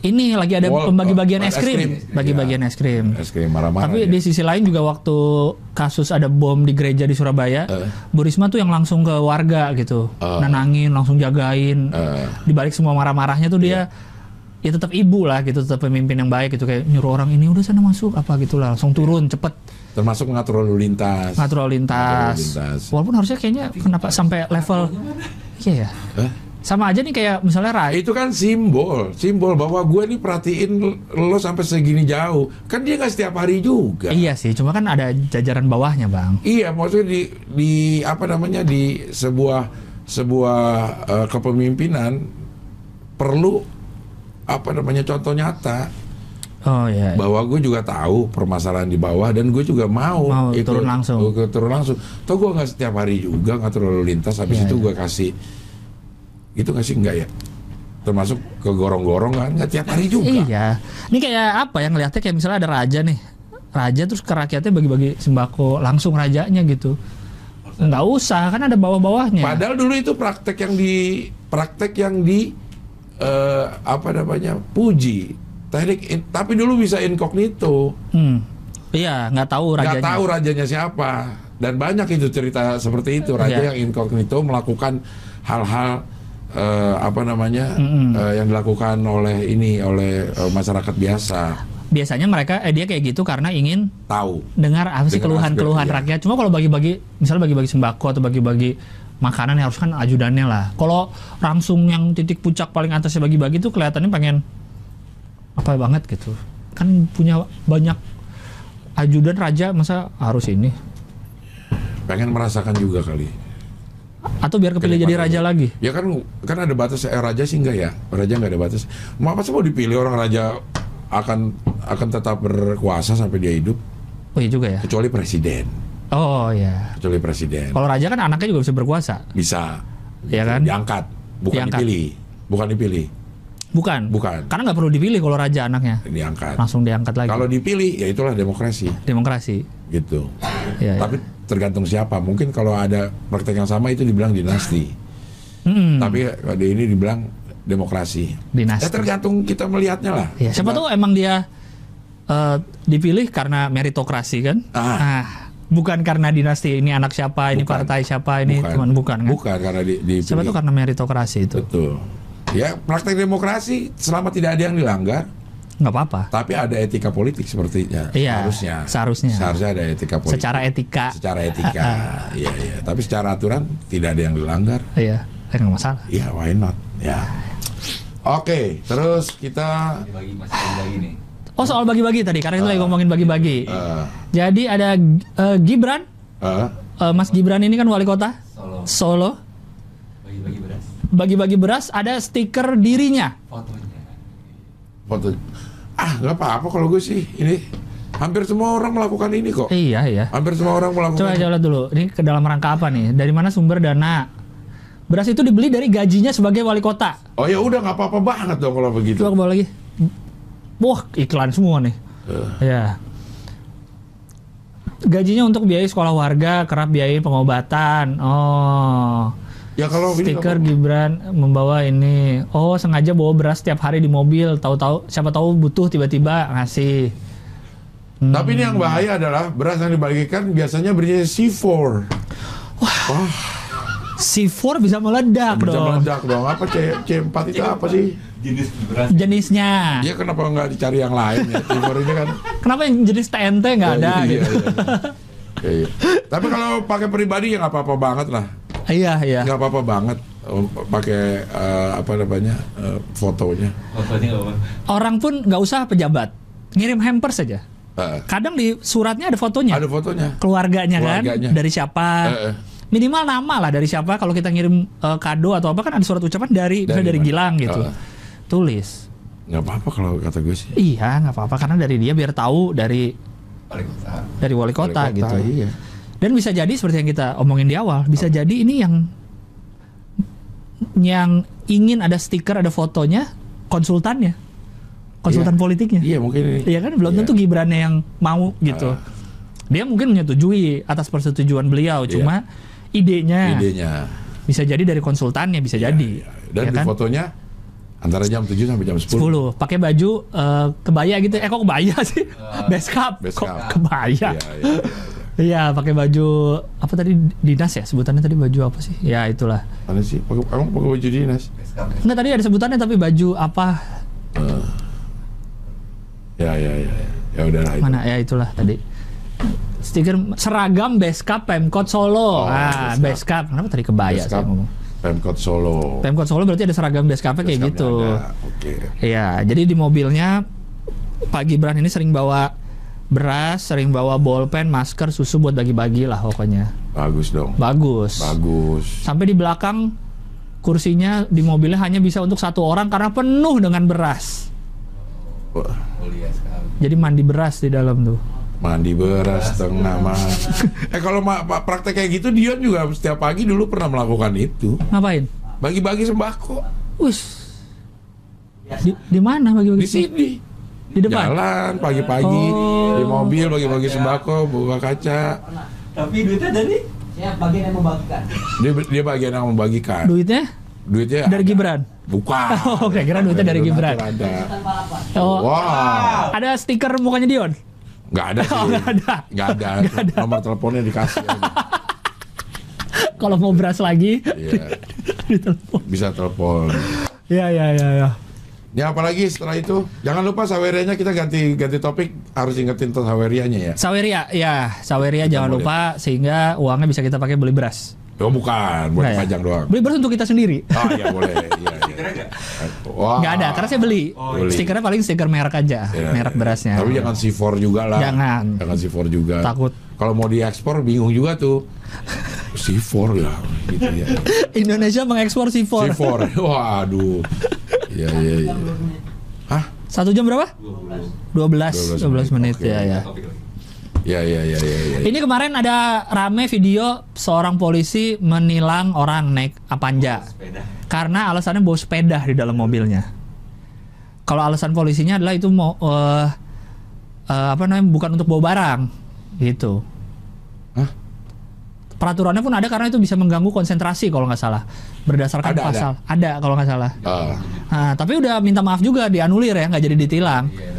Speaker 3: ini lagi ada
Speaker 1: Wall-
Speaker 3: pembagi-bagian
Speaker 1: oh,
Speaker 3: es krim
Speaker 1: es krim. Iya.
Speaker 3: bagi-bagian es krim
Speaker 1: es krim marah-marah.
Speaker 3: Hmm.
Speaker 1: ya.
Speaker 3: Tapi di sisi lain juga waktu kasus ada bom di gereja di Surabaya,
Speaker 1: Eh.
Speaker 3: Bu Risma tuh yang langsung ke warga gitu,
Speaker 1: Eh.
Speaker 3: nenangin, langsung jagain.
Speaker 1: Eh.
Speaker 3: Di balik semua marah-marahnya tuh dia ya tetap ibu lah gitu, tetap pemimpin yang baik gitu kayak nyuruh orang ini udah sana masuk apa gitu lah, langsung turun cepet
Speaker 1: termasuk mengatur lalu lintas.
Speaker 3: ngatur lalu lintas.
Speaker 1: Ngatur lalu lintas.
Speaker 3: Walaupun harusnya kayaknya kenapa sampai level iya ya.
Speaker 1: Hah?
Speaker 3: Sama aja nih kayak misalnya Rai.
Speaker 1: Itu kan simbol, simbol bahwa gue nih perhatiin lo sampai segini jauh. Kan dia nggak setiap hari juga.
Speaker 3: Iya sih, cuma kan ada jajaran bawahnya, Bang.
Speaker 1: Iya, maksudnya di di apa namanya di sebuah sebuah eh, kepemimpinan perlu apa namanya contoh nyata
Speaker 3: Oh iya.
Speaker 1: bahwa gue juga tahu permasalahan di bawah dan gue juga mau,
Speaker 3: Mau turun langsung.
Speaker 1: gue turun langsung. Toh gue nggak setiap hari juga ngatur lalu lintas. Habis
Speaker 3: Iya,
Speaker 1: itu
Speaker 3: iya.
Speaker 1: gue kasih itu kasih enggak ya? Termasuk ke gorong-gorong kan nggak tiap hari juga.
Speaker 3: Iya. Ini kayak apa ya ngelihatnya kayak misalnya ada raja nih. Raja terus ke rakyatnya bagi-bagi sembako langsung rajanya gitu. Nggak usah, kan ada bawah-bawahnya.
Speaker 1: Padahal dulu itu praktek yang di praktek yang di eh, apa namanya puji teknik. in- tapi dulu bisa inkognito,
Speaker 3: Hmm. Iya, nggak tahu rajanya.
Speaker 1: nggak tahu rajanya siapa. Dan banyak itu cerita seperti itu raja
Speaker 3: Iya.
Speaker 1: yang inkognito melakukan hal-hal eh, apa namanya
Speaker 3: Mm-mm.
Speaker 1: eh, yang dilakukan oleh ini oleh eh, masyarakat biasa
Speaker 3: Biasanya mereka eh dia kayak gitu karena ingin
Speaker 1: tahu.
Speaker 3: dengar apa
Speaker 1: Dengar
Speaker 3: sih
Speaker 1: iya.
Speaker 3: keluhan-keluhan
Speaker 1: aspirasi,
Speaker 3: rakyat. Cuma kalau bagi-bagi misalnya bagi-bagi sembako atau bagi-bagi makanan ya harus kan ajudannya lah. Kalau langsung yang titik puncak paling atasnya bagi-bagi tuh kelihatannya pengen apa banget gitu. Kan punya banyak ajudan raja masa harus ini
Speaker 1: Pengen merasakan juga kali.
Speaker 3: atau biar kepilih jadi
Speaker 1: Kenikmatan
Speaker 3: raja
Speaker 1: itu.
Speaker 3: lagi.
Speaker 1: Ya kan kan ada batas eh, raja sih enggak ya? Raja enggak ada batas. Mau apa sih mau dipilih orang raja akan akan tetap berkuasa sampai dia hidup
Speaker 3: Oh iya juga ya.
Speaker 1: kecuali presiden.
Speaker 3: Oh iya.
Speaker 1: Kecuali presiden.
Speaker 3: Kalau raja kan anaknya juga bisa berkuasa.
Speaker 1: Bisa
Speaker 3: Iya kan?
Speaker 1: diangkat, bukan
Speaker 3: Diangkat.
Speaker 1: dipilih. Bukan dipilih,
Speaker 3: Bukan.
Speaker 1: Bukan.
Speaker 3: Karena nggak perlu dipilih kalau raja anaknya.
Speaker 1: diangkat.
Speaker 3: Langsung diangkat lagi.
Speaker 1: Kalau dipilih ya itulah demokrasi
Speaker 3: demokrasi.
Speaker 1: gitu.
Speaker 3: Iya. iya.
Speaker 1: Tapi tergantung siapa. Mungkin kalau ada praktek yang sama itu dibilang dinasti.
Speaker 3: Mm-mm.
Speaker 1: Tapi kalau ini dibilang demokrasi.
Speaker 3: Hmm. Dinasti.
Speaker 1: Ya tergantung kita melihatnya lah.
Speaker 3: Ya, siapa tahu emang dia eh, dipilih karena meritokrasi kan?
Speaker 1: Ah.
Speaker 3: bukan karena dinasti ini anak siapa, ini
Speaker 1: Bukan.
Speaker 3: partai siapa, Nah, ini
Speaker 1: bukan.
Speaker 3: teman bukan kan?
Speaker 1: Bukan karena di, dipilih.
Speaker 3: Siapa kan? tahu karena meritokrasi itu.
Speaker 1: Betul. Ya, praktek demokrasi selama tidak ada yang dilanggar,
Speaker 3: nggak apa-apa.
Speaker 1: tapi ada etika politik sepertinya.
Speaker 3: Iya,
Speaker 1: Harusnya.
Speaker 3: seharusnya.
Speaker 1: Seharusnya ada etika politik.
Speaker 3: Secara etika.
Speaker 1: Secara etika. Iya, iya. Tapi secara aturan tidak ada yang dilanggar.
Speaker 3: Iya, eh, nggak masalah.
Speaker 1: Ya, why not? Ya. Oke, terus kita
Speaker 2: dibagi masih ada lagi nih
Speaker 3: Oh, soal bagi-bagi tadi karena itu
Speaker 1: Ah.
Speaker 3: lagi ngomongin bagi-bagi.
Speaker 1: eh,
Speaker 3: Jadi ada eh, Gibran,
Speaker 1: eh,
Speaker 3: Eh, Mas Gibran ini kan wali kota
Speaker 2: solo
Speaker 3: Solo.
Speaker 2: bagi-bagi beras
Speaker 3: Bagi-bagi beras ada stiker dirinya.
Speaker 2: fotonya
Speaker 1: foto. Ah, nggak apa-apa kalau gue sih ini hampir semua orang melakukan ini kok.
Speaker 3: Iya, iya.
Speaker 1: Hampir semua orang melakukan.
Speaker 3: Coba coba lihat dulu, ini ke dalam rangka apa nih? Dari mana sumber dana? Beras itu dibeli dari gajinya sebagai wali kota.
Speaker 1: Oh ya udah nggak apa-apa banget dong kalau begitu.
Speaker 3: Coba ke bawah lagi. Wah, iklan semua nih.
Speaker 1: Eh,
Speaker 3: Ya. Gajinya untuk biaya sekolah warga, kerap biaya pengobatan. Oh.
Speaker 1: Ya kalau ini apa?
Speaker 3: Stiker Gibran membawa ini. Oh, sengaja bawa beras setiap hari di mobil. Tahu-tahu siapa tahu butuh tiba-tiba ngasih.
Speaker 1: Tapi ini yang bahaya adalah beras yang dibagikan biasanya berisi C4.
Speaker 3: C4 bisa meledak
Speaker 1: Bisa
Speaker 3: dong.
Speaker 1: meledak dong. Apa C, C4 itu apa sih?
Speaker 2: Jenis beras
Speaker 3: Jenisnya.
Speaker 1: Dia kenapa nggak dicari yang lain ya? C4 ini kan
Speaker 3: Kenapa yang jenis TNT nggak ada?
Speaker 1: Iya, iya,
Speaker 3: gitu?
Speaker 1: iya. Iya, iya. Tapi kalau pakai pribadi ya nggak apa-apa banget lah.
Speaker 3: Iya, iya.
Speaker 1: Nggak apa-apa banget eh, pakai eh, apa namanya eh, fotonya.
Speaker 2: Fotonya Oh, nggak apa-apa
Speaker 3: Orang pun nggak usah pejabat. Ngirim hampers saja.
Speaker 1: Eh,
Speaker 3: Kadang di suratnya ada fotonya.
Speaker 1: ada fotonya.
Speaker 3: keluarganya,
Speaker 1: Keluarganya.
Speaker 3: kan dari siapa
Speaker 1: Eh, eh.
Speaker 3: minimal nama lah dari siapa kalau kita ngirim eh, kado atau apa kan ada surat ucapan dari
Speaker 1: Dari
Speaker 3: misalnya dari
Speaker 1: mana?
Speaker 3: Gilang gitu
Speaker 1: Eh.
Speaker 3: tulis
Speaker 1: Nggak apa-apa kalau kata gue sih.
Speaker 3: iya nggak apa-apa karena dari dia biar tahu dari
Speaker 2: Paling kota
Speaker 3: dari wali kota,
Speaker 1: Wali kota,
Speaker 3: gitu
Speaker 1: iya.
Speaker 3: dan bisa jadi seperti yang kita omongin di awal bisa jadi ini yang yang ingin ada stiker ada fotonya konsultannya konsultan
Speaker 1: Iya.
Speaker 3: politiknya
Speaker 1: Iya mungkin ini.
Speaker 3: Iya kan belum
Speaker 1: Iya. Ah.
Speaker 3: tentu Gibrannya yang mau gitu. Dia mungkin menyetujui atas persetujuan beliau,
Speaker 1: Iya.
Speaker 3: cuma idenya
Speaker 1: idenya.
Speaker 3: bisa jadi dari konsultannya bisa jadi.
Speaker 1: Iya, iya. Dan
Speaker 3: ya
Speaker 1: di
Speaker 3: kan?
Speaker 1: fotonya antara jam 7 sampai jam 10.
Speaker 3: 10 pakai baju eh, kebaya gitu. Eh kok kebaya sih? Best cup.
Speaker 1: Best
Speaker 3: Kok
Speaker 1: cup.
Speaker 3: kebaya?
Speaker 1: Ah, Iya, iya.
Speaker 3: Iya, pakai baju apa tadi dinas ya sebutannya tadi baju apa sih? Ya itulah.
Speaker 1: Mana sih? Pakai emang pakai baju dinas.
Speaker 2: Beskap
Speaker 3: Enggak tadi ada sebutannya tapi baju apa
Speaker 1: Ya ya ya. ya. Ya udahlah itu.
Speaker 3: mana ya itulah tadi. Stiker seragam best cup Pemkot
Speaker 1: Oh,
Speaker 3: Solo. ah,
Speaker 1: Best
Speaker 3: best cup. Kenapa tadi kebaya
Speaker 1: Beskap,
Speaker 3: Ya, saya ngomong?
Speaker 1: Pemkot Solo.
Speaker 3: Pemkot Solo berarti ada seragam Beskapnya kayak
Speaker 1: Beskapnya
Speaker 3: gitu.
Speaker 1: ada. Oke.
Speaker 3: Iya, jadi di mobilnya Pak Gibran ini sering bawa beras, sering bawa bolpen, masker, susu buat bagi-bagi lah pokoknya.
Speaker 1: Bagus dong.
Speaker 3: Bagus.
Speaker 1: Bagus.
Speaker 3: Sampai di belakang kursinya di mobilnya hanya bisa untuk satu orang karena penuh dengan beras.
Speaker 1: Wah,
Speaker 2: Mulia sekali
Speaker 3: Jadi mandi beras di dalam tuh.
Speaker 1: Mandi beras tengah malam. Eh kalau ma- ma- praktek kayak gitu Dion juga setiap pagi dulu pernah melakukan itu.
Speaker 3: Ngapain?
Speaker 1: Bagi-bagi sembako
Speaker 3: Wis. Di, di mana bagi-bagi?
Speaker 1: di sini.
Speaker 3: Di depan.
Speaker 1: Jalan pagi-pagi
Speaker 3: Oh.
Speaker 1: di mobil bagi-bagi sembako, buka kaca.
Speaker 2: Tapi duitnya dari
Speaker 4: Ya, bagian yang membagikan.
Speaker 1: Dia, dia bagian yang membagikan.
Speaker 3: Duitnya
Speaker 1: Duitnya
Speaker 3: dari
Speaker 1: ada.
Speaker 3: Gibran.
Speaker 1: Bukan.
Speaker 3: Oh, oke, kira duitnya dari Gibran.
Speaker 1: donatur Ada.
Speaker 4: Tanpa lapan.
Speaker 1: Wah.
Speaker 3: Oh, ada stiker mukanya Dion.
Speaker 1: Nggak ada sih.
Speaker 3: Oh, nggak ada.
Speaker 1: Nggak ada.
Speaker 3: Nggak ada.
Speaker 1: Nomor teleponnya dikasih. aja.
Speaker 3: Kalau mau beras lagi
Speaker 1: Iya.
Speaker 3: ditelepon.
Speaker 1: Bisa telepon.
Speaker 3: Iya, iya, iya, iya.
Speaker 1: Ya apalagi setelah itu jangan lupa sawerianya kita ganti ganti topik harus ingetin tentang sawerianya ya.
Speaker 3: Saweria, ya Saweria
Speaker 1: Kita
Speaker 3: jangan
Speaker 1: boleh.
Speaker 3: lupa sehingga uangnya bisa kita pakai beli beras.
Speaker 1: Oh bukan buat
Speaker 3: Nggak ya?
Speaker 1: panjang doang.
Speaker 3: Beli beras untuk kita sendiri.
Speaker 1: Ah ya boleh. Iya iya.
Speaker 2: Kira nggak?
Speaker 1: Wah.
Speaker 3: Nggak ada, karena saya beli.
Speaker 2: Oh,
Speaker 1: iya. beli.
Speaker 3: Stikernya paling stiker merek aja,
Speaker 1: Iya,
Speaker 3: merek
Speaker 1: iya.
Speaker 3: berasnya.
Speaker 1: Tapi jangan C4 juga lah.
Speaker 3: Jangan.
Speaker 1: Jangan C4 juga.
Speaker 3: Takut.
Speaker 1: Kalau mau diekspor bingung juga tuh. C4 ya gitu ya.
Speaker 3: Indonesia mengekspor C4.
Speaker 1: C4. Waduh. Iya iya iya. Hah?
Speaker 3: Satu jam berapa? 12,
Speaker 1: 12
Speaker 3: 12 menit
Speaker 1: Oke.
Speaker 3: ya ya.
Speaker 2: Topik lagi
Speaker 1: Iya iya iya iya. iya.
Speaker 3: Ini kemarin ada rame video seorang polisi menilang orang naik Apanja
Speaker 2: Sepeda
Speaker 3: karena alasannya bawa sepeda di dalam mobilnya. Kalau alasan polisinya adalah itu mau eh, eh, apa namanya bukan untuk bawa barang gitu.
Speaker 1: Hah?
Speaker 3: Peraturannya pun ada karena itu bisa mengganggu konsentrasi kalau nggak salah berdasarkan
Speaker 1: Ada, ada.
Speaker 3: pasal ada, kalau nggak salah.
Speaker 1: Ah.
Speaker 3: Nah, tapi udah minta maaf juga dianulir ya nggak jadi ditilang.
Speaker 2: Iya ada.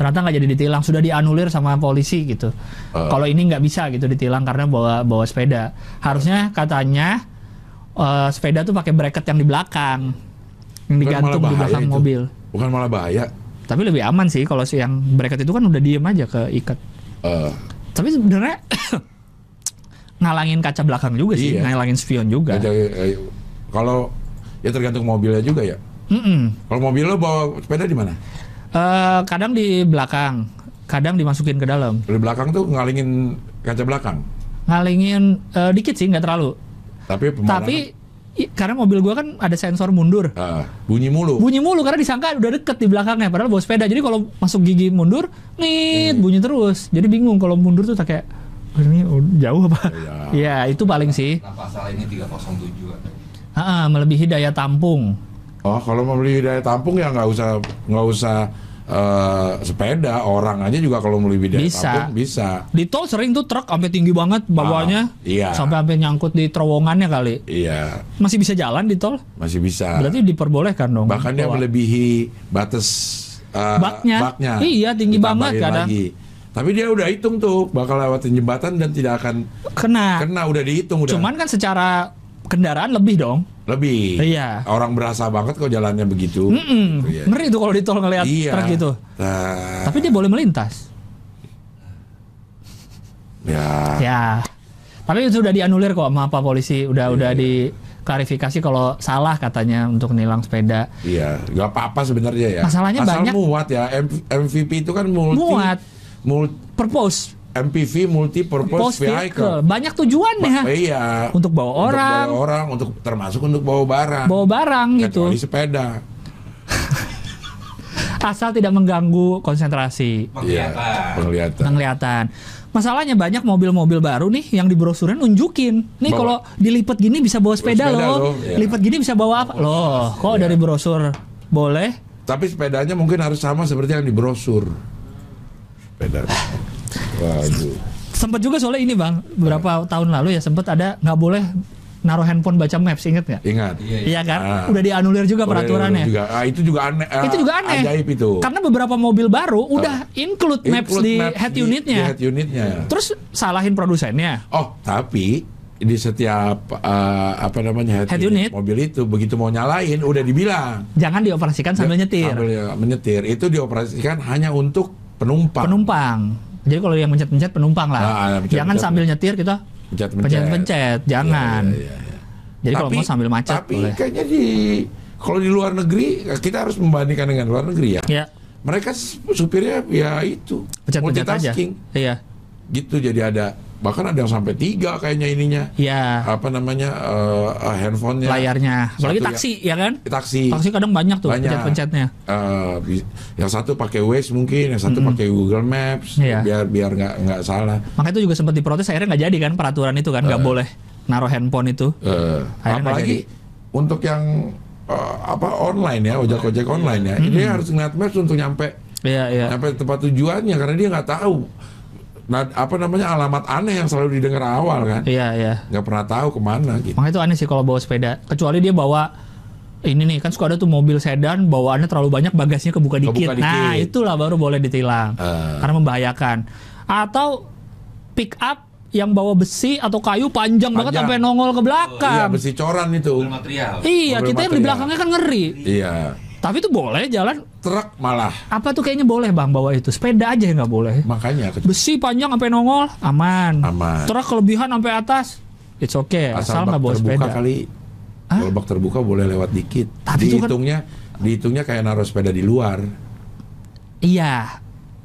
Speaker 3: Ternyata nggak jadi ditilang sudah dianulir sama polisi gitu.
Speaker 1: Eh.
Speaker 3: Kalau ini nggak bisa gitu ditilang karena bawa bawa sepeda. Harusnya katanya eh, sepeda tuh pakai bracket yang di belakang yang
Speaker 1: Bukan
Speaker 3: digantung
Speaker 1: malah
Speaker 3: di
Speaker 1: bahaya
Speaker 3: belakang
Speaker 1: itu.
Speaker 3: mobil.
Speaker 1: Bukan malah bahaya.
Speaker 3: Tapi lebih aman sih kalau si yang bracket itu kan udah diem aja ke ikat.
Speaker 1: Eh,
Speaker 3: Tapi sebenarnya ngalangin kaca belakang juga sih,
Speaker 1: Iya.
Speaker 3: ngalangin spion juga.
Speaker 1: jadi, eh, kalau ya tergantung mobilnya juga ya.
Speaker 3: Mm-mm.
Speaker 1: Kalau mobil lo bawa sepeda di mana?
Speaker 3: Eh, kadang di belakang, kadang dimasukin ke dalam.
Speaker 1: Di belakang tuh ngalingin kaca belakang.
Speaker 3: Ngalingin eh, dikit sih, nggak terlalu.
Speaker 1: Tapi pemandangan-
Speaker 3: Tapi i- karena mobil gua kan ada sensor mundur.
Speaker 1: Ah, bunyi mulu.
Speaker 3: Bunyi mulu karena disangka udah deket di belakangnya padahal bawa sepeda. Jadi kalau masuk gigi mundur, nih
Speaker 1: Hmm.
Speaker 3: bunyi terus. Jadi bingung kalau mundur tuh tak kayak "Oh, ini jauh
Speaker 1: Oh,
Speaker 3: apa?
Speaker 1: iya.
Speaker 3: Ya, itu paling sih.
Speaker 2: Nah pasal ini 307 kan
Speaker 3: Ah, ah, melebihi daya tampung.
Speaker 1: Oh, kalau mau beli daya tampung ya nggak usah nggak usah eh, sepeda orang aja juga kalau melebih dari
Speaker 3: Bisa.
Speaker 1: apapun, bisa.
Speaker 3: Di tol sering tuh truk sampai tinggi banget bawahnya.
Speaker 1: Ah, iya.
Speaker 3: Sampai sampai nyangkut di terowongannya kali.
Speaker 1: Iya,
Speaker 3: Masih bisa jalan di tol?
Speaker 1: masih bisa.
Speaker 3: Berarti diperbolehkan dong.
Speaker 1: Ah. Bahkan dia
Speaker 3: bawa.
Speaker 1: melebihi batas eh,
Speaker 3: Baknya. Iya,
Speaker 1: Ditambahin
Speaker 3: tinggi banget kadang.
Speaker 1: lagi. Tapi dia udah hitung tuh bakal lewatin jembatan dan tidak akan
Speaker 3: kena.
Speaker 1: kena udah dihitung udah.
Speaker 3: Nah. Cuman kan secara kendaraan lebih dong.
Speaker 1: lebih.
Speaker 3: Iya.
Speaker 1: Orang berasa banget kok jalannya begitu. Gitu
Speaker 3: Mm-mm.
Speaker 1: ya.
Speaker 3: Ngeri tuh kalau di tol ngelihat
Speaker 1: Iya.
Speaker 3: truk gitu.
Speaker 1: Nah,
Speaker 3: Tapi dia boleh melintas.
Speaker 1: ya,
Speaker 3: Ya. Tapi itu udah dianulir kok sama apa polisi. Udah udah diklarifikasi kalau salah katanya untuk nilang sepeda.
Speaker 1: iya, nggak apa-apa sebenarnya ya.
Speaker 3: Masalahnya
Speaker 1: Asal
Speaker 3: banyak.
Speaker 1: muat ya. M- MVP itu kan multi
Speaker 3: Muat.
Speaker 1: mul-
Speaker 3: Purpose.
Speaker 1: MPV multi
Speaker 3: Post
Speaker 1: purpose
Speaker 3: vehicle.
Speaker 1: vehicle.
Speaker 3: Banyak ya. tujuannya.
Speaker 1: Ba- iya.
Speaker 3: Untuk bawa orang.
Speaker 1: Untuk bawa orang, untuk termasuk untuk bawa barang.
Speaker 3: Bawa barang gitu.
Speaker 1: Kecuali Kan, sepeda.
Speaker 3: Asal tidak mengganggu konsentrasi.
Speaker 2: Penglihatan.
Speaker 1: Iya, penglihatan.
Speaker 3: Penglihatan. Masalahnya banyak mobil-mobil baru nih yang di brosurnya nunjukin. Nih kalau
Speaker 1: Bawa-
Speaker 3: dilipet gini bisa bawa sepeda,
Speaker 1: sepeda
Speaker 3: loh.
Speaker 1: loh, iya.
Speaker 3: Lipet gini bisa bawa apa? Loh, kok dari brosur boleh?
Speaker 1: Tapi sepedanya mungkin harus sama seperti yang di brosur. Sepeda. Waduh.
Speaker 3: Sempet juga soalnya ini bang, beberapa tahun lalu ya sempet ada nggak boleh naruh handphone baca maps inget nggak?
Speaker 1: Ingat.
Speaker 2: Iya, iya.
Speaker 3: Iya kan?
Speaker 1: Ah.
Speaker 3: Udah dianulir juga
Speaker 1: Boleh,
Speaker 3: peraturannya.
Speaker 1: juga. Ah, itu juga aneh. ah,
Speaker 3: Itu juga aneh.
Speaker 1: Ajaib itu. Ah.
Speaker 3: Karena beberapa mobil baru udah include maps
Speaker 1: Include
Speaker 3: di
Speaker 1: maps
Speaker 3: head
Speaker 1: di-
Speaker 3: unitnya.
Speaker 1: di head unitnya.
Speaker 3: Terus salahin produsennya.
Speaker 1: Oh, tapi di setiap eh, apa namanya
Speaker 3: Head unit.
Speaker 1: mobil itu begitu mau nyalain udah dibilang Ya,
Speaker 3: Jangan dioperasikan sambil nyetir.
Speaker 1: Iya, Sambil menyetir itu dioperasikan hanya untuk penumpang.
Speaker 3: Penumpang. Jadi kalau yang mencet-mencet penumpang lah.
Speaker 1: Ah, mencet-mencet.
Speaker 3: jangan sambil nyetir kita
Speaker 1: Pencet-pencet.
Speaker 3: pencet-pencet, jangan.
Speaker 1: Iya, iya, iya.
Speaker 3: Jadi kalau mau sambil macet
Speaker 1: Tapi kan
Speaker 3: boleh.
Speaker 1: kayaknya di kalau di luar negeri kita harus membandingkan dengan luar negeri ya.
Speaker 3: Ya,
Speaker 1: Mereka s- supirnya ya itu
Speaker 3: pencet-pencet aja.
Speaker 1: multitasking
Speaker 3: Iya.
Speaker 1: gitu jadi ada bahkan ada yang sampai tiga kayaknya ininya
Speaker 3: Iya.
Speaker 1: apa namanya eh, eh, handphonenya
Speaker 3: Layarnya. Apalagi
Speaker 1: Ah, Satu
Speaker 3: taksi, ya kan?
Speaker 1: yang- taksi
Speaker 3: Taksi kadang banyak
Speaker 1: Iya.
Speaker 3: tuh
Speaker 1: Banyak.
Speaker 3: pencet-pencetnya.
Speaker 1: Eh, bi- yang satu pakai Waze mungkin yang satu pakai Google Maps
Speaker 3: Iya.
Speaker 1: biar biar nggak nggak salah
Speaker 3: Makanya itu juga sempat diprotes akhirnya nggak jadi kan peraturan itu kan nggak boleh naruh handphone itu.
Speaker 1: Eh,
Speaker 3: Akhirnya nggak
Speaker 1: apalagi untuk yang eh, apa online ya ojek ojek online ya dia harus ngeliat maps untuk nyampe
Speaker 3: Iya, iya.
Speaker 1: nyampe tempat tujuannya karena dia nggak tahu nah, apa namanya alamat aneh yang selalu didengar awal kan
Speaker 3: Iya, iya.
Speaker 1: nggak pernah tahu kemana gitu
Speaker 3: Makanya itu aneh sih kalau bawa sepeda. Kecuali dia bawa ini nih kan suka ada tuh mobil sedan bawaannya terlalu banyak bagasinya kebuka dikit.
Speaker 1: Kebuka dikit.
Speaker 3: Nah itulah baru boleh ditilang
Speaker 1: Eh.
Speaker 3: karena membahayakan. Atau pick up yang bawa besi atau kayu panjang, banget
Speaker 1: Panjang.
Speaker 3: sampai nongol ke
Speaker 1: iya
Speaker 3: belakang.
Speaker 1: besi coran itu
Speaker 2: Bukan material.
Speaker 3: iya
Speaker 1: Mobil
Speaker 3: kita yang di
Speaker 1: material.
Speaker 3: belakangnya kan ngeri.
Speaker 1: iya
Speaker 3: Tapi itu boleh jalan.
Speaker 1: truk malah
Speaker 3: Apa tuh kayaknya boleh bang bawa itu sepeda aja yang nggak boleh.
Speaker 1: makanya ke-
Speaker 3: Besi panjang sampai nongol aman.
Speaker 1: Aman.
Speaker 3: Truk kelebihan sampai atas. It's okay asal
Speaker 1: bak
Speaker 3: nggak bawa
Speaker 1: terbuka
Speaker 3: sepeda.
Speaker 1: kali
Speaker 3: Hah?
Speaker 1: kalau bak terbuka boleh lewat dikit
Speaker 3: Tapi itu kan-
Speaker 1: dihitungnya dihitungnya kayak naruh sepeda di luar
Speaker 3: Iya.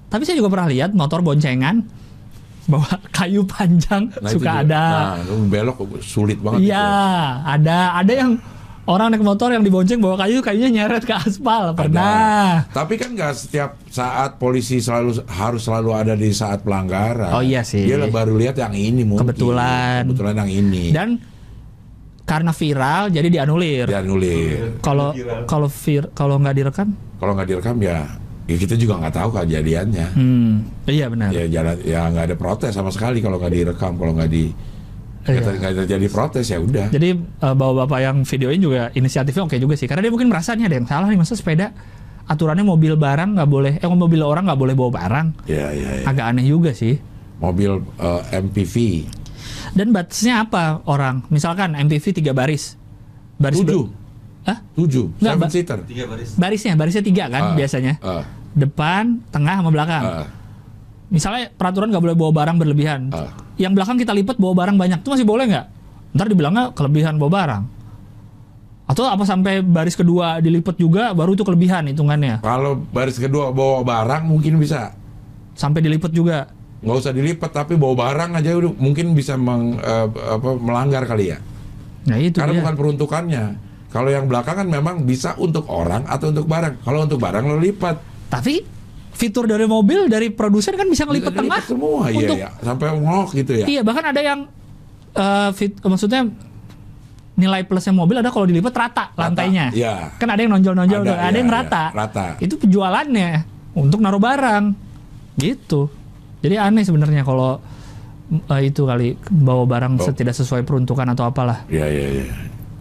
Speaker 3: Tapi saya juga pernah lihat motor boncengan bawa kayu panjang
Speaker 1: itu juga-
Speaker 3: suka ada.
Speaker 1: nah, gitu? itu belok sulit banget
Speaker 3: Iya, ada. Ada yang orang naik motor yang dibonceng bawa kayu kayunya nyeret ke
Speaker 1: Ada.
Speaker 3: aspal. Pernah.
Speaker 1: Tapi kan nggak setiap saat polisi selalu harus selalu ada di saat pelanggaran.
Speaker 3: Oh, iya sih.
Speaker 1: Dia baru lihat yang ini mungkin.
Speaker 3: Kebetulan.
Speaker 1: Kebetulan yang ini.
Speaker 3: Dan karena viral jadi dianulir.
Speaker 1: dia
Speaker 2: Iya.
Speaker 1: nulis.
Speaker 3: Kalau
Speaker 2: Viral.
Speaker 3: kalau vir kalau nggak direkam,
Speaker 1: Kalau nggak direkam ya, ya kita juga nggak tahu kejadiannya.
Speaker 3: hmm, iya benar.
Speaker 1: Ya jalan ya nggak ada protes sama sekali kalau nggak direkam, kalau nggak di nggak
Speaker 3: Iya.
Speaker 1: ter- nggak terjadi protes ya udah.
Speaker 3: Jadi eh, bawa bapak yang videoin juga inisiatifnya oke juga sih. Karena dia mungkin merasa nih ada yang salah nih masa sepeda aturannya mobil barang nggak boleh, eh mobil orang nggak boleh bawa barang.
Speaker 1: Ya ya. ya.
Speaker 3: Agak aneh juga sih.
Speaker 1: Mobil eh, MPV
Speaker 3: Dan batasnya apa orang? Misalkan MPV tiga baris. Baris
Speaker 1: tujuh
Speaker 3: ber- Hah?
Speaker 1: tujuh seven
Speaker 3: Nggak, Mbak. Eh?
Speaker 1: seater.
Speaker 2: Tiga baris.
Speaker 3: Barisnya, barisnya tiga kan
Speaker 1: Ah,
Speaker 3: biasanya.
Speaker 1: ah,
Speaker 3: Depan, tengah, sama belakang.
Speaker 1: ah.
Speaker 3: Misalnya peraturan nggak boleh bawa barang berlebihan.
Speaker 1: Ah.
Speaker 3: Yang belakang kita lipat bawa barang banyak. Itu masih boleh nggak? Ntar dibilangnya kelebihan bawa barang. Atau apa sampai baris kedua dilipat juga baru itu kelebihan hitungannya.
Speaker 1: Kalau baris kedua bawa barang mungkin bisa.
Speaker 3: Sampai dilipat juga.
Speaker 1: nggak usah dilipat tapi bawa barang aja udah mungkin bisa meng- eh, apa, melanggar kali ya
Speaker 3: Nah itu
Speaker 1: karena
Speaker 3: dia.
Speaker 1: bukan peruntukannya kalau yang belakang kan memang bisa untuk orang atau untuk barang kalau untuk barang lo lipat
Speaker 3: Tapi fitur dari mobil dari produsen kan bisa ngelipat
Speaker 1: Bisa dilipat
Speaker 3: tengah
Speaker 1: semua iya
Speaker 3: untuk
Speaker 1: ya sampai ngok gitu ya
Speaker 3: Iya bahkan ada yang eh, fit- maksudnya nilai plusnya mobil ada kalau dilipat rata, lantainya.
Speaker 1: iya.
Speaker 3: Kan ada yang nonjol-nonjol, ada,
Speaker 1: Ada,
Speaker 3: ada
Speaker 1: iya,
Speaker 3: yang
Speaker 1: iya.
Speaker 3: rata.
Speaker 1: Rata.
Speaker 3: Itu penjualannya. untuk naruh barang gitu jadi aneh sebenarnya kalau mm, eh, itu kali bawa barang
Speaker 1: Oh.
Speaker 3: tidak sesuai peruntukan atau apalah
Speaker 1: Ya ya ya.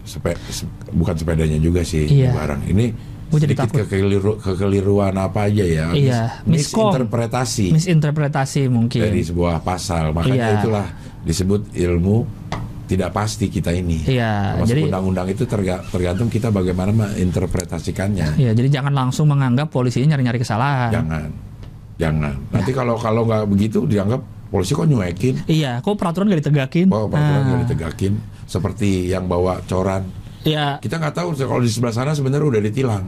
Speaker 1: Sepe- se- bukan sepedanya juga sih
Speaker 3: Iya.
Speaker 1: barang ini.
Speaker 3: Gua jadi
Speaker 1: sedikit
Speaker 3: takut.
Speaker 1: kekeliru- kekeliruan apa aja ya.
Speaker 3: Iya,
Speaker 1: mis-
Speaker 3: miskom.
Speaker 1: misinterpretasi
Speaker 3: misinterpretasi mungkin
Speaker 1: Iya. dari sebuah pasal. Makanya
Speaker 3: Iya.
Speaker 1: itulah disebut ilmu tidak pasti kita ini.
Speaker 3: Iya,
Speaker 1: Termasuk
Speaker 3: jadi-
Speaker 1: undang-undang itu terga- tergantung kita bagaimana menginterpretasikannya.
Speaker 3: ya jadi jangan langsung menganggap polisinya nyari-nyari kesalahan
Speaker 1: Jangan, jangan. Nanti kalau kalau nggak begitu dianggap polisi kok nyuekin.
Speaker 3: iya kok peraturan gak ditegakin
Speaker 1: Bahwa Oh, peraturan
Speaker 3: Nah,
Speaker 1: nggak ditegakin seperti yang bawa coran.
Speaker 3: iya
Speaker 1: Kita nggak tahu kalau di sebelah sana sebenarnya udah ditilang.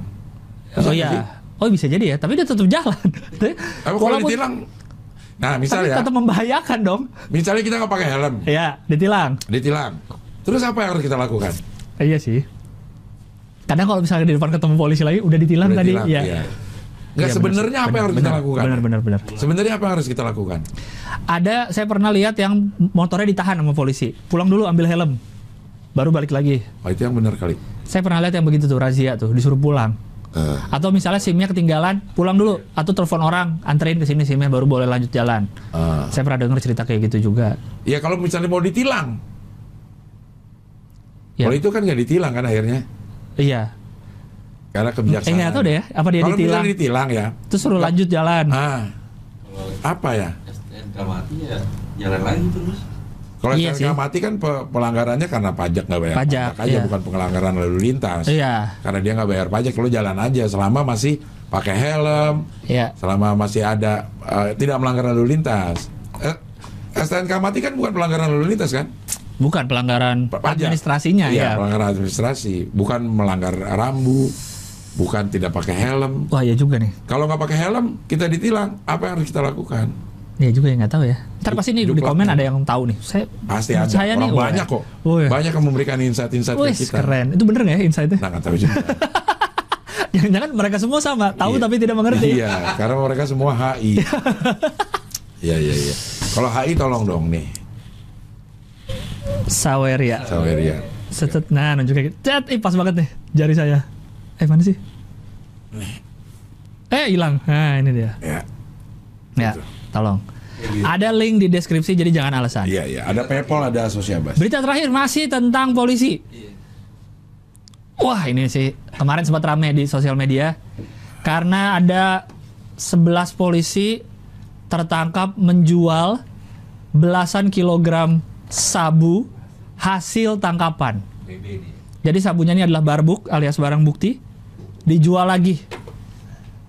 Speaker 3: oh iya oh bisa jadi ya tapi dia tetap jalan
Speaker 1: Emang kalau
Speaker 3: Walaupun-
Speaker 1: ditilang, nah
Speaker 3: tapi
Speaker 1: misalnya,
Speaker 3: tetap membahayakan dong
Speaker 1: misalnya kita nggak pakai helm,
Speaker 3: ya ditilang
Speaker 1: ditilang. Terus apa yang harus kita lakukan?
Speaker 3: Eh, Iya sih. Kadang kalau misalnya di depan ketemu polisi lagi udah ditilang
Speaker 1: Udah
Speaker 3: tadi,
Speaker 1: tilang,
Speaker 3: ya.
Speaker 1: iya.
Speaker 3: Iya,
Speaker 1: Nggak
Speaker 3: benar
Speaker 1: sebenarnya
Speaker 3: sih.
Speaker 1: apa yang harus
Speaker 3: Benar,
Speaker 1: kita lakukan?
Speaker 3: Benar benar benar.
Speaker 1: Sebenarnya apa yang harus kita lakukan?
Speaker 3: Ada saya pernah lihat yang motornya ditahan sama polisi. Pulang dulu ambil helm. Baru balik lagi.
Speaker 1: Oh itu yang benar kali.
Speaker 3: Saya pernah lihat yang begitu tuh razia tuh disuruh pulang.
Speaker 1: Eh,
Speaker 3: Atau misalnya SIM-nya ketinggalan, pulang dulu atau telepon orang, anterin ke sini SIM-nya baru boleh lanjut jalan.
Speaker 1: eh.
Speaker 3: Saya pernah dengar cerita kayak gitu juga.
Speaker 1: Ya kalau misalnya mau ditilang,
Speaker 3: Ya.
Speaker 1: kalau itu kan nggak ditilang kan akhirnya,
Speaker 3: Iya.
Speaker 1: karena kebijaksanaan.
Speaker 3: Eh, nggak tahu deh ya, apa dia
Speaker 1: kalau
Speaker 3: ditilang.
Speaker 1: misalnya ditilang ya,
Speaker 3: Terus suruh lanjut jalan.
Speaker 1: ah
Speaker 2: Kalau
Speaker 1: apa ya?
Speaker 2: STN dalam hati ya jalan lagi terus.
Speaker 1: Kalau
Speaker 3: Iya
Speaker 1: STNK
Speaker 3: sih.
Speaker 1: mati kan pe- pelanggarannya karena pajak nggak bayar
Speaker 3: Pajak,
Speaker 1: aja
Speaker 3: iya.
Speaker 1: bukan pelanggaran lalu lintas.
Speaker 3: Iya.
Speaker 1: Karena dia nggak bayar pajak, lo jalan aja selama masih pakai helm,
Speaker 3: Iya.
Speaker 1: selama masih ada eh, tidak melanggar lalu lintas. Eh, STNK mati kan bukan pelanggaran lalu lintas kan?
Speaker 3: Bukan pelanggaran
Speaker 1: Pa- pajak.
Speaker 3: administrasinya
Speaker 1: Iya,
Speaker 3: ya.
Speaker 1: pelanggaran administrasi, bukan melanggar rambu, bukan tidak pakai helm.
Speaker 3: Wah, ya juga nih.
Speaker 1: Kalau nggak pakai helm, kita ditilang. Apa yang harus kita lakukan?
Speaker 3: Ya juga yang nggak tahu ya. Ntar pasti nih
Speaker 1: Hidup
Speaker 3: di komen
Speaker 1: lah.
Speaker 3: ada yang tahu nih. Saya
Speaker 1: Iya Pasti ada
Speaker 3: saya
Speaker 1: orang
Speaker 3: wah.
Speaker 1: banyak kok,
Speaker 3: Wih.
Speaker 1: banyak yang memberikan insight-insight
Speaker 3: Wih,
Speaker 1: ke kita.
Speaker 3: keren. Itu bener nggak ya insight-nya?
Speaker 1: Nah, nggak tahu juga.
Speaker 3: Jangan-jangan mereka semua sama, tahu
Speaker 1: Iya.
Speaker 3: tapi tidak mengerti.
Speaker 1: Iya, karena mereka semua HI. Iya, iya, iya. Kalau HI tolong dong nih,
Speaker 3: Saweria.
Speaker 1: Saweria.
Speaker 3: Setet, nah nunjuknya gitu. Cet, ih, pas banget nih jari saya. Eh mana sih? Eh hilang. Nah ini dia.
Speaker 1: Ya,
Speaker 3: Ya,
Speaker 1: Gitu.
Speaker 3: tolong.
Speaker 2: Ya, gitu.
Speaker 3: Ada link di deskripsi jadi jangan alasan.
Speaker 1: iya, iya. Ada PayPal, ada Sosiabas.
Speaker 3: Berita terakhir masih tentang polisi.
Speaker 2: Iya.
Speaker 3: Wah ini sih kemarin sempat rame di sosial media karena ada 11 polisi tertangkap menjual belasan kilogram sabu hasil tangkapan.
Speaker 2: BB nih.
Speaker 3: Jadi sabunya ini adalah barbuk alias barang bukti dijual lagi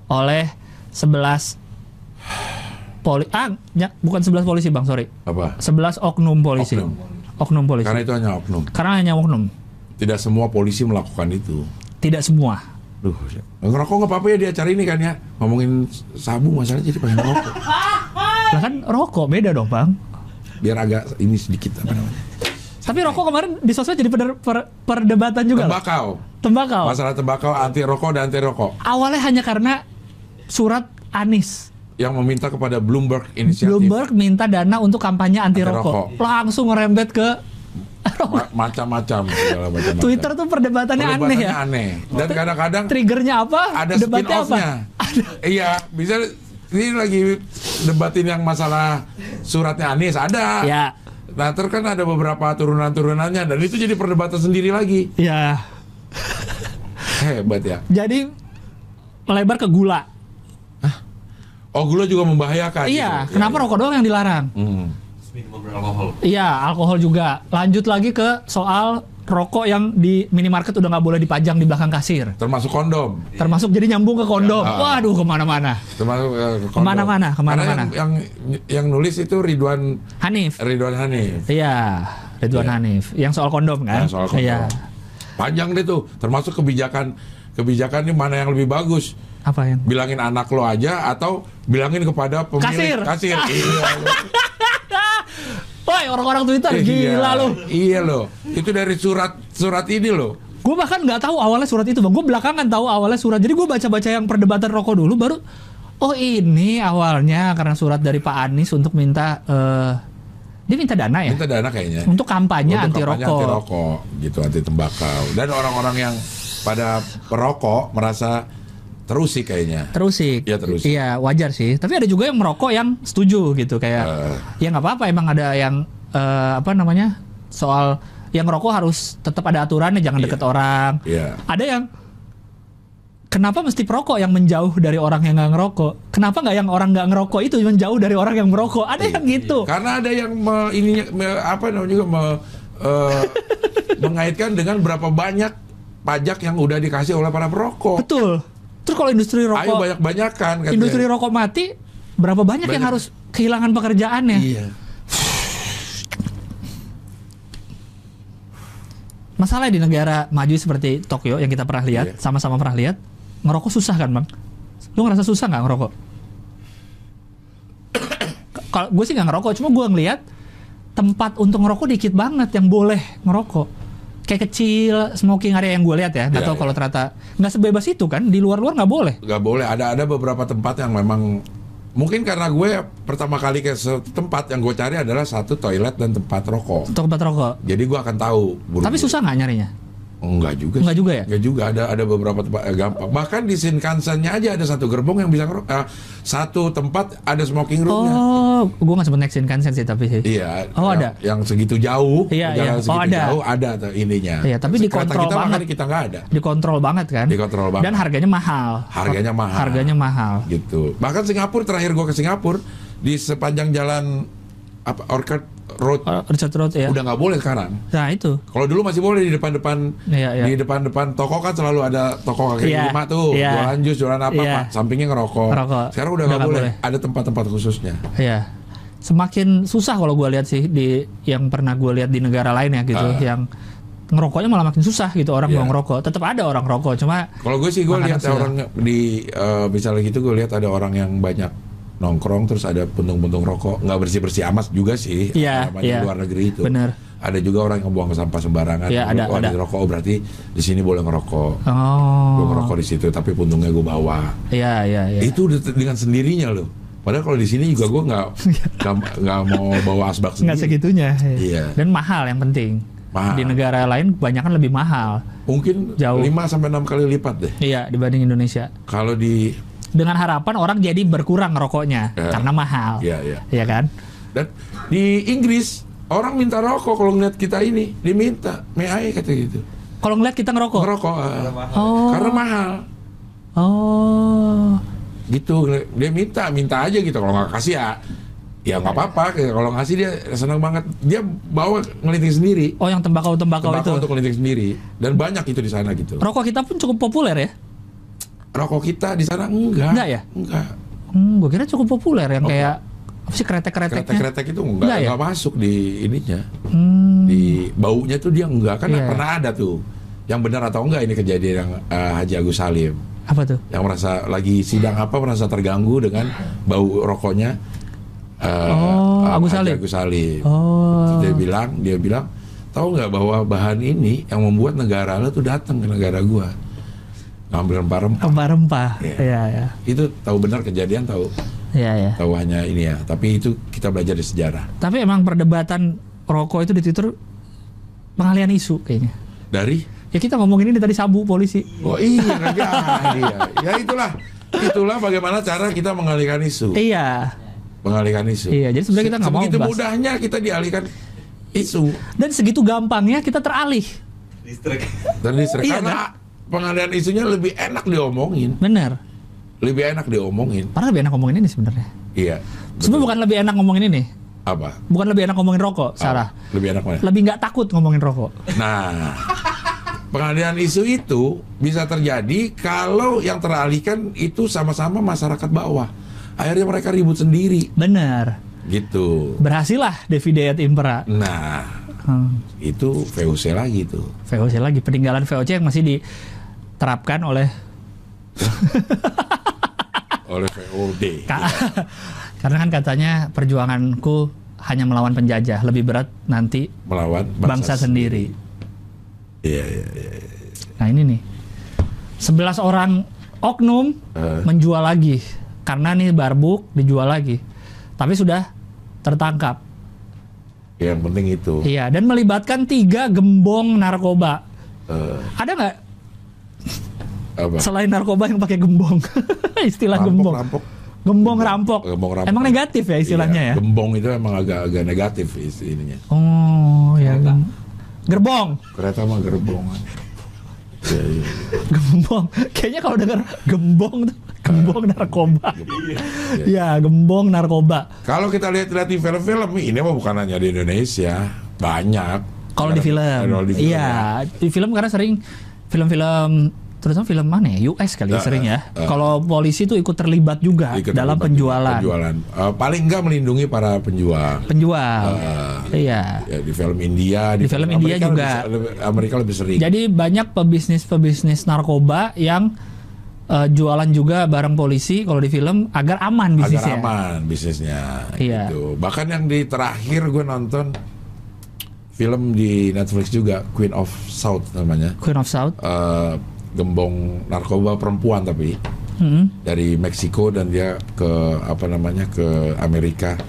Speaker 3: oleh 11 poli ah ya, bukan 11 polisi Bang, sorry.
Speaker 1: Apa?
Speaker 3: 11 oknum polisi.
Speaker 1: Oknum.
Speaker 3: Oknum, polisi.
Speaker 1: Karena itu
Speaker 3: Karena,
Speaker 1: hanya oknum.
Speaker 3: hanya oknum,
Speaker 1: Tidak semua polisi melakukan itu.
Speaker 3: tidak semua.
Speaker 1: Duh, ngerokok nggak apa-apa ya di acara ini kan ya? Ngomongin sabu masalah jadi pengen ngerokok.
Speaker 3: Lah kan rokok beda dong, Bang.
Speaker 1: Biar agak ini sedikit apa namanya?
Speaker 3: Tapi rokok kemarin di sosmed jadi perder- per- perdebatan juga loh.
Speaker 1: Tembakau.
Speaker 3: Tembakau.
Speaker 1: Masalah tembakau anti rokok dan anti rokok
Speaker 3: Awalnya hanya karena surat Anies.
Speaker 1: yang meminta kepada Bloomberg inisiatif
Speaker 3: Bloomberg minta dana untuk kampanye anti
Speaker 1: Anti-rokok.
Speaker 3: rokok. Langsung ngerembet ke
Speaker 1: Ma- macam-macam segala macam-macam.
Speaker 3: Twitter tuh perdebatannya aneh
Speaker 1: Perdebatannya
Speaker 3: ya.
Speaker 1: aneh. Dan kadang-kadang
Speaker 3: Triggernya apa?
Speaker 1: ada spin
Speaker 3: Debatnya apa?
Speaker 1: offnya iya bisa ini lagi debatin yang masalah suratnya Anies ada
Speaker 3: Ya.
Speaker 1: nah terus kan ada beberapa turunan-turunannya dan itu jadi perdebatan sendiri lagi
Speaker 3: Ya.
Speaker 1: hebat ya
Speaker 3: Jadi melebar ke gula.
Speaker 1: oh gula juga membahayakan
Speaker 3: Iya,
Speaker 1: gitu.
Speaker 3: kenapa
Speaker 1: Ya,
Speaker 3: rokok doang yang dilarang?
Speaker 1: ya. Hmm.
Speaker 2: Terus Minum beralkohol.
Speaker 3: Iya, alkohol juga. Lanjut lagi ke soal rokok yang di minimarket udah nggak boleh dipajang di belakang kasir.
Speaker 1: termasuk kondom
Speaker 3: Termasuk jadi nyambung ke kondom.
Speaker 1: Ya.
Speaker 3: Waduh, kemana-mana.
Speaker 1: termasuk eh, kondom.
Speaker 3: Kemana-mana,
Speaker 1: Karena
Speaker 3: kemana-mana.
Speaker 1: yang, yang yang nulis itu Ridwan
Speaker 3: Hanif.
Speaker 1: Ridwan Hanif
Speaker 3: Iya, Ridwan
Speaker 1: Iya.
Speaker 3: Hanif. Yang soal kondom
Speaker 1: Nah,
Speaker 3: kan?
Speaker 1: soal kondom.
Speaker 3: Iya.
Speaker 1: panjang deh tuh termasuk kebijakan kebijakan ini mana yang lebih bagus
Speaker 3: Apa yang?
Speaker 1: bilangin anak lo aja atau bilangin kepada pemilik
Speaker 3: Kasir.
Speaker 1: iya lo.
Speaker 3: Woi, orang-orang Twitter
Speaker 1: Eh,
Speaker 3: gila
Speaker 1: iya.
Speaker 3: lu.
Speaker 1: Iya lo. Itu dari surat surat ini lo.
Speaker 3: Gue bahkan nggak tahu awalnya surat itu bang. Gue belakangan tahu awalnya surat. Jadi gue baca-baca yang perdebatan rokok dulu, baru oh ini awalnya karena surat dari Pak Anies untuk minta eh, dia minta dana ya
Speaker 1: Minta dana kayaknya.
Speaker 3: untuk kampanye
Speaker 1: Untuk
Speaker 3: anti
Speaker 1: kampanye
Speaker 3: rokok.
Speaker 1: anti rokok gitu, anti tembakau. Dan orang-orang yang pada perokok merasa Terus sih kayaknya.
Speaker 3: terusik.
Speaker 1: Iya, terusik.
Speaker 3: Iya, wajar sih. Tapi ada juga yang merokok yang setuju gitu kayak
Speaker 1: Eh.
Speaker 3: ya nggak apa-apa emang ada yang eh, apa namanya? soal yang ngerokok harus tetap ada aturannya jangan deket orang.
Speaker 1: Iya.
Speaker 3: Ada yang Kenapa mesti perokok yang menjauh dari orang yang nggak ngerokok? Kenapa nggak yang orang nggak ngerokok itu menjauh dari orang yang merokok?
Speaker 1: Iya,
Speaker 3: Ada yang gitu.
Speaker 1: Karena ada yang me- ininya me- apa namanya juga me- eh, mengaitkan dengan berapa banyak pajak yang udah dikasih oleh para perokok.
Speaker 3: Betul. Terus kalau industri
Speaker 1: Ayo
Speaker 3: rokok
Speaker 1: banyak-banyakan katanya.
Speaker 3: industri rokok mati, berapa banyak, yang
Speaker 1: Banyak.
Speaker 3: harus kehilangan pekerjaannya?
Speaker 1: Iya.
Speaker 3: Masalah di negara maju seperti Tokyo yang kita pernah
Speaker 1: Iya.
Speaker 3: lihat, sama-sama pernah lihat, ngerokok susah kan, Bang? Lu ngerasa susah nggak ngerokok? K- Kalau gue sih nggak ngerokok, cuma gue ngeliat tempat untuk ngerokok dikit banget yang boleh ngerokok. Kayak kecil smoking area yang gue lihat ya, nggak
Speaker 1: Iya,
Speaker 3: tahu
Speaker 1: iya.
Speaker 3: kalau ternyata nggak sebebas itu kan, di luar-luar nggak boleh.
Speaker 1: nggak boleh ada ada beberapa tempat yang memang mungkin karena gue pertama kali ke se- tempat yang gue cari adalah satu toilet dan tempat rokok
Speaker 3: Untuk tempat rokok.
Speaker 1: jadi gue akan tahu buru-buru.
Speaker 3: Tapi susah nggak nyarinya?
Speaker 1: Oh, enggak juga
Speaker 3: Nggak
Speaker 1: sih.
Speaker 3: juga ya?
Speaker 1: nggak juga ada ada beberapa tempat eh, gampang bahkan di Shinkansen-nya aja ada satu gerbong yang bisa ngerok eh, satu tempat ada smoking roomnya
Speaker 3: Oh, gue nggak sempet naik Shinkansen sih tapi sih.
Speaker 1: Iya,
Speaker 3: Oh,
Speaker 1: yang-
Speaker 3: ada.
Speaker 1: yang segitu jauh,
Speaker 3: Iya,
Speaker 1: jalan
Speaker 3: iya. Oh,
Speaker 1: segitu
Speaker 3: ada.
Speaker 1: jauh ada tuh ininya.
Speaker 3: Iya, tapi
Speaker 1: Kereta
Speaker 3: dikontrol
Speaker 1: kita makanya
Speaker 3: banget.
Speaker 1: kita nggak ada.
Speaker 3: Dikontrol banget kan?
Speaker 1: Dikontrol banget.
Speaker 3: Dan harganya mahal.
Speaker 1: Harganya mahal.
Speaker 3: Harganya mahal.
Speaker 1: gitu. Bahkan Singapura terakhir gua ke Singapura di sepanjang jalan apa Orchard Road
Speaker 3: Oh, Richard Road ya.
Speaker 1: udah nggak boleh sekarang.
Speaker 3: Nah itu.
Speaker 1: Kalau dulu masih boleh di depan-depan
Speaker 3: Iya, iya.
Speaker 1: di depan-depan toko kan selalu ada toko kaki
Speaker 3: Iya,
Speaker 1: lima tuh
Speaker 3: iya.
Speaker 1: jualan jus jualan apa
Speaker 3: Iya.
Speaker 1: Pak. sampingnya ngerokok.
Speaker 3: Ngerokok.
Speaker 1: Sekarang udah nggak boleh. Ada tempat-tempat khususnya.
Speaker 3: Ya. Semakin susah kalau gue lihat sih di yang pernah gue lihat di negara lain ya gitu,
Speaker 1: Ah.
Speaker 3: yang ngerokoknya malah makin susah gitu orang
Speaker 1: Iya.
Speaker 3: mau ngerokok. Tetap ada orang rokok, cuma
Speaker 1: Kalau gue sih gue
Speaker 3: Makanan
Speaker 1: lihat
Speaker 3: sudah.
Speaker 1: orang di eh, misalnya gitu gue lihat ada orang yang banyak nongkrong terus ada puntung-puntung rokok nggak bersih bersih amat juga sih
Speaker 3: Iya,
Speaker 1: namanya
Speaker 3: iya.
Speaker 1: di luar negeri itu.
Speaker 3: Bener.
Speaker 1: Ada juga orang yang buang sampah sembarangan.
Speaker 3: Iya, ada,
Speaker 1: oh,
Speaker 3: ada.
Speaker 1: rokok berarti di sini boleh ngerokok. Gue
Speaker 3: oh,
Speaker 1: ngerokok di situ tapi puntungnya gue bawa.
Speaker 3: iya iya iya.
Speaker 1: Itu udah dengan sendirinya loh. Padahal kalau di sini juga gue nggak nggak- nggak mau bawa asbak sendiri.
Speaker 3: Iya. Nggak segitunya. ya.
Speaker 1: Iya.
Speaker 3: Dan mahal yang penting.
Speaker 1: Mahal.
Speaker 3: Di negara lain kebanyakan lebih mahal.
Speaker 1: Mungkin
Speaker 3: Jauh.
Speaker 1: 5 sampai enam kali lipat deh.
Speaker 3: Iya dibanding Indonesia.
Speaker 1: Kalau di
Speaker 3: Dengan harapan orang jadi berkurang ngerokoknya
Speaker 1: Ya.
Speaker 3: karena mahal.
Speaker 1: ya ya.
Speaker 3: Iya kan?
Speaker 1: Dan di Inggris orang minta rokok kalau ngeliat kita ini diminta may I kata gitu
Speaker 3: Kalau ngeliat kita ngerokok.
Speaker 1: ngerokok ah.
Speaker 2: Karena mahal.
Speaker 3: Oh.
Speaker 1: karena mahal
Speaker 3: Oh.
Speaker 1: gitu dia minta minta aja gitu kalau nggak kasih ya ya nggak apa-apa Kayak kalau ngasih dia senang banget dia bawa ngeliting sendiri
Speaker 3: Oh yang tembakau-tembakau itu.
Speaker 1: Tembakau untuk ngeliting sendiri dan banyak itu di sana gitu
Speaker 3: Rokok kita pun cukup populer ya.
Speaker 1: rokok kita di sana enggak
Speaker 3: Enggak ya?
Speaker 1: enggak
Speaker 3: Hmm, gue kira cukup populer yang
Speaker 1: Oke.
Speaker 3: kayak apa sih kretek-kreteknya?
Speaker 1: kretek-kretek itu enggak
Speaker 3: Enggak
Speaker 1: enggak,
Speaker 3: ya?
Speaker 1: masuk di ininya
Speaker 3: Hmm.
Speaker 1: di baunya tuh dia enggak kan
Speaker 3: Iya.
Speaker 1: pernah ada tuh yang benar atau enggak ini kejadian yang eh, Haji Agus Salim
Speaker 3: Apa tuh?
Speaker 1: yang merasa lagi sidang apa merasa terganggu dengan bau rokoknya eh,
Speaker 3: Oh,
Speaker 1: eh,
Speaker 3: Agus
Speaker 1: Haji
Speaker 3: Salim.
Speaker 1: Agus Salim. Terus
Speaker 3: Oh.
Speaker 1: Dia bilang, dia bilang, tahu nggak bahwa bahan ini yang membuat negara lo tuh datang ke negara gua ngambil rempah-rempah.
Speaker 3: Rempah-rempah.
Speaker 1: Iya.
Speaker 3: Iya, iya.
Speaker 1: Itu tahu benar kejadian tahu
Speaker 3: Iya, iya.
Speaker 1: tahu hanya ini ya. Tapi itu kita belajar di sejarah.
Speaker 3: Tapi emang perdebatan rokok itu di Twitter pengalian isu kayaknya.
Speaker 1: Dari
Speaker 3: Ya kita ngomongin ini tadi sabu polisi.
Speaker 1: oh iya nggak jadi ya. Ya itulah itulah bagaimana cara kita mengalihkan isu.
Speaker 3: Iya.
Speaker 1: mengalihkan isu.
Speaker 3: Iya, jadi sebenarnya kita nggak mau
Speaker 1: Sebegitu
Speaker 3: bahas.
Speaker 1: mudahnya kita dialihkan isu
Speaker 3: Dan segitu gampangnya kita teralih.
Speaker 2: Listrik.
Speaker 1: dan diserang.
Speaker 3: Iya,
Speaker 1: karena pengalihan isunya lebih enak diomongin,
Speaker 3: Bener.
Speaker 1: lebih enak diomongin.
Speaker 3: Padahal lebih enak ngomongin ini sebenarnya.
Speaker 1: Iya.
Speaker 3: Sebenarnya
Speaker 1: betul.
Speaker 3: bukan lebih enak ngomongin ini.
Speaker 1: apa?
Speaker 3: Bukan lebih enak ngomongin rokok, Sarah.
Speaker 1: Apa? Lebih enak mana?
Speaker 3: Lebih nggak takut ngomongin rokok.
Speaker 1: Nah, pengalihan isu itu bisa terjadi kalau yang teralihkan itu sama-sama masyarakat bawah. Akhirnya mereka ribut sendiri
Speaker 3: Bener.
Speaker 1: gitu.
Speaker 3: Berhasillah Devi Dayat Impera.
Speaker 1: Nah,
Speaker 3: Hmm.
Speaker 1: itu VOC lagi tuh.
Speaker 3: VOC lagi peninggalan VOC yang masih diterapkan oleh
Speaker 1: oleh VOD.
Speaker 3: Ka- karena kan katanya perjuanganku hanya melawan penjajah lebih berat nanti
Speaker 1: melawan
Speaker 3: bangsa, sendiri.
Speaker 1: Iya, iya, iya.
Speaker 3: Nah ini nih 11 orang oknum
Speaker 1: Eh.
Speaker 3: menjual lagi karena nih barbuk dijual lagi tapi sudah tertangkap
Speaker 1: Yang penting itu.
Speaker 3: iya dan melibatkan tiga gembong narkoba
Speaker 1: Eh,
Speaker 3: ada nggak
Speaker 1: Apa?
Speaker 3: Selain narkoba yang pakai gembong. Istilah
Speaker 1: Rampok,
Speaker 3: gembong.
Speaker 1: rampok.
Speaker 3: Gembong rampok.
Speaker 1: Gembong rampok.
Speaker 3: Emang negatif ya istilahnya
Speaker 1: Iya,
Speaker 3: ya?
Speaker 1: Gembong itu emang agak-agak negatif is- ininya.
Speaker 3: Oh, ya.
Speaker 1: Iya.
Speaker 3: gem- Gerbong.
Speaker 1: Kereta mah gerbongan. Iya, iya.
Speaker 3: Gembong. Kayaknya kalau dengar gembong
Speaker 1: Eh,
Speaker 3: tuh gembong narkoba.
Speaker 1: iya.
Speaker 3: Ya, gembong narkoba.
Speaker 1: Kalau kita lihat-lihat di film-film ini mah bukan hanya di Indonesia, banyak.
Speaker 3: Kalau di film.
Speaker 1: Kalau di film. ya.
Speaker 3: Iya, di film karena sering film-film terutama film mana ya? US kali
Speaker 1: Eh,
Speaker 3: ya sering ya.
Speaker 1: eh, eh.
Speaker 3: Kalau polisi tuh ikut terlibat juga
Speaker 1: Ikut
Speaker 3: dalam
Speaker 1: terlibat
Speaker 3: penjualan.
Speaker 1: penjualan. Eh, paling enggak melindungi para penjual.
Speaker 3: Penjual. Iya.
Speaker 1: Ya, di film India,
Speaker 3: Di film India
Speaker 1: Amerika
Speaker 3: juga.
Speaker 1: lebih- lebih- Amerika lebih sering.
Speaker 3: Jadi banyak pebisnis-pebisnis narkoba yang eh, jualan juga bareng polisi kalau di film agar
Speaker 1: agak
Speaker 3: aman bisnisnya.
Speaker 1: aman bisnisnya
Speaker 3: Iya.
Speaker 1: gitu. Bahkan yang di terakhir gue nonton film di Netflix juga Queen of South namanya.
Speaker 3: Queen of South.
Speaker 1: Eh, gembong narkoba perempuan tapi
Speaker 3: Hmm.
Speaker 1: dari Meksiko dan dia ke apa namanya ke Amerika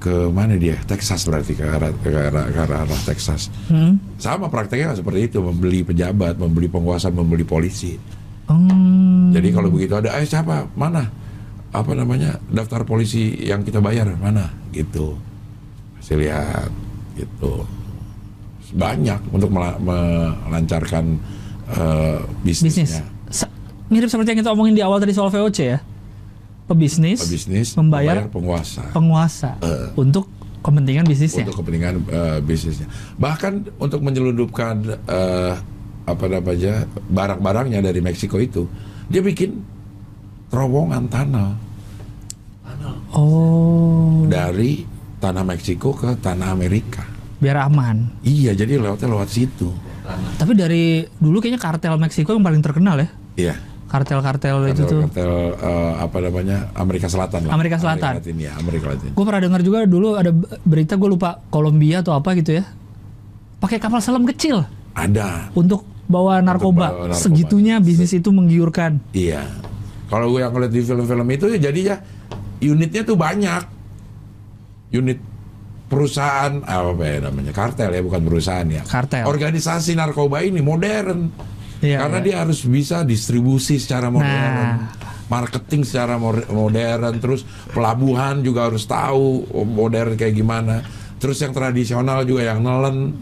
Speaker 1: ke mana dia Texas berarti ke arah ke arah, ke arah- arah Texas
Speaker 3: Hmm.
Speaker 1: sama prakteknya seperti itu membeli pejabat membeli penguasa membeli polisi
Speaker 3: Hmm.
Speaker 1: jadi kalau begitu ada, eh siapa? Mana? Apa namanya? Daftar polisi yang kita bayar mana? Gitu. Saya lihat gitu. Banyak untuk mela- melancarkan eh,
Speaker 3: bisnis.
Speaker 1: bisnisnya.
Speaker 3: Sa- mirip seperti yang kita omongin di awal tadi soal VOC ya. Pebisnis,
Speaker 1: Bisnis
Speaker 3: membayar
Speaker 1: penguasa
Speaker 3: penguasa
Speaker 1: Eh.
Speaker 3: untuk kepentingan bisnisnya.
Speaker 1: untuk kepentingan eh, bisnisnya. Bahkan untuk menyelundupkan eh, apa namanya? barang-barangnya dari Meksiko itu, dia bikin terowongan tanah.
Speaker 3: Oh,
Speaker 1: dari tanah Meksiko ke tanah Amerika.
Speaker 3: biar aman.
Speaker 1: Iya, jadi lewatnya lewat situ.
Speaker 2: tanah
Speaker 3: Tapi dari dulu kayaknya kartel Meksiko yang paling terkenal ya.
Speaker 1: Iya.
Speaker 3: Kartel-kartel itu tuh.
Speaker 1: Kartel-kartel eh, apa namanya Amerika Selatan lah.
Speaker 3: Amerika Selatan.
Speaker 1: Amerika Latin ya, Amerika Latin.
Speaker 3: Gue pernah dengar juga dulu ada b- berita gue lupa Kolombia atau apa gitu ya. Pakai kapal selam kecil
Speaker 1: Ada.
Speaker 3: untuk bawa narkoba.
Speaker 1: bawa narkoba.
Speaker 3: Segitunya bisnis itu menggiurkan.
Speaker 1: Iya. Kalau gue yang ngeliat di film-film itu ya jadi ya unitnya tuh banyak. Unit perusahaan apa ya namanya kartel ya bukan perusahaan ya.
Speaker 3: Kartel.
Speaker 1: Organisasi narkoba ini modern.
Speaker 3: Iya,
Speaker 1: Karena
Speaker 3: iya.
Speaker 1: dia harus bisa distribusi secara modern,
Speaker 3: Nah.
Speaker 1: marketing secara mor- modern, terus pelabuhan juga harus tahu oh, modern kayak gimana. Terus yang tradisional juga yang nelen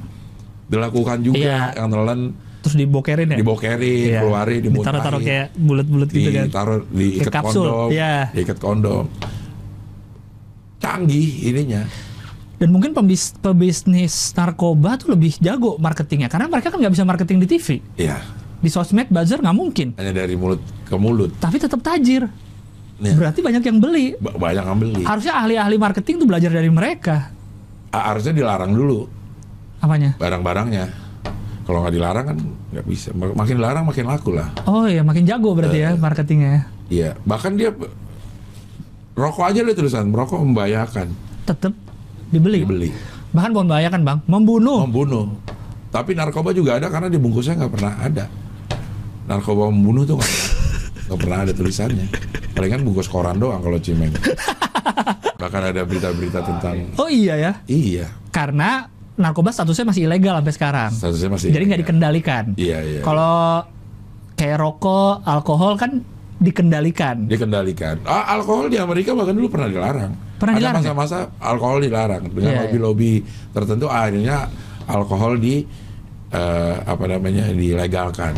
Speaker 1: dilakukan juga
Speaker 3: Iya.
Speaker 1: yang nelen
Speaker 3: Terus dibokerin ya.
Speaker 1: dibokerin,
Speaker 3: Iya.
Speaker 1: keluarin, dimuntahin,
Speaker 3: Ditaruh-taruh kayak bulat-bulat gitu kan.
Speaker 1: ditaruh diikat
Speaker 3: Kayak kapsul,
Speaker 1: kondom,
Speaker 3: iya.
Speaker 1: diikat kondom. Canggih ininya.
Speaker 3: Dan mungkin pembis- pebisnis narkoba tuh lebih jago marketingnya. Karena mereka kan nggak bisa marketing di TV.
Speaker 1: Iya,
Speaker 3: Di sosmed buzzer nggak mungkin.
Speaker 1: hanya dari mulut ke mulut.
Speaker 3: Tapi tetap tajir.
Speaker 1: Iya.
Speaker 3: Berarti banyak yang beli.
Speaker 1: Ba- Banyak yang beli.
Speaker 3: Harusnya ahli-ahli marketing tuh belajar dari mereka.
Speaker 1: Ah, Harusnya dilarang dulu
Speaker 3: Apanya?
Speaker 1: barang-barangnya. Kalau nggak dilarang kan nggak bisa. Mak- Makin dilarang makin laku lah.
Speaker 3: Oh iya, makin jago berarti ya marketingnya. ya.
Speaker 1: Iya, bahkan dia rokok aja ada tulisan merokok membahayakan
Speaker 3: Tetap dibeli.
Speaker 1: dibeli,
Speaker 3: Bahkan bukan membahayakan bang, membunuh.
Speaker 1: membunuh. Tapi narkoba juga ada karena dibungkusnya nggak pernah ada. Narkoba membunuh tuh nggak pernah- nggak pernah ada tulisannya. Palingan bungkus koran doang kalau cimeng. Bahkan ada berita-berita tentang
Speaker 3: Oh iya ya,
Speaker 1: iya,
Speaker 3: karena narkoba statusnya masih ilegal sampai sekarang.
Speaker 1: statusnya masih.
Speaker 3: Jadi nggak dikendalikan.
Speaker 1: Iya iya.
Speaker 3: Kalau kayak rokok, alkohol kan dikendalikan.
Speaker 1: dikendalikan. Ah, alkohol di Amerika bahkan dulu pernah dilarang.
Speaker 3: Pernah
Speaker 1: Ada
Speaker 3: dilarang, ya?
Speaker 1: masa-masa alkohol dilarang dengan
Speaker 3: Iya, iya.
Speaker 1: lobby-lobby tertentu akhirnya alkohol di eh, apa namanya dilegalkan.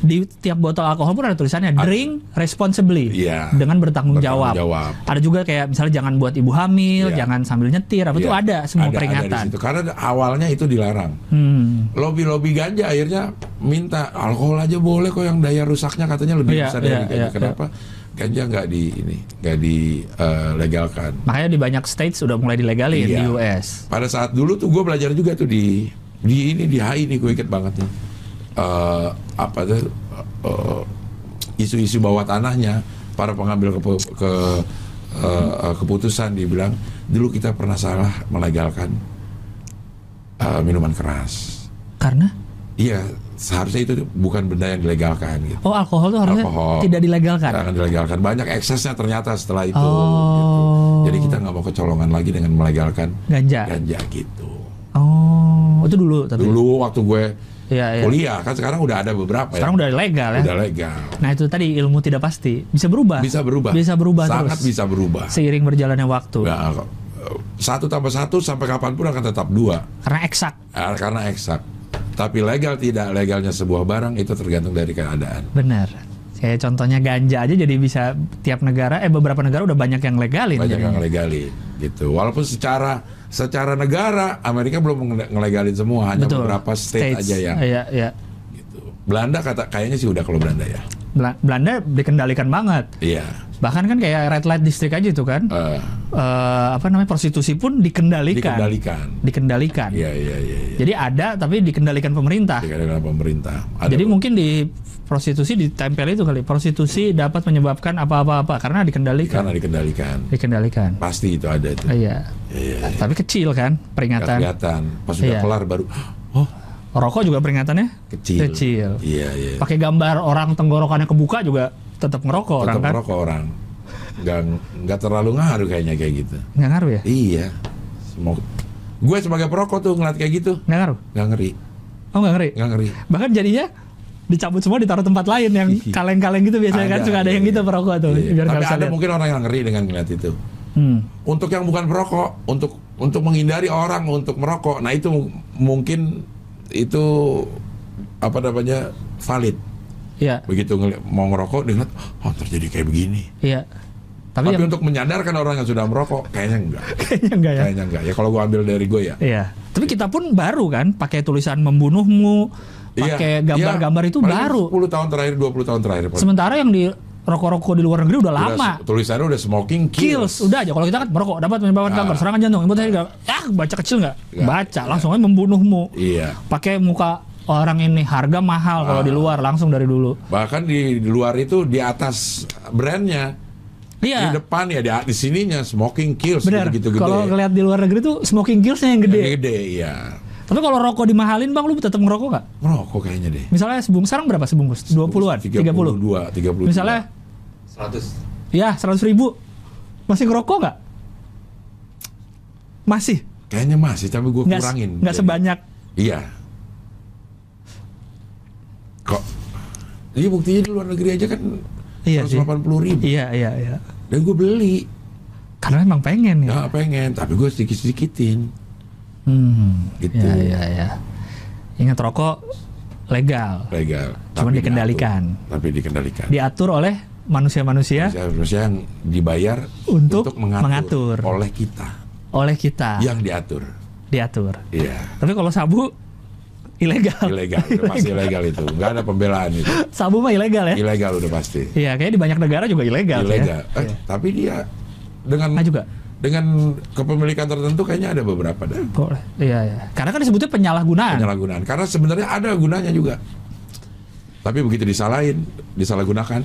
Speaker 3: Di tiap botol alkohol pun ada tulisannya drink responsibly
Speaker 1: Iya.
Speaker 3: dengan bertanggung, jawab.
Speaker 1: jawab.
Speaker 3: Ada juga kayak misalnya jangan buat ibu hamil,
Speaker 1: Iya.
Speaker 3: jangan sambil nyetir, apa itu
Speaker 1: Iya.
Speaker 3: ada
Speaker 1: Ada- ada
Speaker 3: semua
Speaker 1: di
Speaker 3: peringatan.
Speaker 1: situ. Karena awalnya itu dilarang.
Speaker 3: Hmm.
Speaker 1: Lobby-lobby ganja akhirnya minta alkohol aja boleh kok yang daya rusaknya katanya lebih
Speaker 3: Iya,
Speaker 1: besar dari
Speaker 3: iya,
Speaker 1: ganja.
Speaker 3: iya,
Speaker 1: Kenapa? Ganja nggak di eh, ini, nggak dilegalkan.
Speaker 3: Makanya di banyak states udah mulai dilegalin
Speaker 1: Iya.
Speaker 3: di US.
Speaker 1: pada saat dulu tuh gue belajar juga tuh di di ini di HI nih gue inget banget nih Eh, apa tuh eh, isu-isu bawah tanahnya para pengambil kepu- ke, eh, eh, keputusan dibilang dulu kita pernah salah melegalkan eh, minuman keras
Speaker 3: Karena
Speaker 1: iya seharusnya itu bukan benda yang dilegalkan gitu
Speaker 3: oh alkohol tuh harusnya
Speaker 1: Alkohol. Iya.
Speaker 3: tidak dilegalkan.
Speaker 1: jangan dilegalkan banyak eksesnya ternyata setelah itu
Speaker 3: Oh.
Speaker 1: gitu. jadi kita nggak mau kecolongan lagi dengan melegalkan
Speaker 3: Ganja.
Speaker 1: ganja gitu
Speaker 3: Oh, itu dulu tapi.
Speaker 1: Dulu waktu gue
Speaker 3: Iya, iya.
Speaker 1: kuliah kan sekarang udah ada beberapa
Speaker 3: Sekarang
Speaker 1: ya.
Speaker 3: udah legal ya.
Speaker 1: udah legal
Speaker 3: Nah itu tadi ilmu tidak pasti bisa berubah.
Speaker 1: bisa berubah
Speaker 3: Bisa berubah
Speaker 1: sangat
Speaker 3: terus.
Speaker 1: bisa berubah
Speaker 3: Seiring berjalannya waktu.
Speaker 1: Nah, eh, satu tambah satu sampai kapanpun akan tetap dua
Speaker 3: Karena eksak
Speaker 1: Ah, karena eksak tapi legal tidak legalnya sebuah barang itu tergantung dari keadaan
Speaker 3: benar. Saya contohnya ganja aja jadi bisa tiap negara eh beberapa negara udah banyak yang legalin.
Speaker 1: banyak
Speaker 3: jadinya.
Speaker 1: yang legalin gitu walaupun secara secara negara Amerika belum ngele- ngelegalin semua hanya
Speaker 3: Betul.
Speaker 1: beberapa state
Speaker 3: States.
Speaker 1: aja yang
Speaker 3: Iya, iya.
Speaker 1: gitu. Belanda kata kayaknya sih udah kalau Belanda ya
Speaker 3: Bela- Belanda dikendalikan banget.
Speaker 1: iya
Speaker 3: Bahkan kan kayak red light district aja itu kan.
Speaker 1: eh,
Speaker 3: Eh, apa namanya prostitusi pun dikendalikan.
Speaker 1: dikendalikan
Speaker 3: Dikendalikan.
Speaker 1: iya iya iya iya.
Speaker 3: Jadi ada tapi dikendalikan pemerintah.
Speaker 1: dikendalikan pemerintah Ada
Speaker 3: Jadi mungkin di prostitusi ditempel itu kali. Prostitusi dapat menyebabkan apa-apa-apa karena dikendalikan.
Speaker 1: karena dikendalikan
Speaker 3: Dikendalikan.
Speaker 1: pasti itu ada itu
Speaker 3: Iya.
Speaker 1: iya
Speaker 3: Tapi kecil kan peringatan.
Speaker 1: kelihatan pas sudah
Speaker 3: Iya.
Speaker 1: kelar baru oh
Speaker 3: Rokok juga peringatannya
Speaker 1: kecil
Speaker 3: Kecil.
Speaker 1: iya iya
Speaker 3: Pakai gambar orang tenggorokannya kebuka juga tetap ngerokok orang
Speaker 1: tetap
Speaker 3: kan.
Speaker 1: merokok orang nggak nggak terlalu ngaruh kayaknya kayak gitu
Speaker 3: Nggak ngaruh ya?
Speaker 1: iya semoga gue sebagai perokok tuh ngeliat kayak gitu
Speaker 3: Nggak ngaruh.
Speaker 1: nggak ngeri
Speaker 3: Oh nggak ngeri.
Speaker 1: nggak ngeri
Speaker 3: Bahkan jadinya dicabut semua ditaruh tempat lain yang kaleng-kaleng gitu biasanya kan suka ada yang gitu perokok tuh
Speaker 1: Iya.
Speaker 3: biar nggak
Speaker 1: tapi
Speaker 3: bisa
Speaker 1: ada
Speaker 3: lihat.
Speaker 1: mungkin orang yang ngeri dengan ngeliat itu
Speaker 3: Hmm.
Speaker 1: untuk yang bukan perokok untuk untuk menghindari orang untuk merokok nah itu m- mungkin itu apa namanya valid
Speaker 3: Iya.
Speaker 1: begitu ngeli- mau ngerokok dia ngeliat oh terjadi kayak begini
Speaker 3: Iya. Tapi,
Speaker 1: tapi,
Speaker 3: yang
Speaker 1: untuk menyadarkan orang yang sudah merokok kayaknya enggak
Speaker 3: kayaknya enggak ya.
Speaker 1: kayaknya enggak ya kalau gua ambil dari gue ya
Speaker 3: Iya. Tapi kita pun baru kan pakai tulisan membunuhmu,
Speaker 1: Iya.
Speaker 3: pakai gambar-gambar itu baru.
Speaker 1: 10 Iya. tahun terakhir 20 tahun terakhir Pak.
Speaker 3: Sementara yang di rokok-rokok di luar negeri udah
Speaker 1: Udah
Speaker 3: lama.
Speaker 1: se- tulisannya udah smoking kills,
Speaker 3: Kills, udah aja. Kalau kita kan merokok dapat menyebabkan
Speaker 1: Ah.
Speaker 3: kanker, serangan jantung, impotens, gal- ah baca kecil nggak?
Speaker 1: Nggak.
Speaker 3: Baca, langsung aja membunuhmu.
Speaker 1: iya
Speaker 3: Pakai muka orang ini harga mahal kalau
Speaker 1: Ah.
Speaker 3: di luar langsung dari dulu.
Speaker 1: bahkan di, di luar itu di atas brandnya di
Speaker 3: Iya.
Speaker 1: depan ya di, di sininya smoking kills
Speaker 3: Benar.
Speaker 1: gitu gitu
Speaker 3: Kalau ngeliat di luar negeri tuh smoking killsnya yang gede.
Speaker 1: gede ya
Speaker 3: Tapi kalau rokok dimahalin bang, lu tetap ngerokok nggak?
Speaker 1: merokok kayaknya deh
Speaker 3: Misalnya sebung sekarang berapa sebungkus? 20-an, 30.
Speaker 1: 32 30
Speaker 3: Misalnya
Speaker 2: 100
Speaker 3: Ya, 100 ribu. Masih ngerokok nggak? Masih.
Speaker 1: kayaknya masih tapi gue
Speaker 3: Nggak se-
Speaker 1: kurangin
Speaker 3: nggak
Speaker 1: Jadi-
Speaker 3: sebanyak.
Speaker 1: iya kok ini buktinya di luar negeri aja kan
Speaker 3: Iya sih.
Speaker 1: 180 ribu
Speaker 3: Iya, iya, iya.
Speaker 1: dan gue beli
Speaker 3: Karena emang pengen ya.
Speaker 1: nggak pengen tapi gue sedikit sedikitin
Speaker 3: Hmm,
Speaker 1: Gitu.
Speaker 3: Iya, iya, iya. Ingat rokok legal.
Speaker 1: legal
Speaker 3: Cuman
Speaker 1: Tapi
Speaker 3: dikendalikan.
Speaker 1: diatur. tapi dikendalikan
Speaker 3: Diatur oleh manusia-manusia
Speaker 1: manusia yang dibayar
Speaker 3: Untuk
Speaker 1: mengatur,
Speaker 3: mengatur. Ah.
Speaker 1: oleh kita
Speaker 3: oleh kita.
Speaker 1: yang diatur
Speaker 3: Diatur.
Speaker 1: iya
Speaker 3: Tapi kalau sabu ilegal.
Speaker 1: ilegal udah pasti ilegal itu nggak ada pembelaan itu
Speaker 3: Sabu mah ilegal ya.
Speaker 1: ilegal udah pasti
Speaker 3: Iya, kayaknya di banyak negara juga ilegal,
Speaker 1: ilegal
Speaker 3: ya.
Speaker 1: Eh, tapi dia dengan
Speaker 3: Nah juga.
Speaker 1: dengan kepemilikan tertentu kayaknya ada beberapa dah
Speaker 3: Boleh. Iya, iya. Karena kan disebutnya penyalahgunaan.
Speaker 1: penyalahgunaan karena sebenarnya ada gunanya juga tapi begitu disalahin disalahgunakan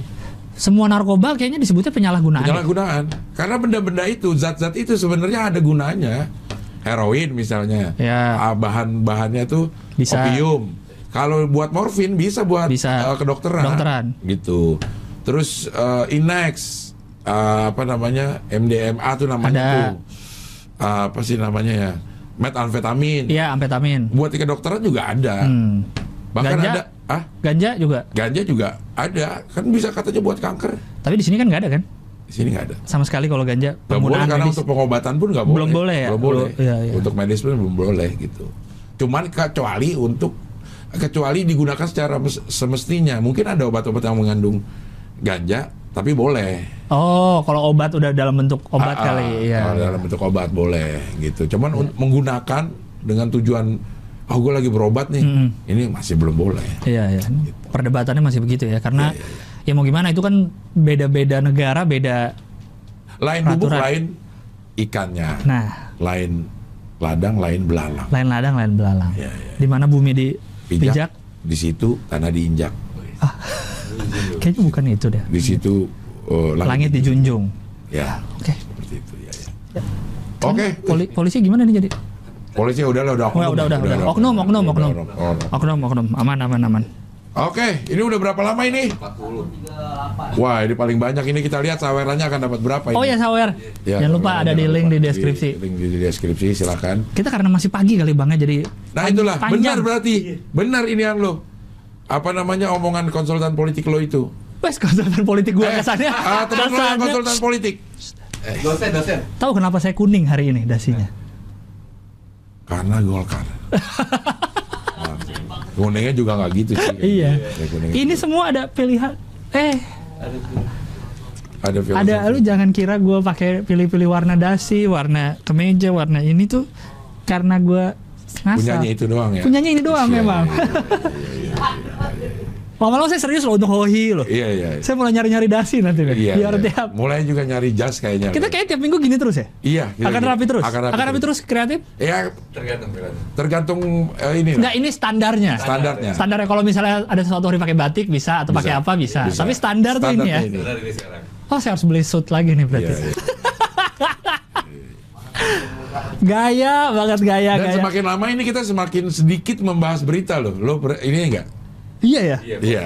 Speaker 3: Semua narkoba kayaknya disebutnya penyalahgunaan. ya.
Speaker 1: penyalahgunaan karena benda-benda itu zat-zat itu sebenarnya ada gunanya heroin misalnya
Speaker 3: Ya.
Speaker 1: Ah, bahan-bahannya tuh
Speaker 3: Bisa.
Speaker 1: opium kalau buat morfin bisa buat
Speaker 3: Bisa.
Speaker 1: eh, kedokteran
Speaker 3: Kedokteran.
Speaker 1: gitu terus eh, inex eh, apa namanya MDMA tuh namanya
Speaker 3: Ada.
Speaker 1: tuh Eh, apa sih namanya ya metamfetamin
Speaker 3: Iya, amfetamin.
Speaker 1: buat di kedokteran juga ada
Speaker 3: Hmm.
Speaker 1: bahkan
Speaker 3: Ganja?
Speaker 1: ada ah
Speaker 3: Ganja juga.
Speaker 1: ganja juga ada kan bisa katanya buat kanker
Speaker 3: Tapi di sini kan nggak ada kan?
Speaker 1: di sini nggak ada
Speaker 3: Sama sekali kalau ganja
Speaker 1: Gak boleh
Speaker 3: penggunaan
Speaker 1: karena
Speaker 3: medis.
Speaker 1: untuk pengobatan pun nggak boleh.
Speaker 3: Belum boleh ya?
Speaker 1: Belum boleh.
Speaker 3: Belum- iya, iya.
Speaker 1: Untuk medis pun belum boleh gitu. Cuman kecuali untuk kecuali digunakan secara mes- semestinya. Mungkin ada obat-obat yang mengandung ganja tapi boleh.
Speaker 3: Oh, kalau obat udah dalam bentuk
Speaker 1: Ah,
Speaker 3: obat
Speaker 1: ah,
Speaker 3: kali ya.
Speaker 1: kalau Dalam bentuk obat boleh gitu. Cuman un- menggunakan dengan tujuan oh gue lagi berobat nih.
Speaker 3: Mm-mm.
Speaker 1: Ini masih belum boleh.
Speaker 3: Iya, iya. Perdebatannya masih begitu ya karena
Speaker 1: Iya,
Speaker 3: ya mau gimana itu kan beda-beda negara, beda
Speaker 1: Lain bubuk
Speaker 3: Peraturan.
Speaker 1: lain ikannya.
Speaker 3: nah,
Speaker 1: Lain ladang lain belalang.
Speaker 3: lain ladang, lain belalang.
Speaker 1: Iya, iya.
Speaker 3: Di mana bumi
Speaker 1: Pijak,
Speaker 3: dipijak,
Speaker 1: di situ tanah diinjak.
Speaker 3: kayaknya bukan itu deh.
Speaker 1: Di situ eh,
Speaker 3: Langit dijunjung.
Speaker 1: Ya,
Speaker 3: Oke.
Speaker 1: seperti itu ya. ya. Oke,
Speaker 3: Poli- polisi gimana nih jadi?
Speaker 1: polisi udah lah udah
Speaker 3: Oh, ya, udah, udah, udah. Oknum, oknum,
Speaker 1: Udah,
Speaker 3: oknum.
Speaker 1: udah, udah.
Speaker 3: Oknum, oknum. Aman, aman, aman.
Speaker 1: Oke, ini udah berapa lama ini?
Speaker 2: 40
Speaker 4: 38.
Speaker 1: Wah, ini paling banyak ini kita lihat sawerannya akan dapat berapa ini. Iya.
Speaker 3: Oh ya sawer,
Speaker 1: Ya,
Speaker 3: jangan lupa
Speaker 1: sawerannya
Speaker 3: ada di
Speaker 1: jangan
Speaker 3: link
Speaker 1: lupa.
Speaker 3: di deskripsi.
Speaker 1: Di- link di deskripsi silakan.
Speaker 3: Kita karena masih pagi kali bang ya jadi
Speaker 1: Nah
Speaker 3: pan-
Speaker 1: itulah benar
Speaker 3: panjang. Iya.
Speaker 1: berarti benar ini yang lo apa namanya omongan konsultan politik lo itu
Speaker 3: Wes konsultan politik gua
Speaker 1: Eh,
Speaker 3: kesannya.
Speaker 1: ah, teman lo yang
Speaker 3: kesannya-
Speaker 1: konsultan politik
Speaker 2: Eh, dosen dosen
Speaker 3: Tahu kenapa saya kuning hari ini dasinya?
Speaker 1: karena Golkar Nah, kuningnya juga nggak gitu sih
Speaker 3: Iya.
Speaker 1: Ya, kuningnya.
Speaker 3: Ini semua ada pilihan. Eh,
Speaker 2: ada
Speaker 1: ada filosofi.
Speaker 3: ada lu jangan kira gua pakai pilih-pilih warna dasi, warna kemeja, warna ini tuh karena gua ngasal.
Speaker 1: punyanya itu doang ya
Speaker 3: Punyanya ini doang
Speaker 1: Iya,
Speaker 3: memang. Lama-lama saya serius loh untuk hohi loh.
Speaker 1: iya iya iya.
Speaker 3: Saya mulai nyari-nyari dasi nanti deh.
Speaker 1: Iya,
Speaker 3: Biar
Speaker 1: iya.
Speaker 3: tiap
Speaker 1: mulai juga nyari jas kayaknya
Speaker 3: kita kayak tiap minggu gini terus ya.
Speaker 1: iya kita-
Speaker 3: akan rapi terus.
Speaker 1: akan rapi, terus.
Speaker 3: terus kreatif.
Speaker 1: ya
Speaker 2: tergantung tergantung
Speaker 1: tergantung eh, ini lah,
Speaker 3: Enggak ini standarnya.
Speaker 1: standarnya
Speaker 3: Standarnya ya, kalau misalnya ada sesuatu hari pakai batik bisa atau pakai
Speaker 1: Ya. Bisa.
Speaker 3: apa bisa.
Speaker 1: Bisa.
Speaker 3: Tapi standar tuh ini
Speaker 1: Standarnya
Speaker 3: ya.
Speaker 1: ini.
Speaker 2: Benar ini sekarang
Speaker 3: Oh saya harus beli suit lagi nih berarti.
Speaker 1: Iya, iya.
Speaker 3: Gaya banget gaya
Speaker 1: dan
Speaker 3: gaya.
Speaker 1: semakin lama ini kita semakin sedikit membahas berita loh lo per- ini enggak
Speaker 3: Iya ya.
Speaker 1: Iya,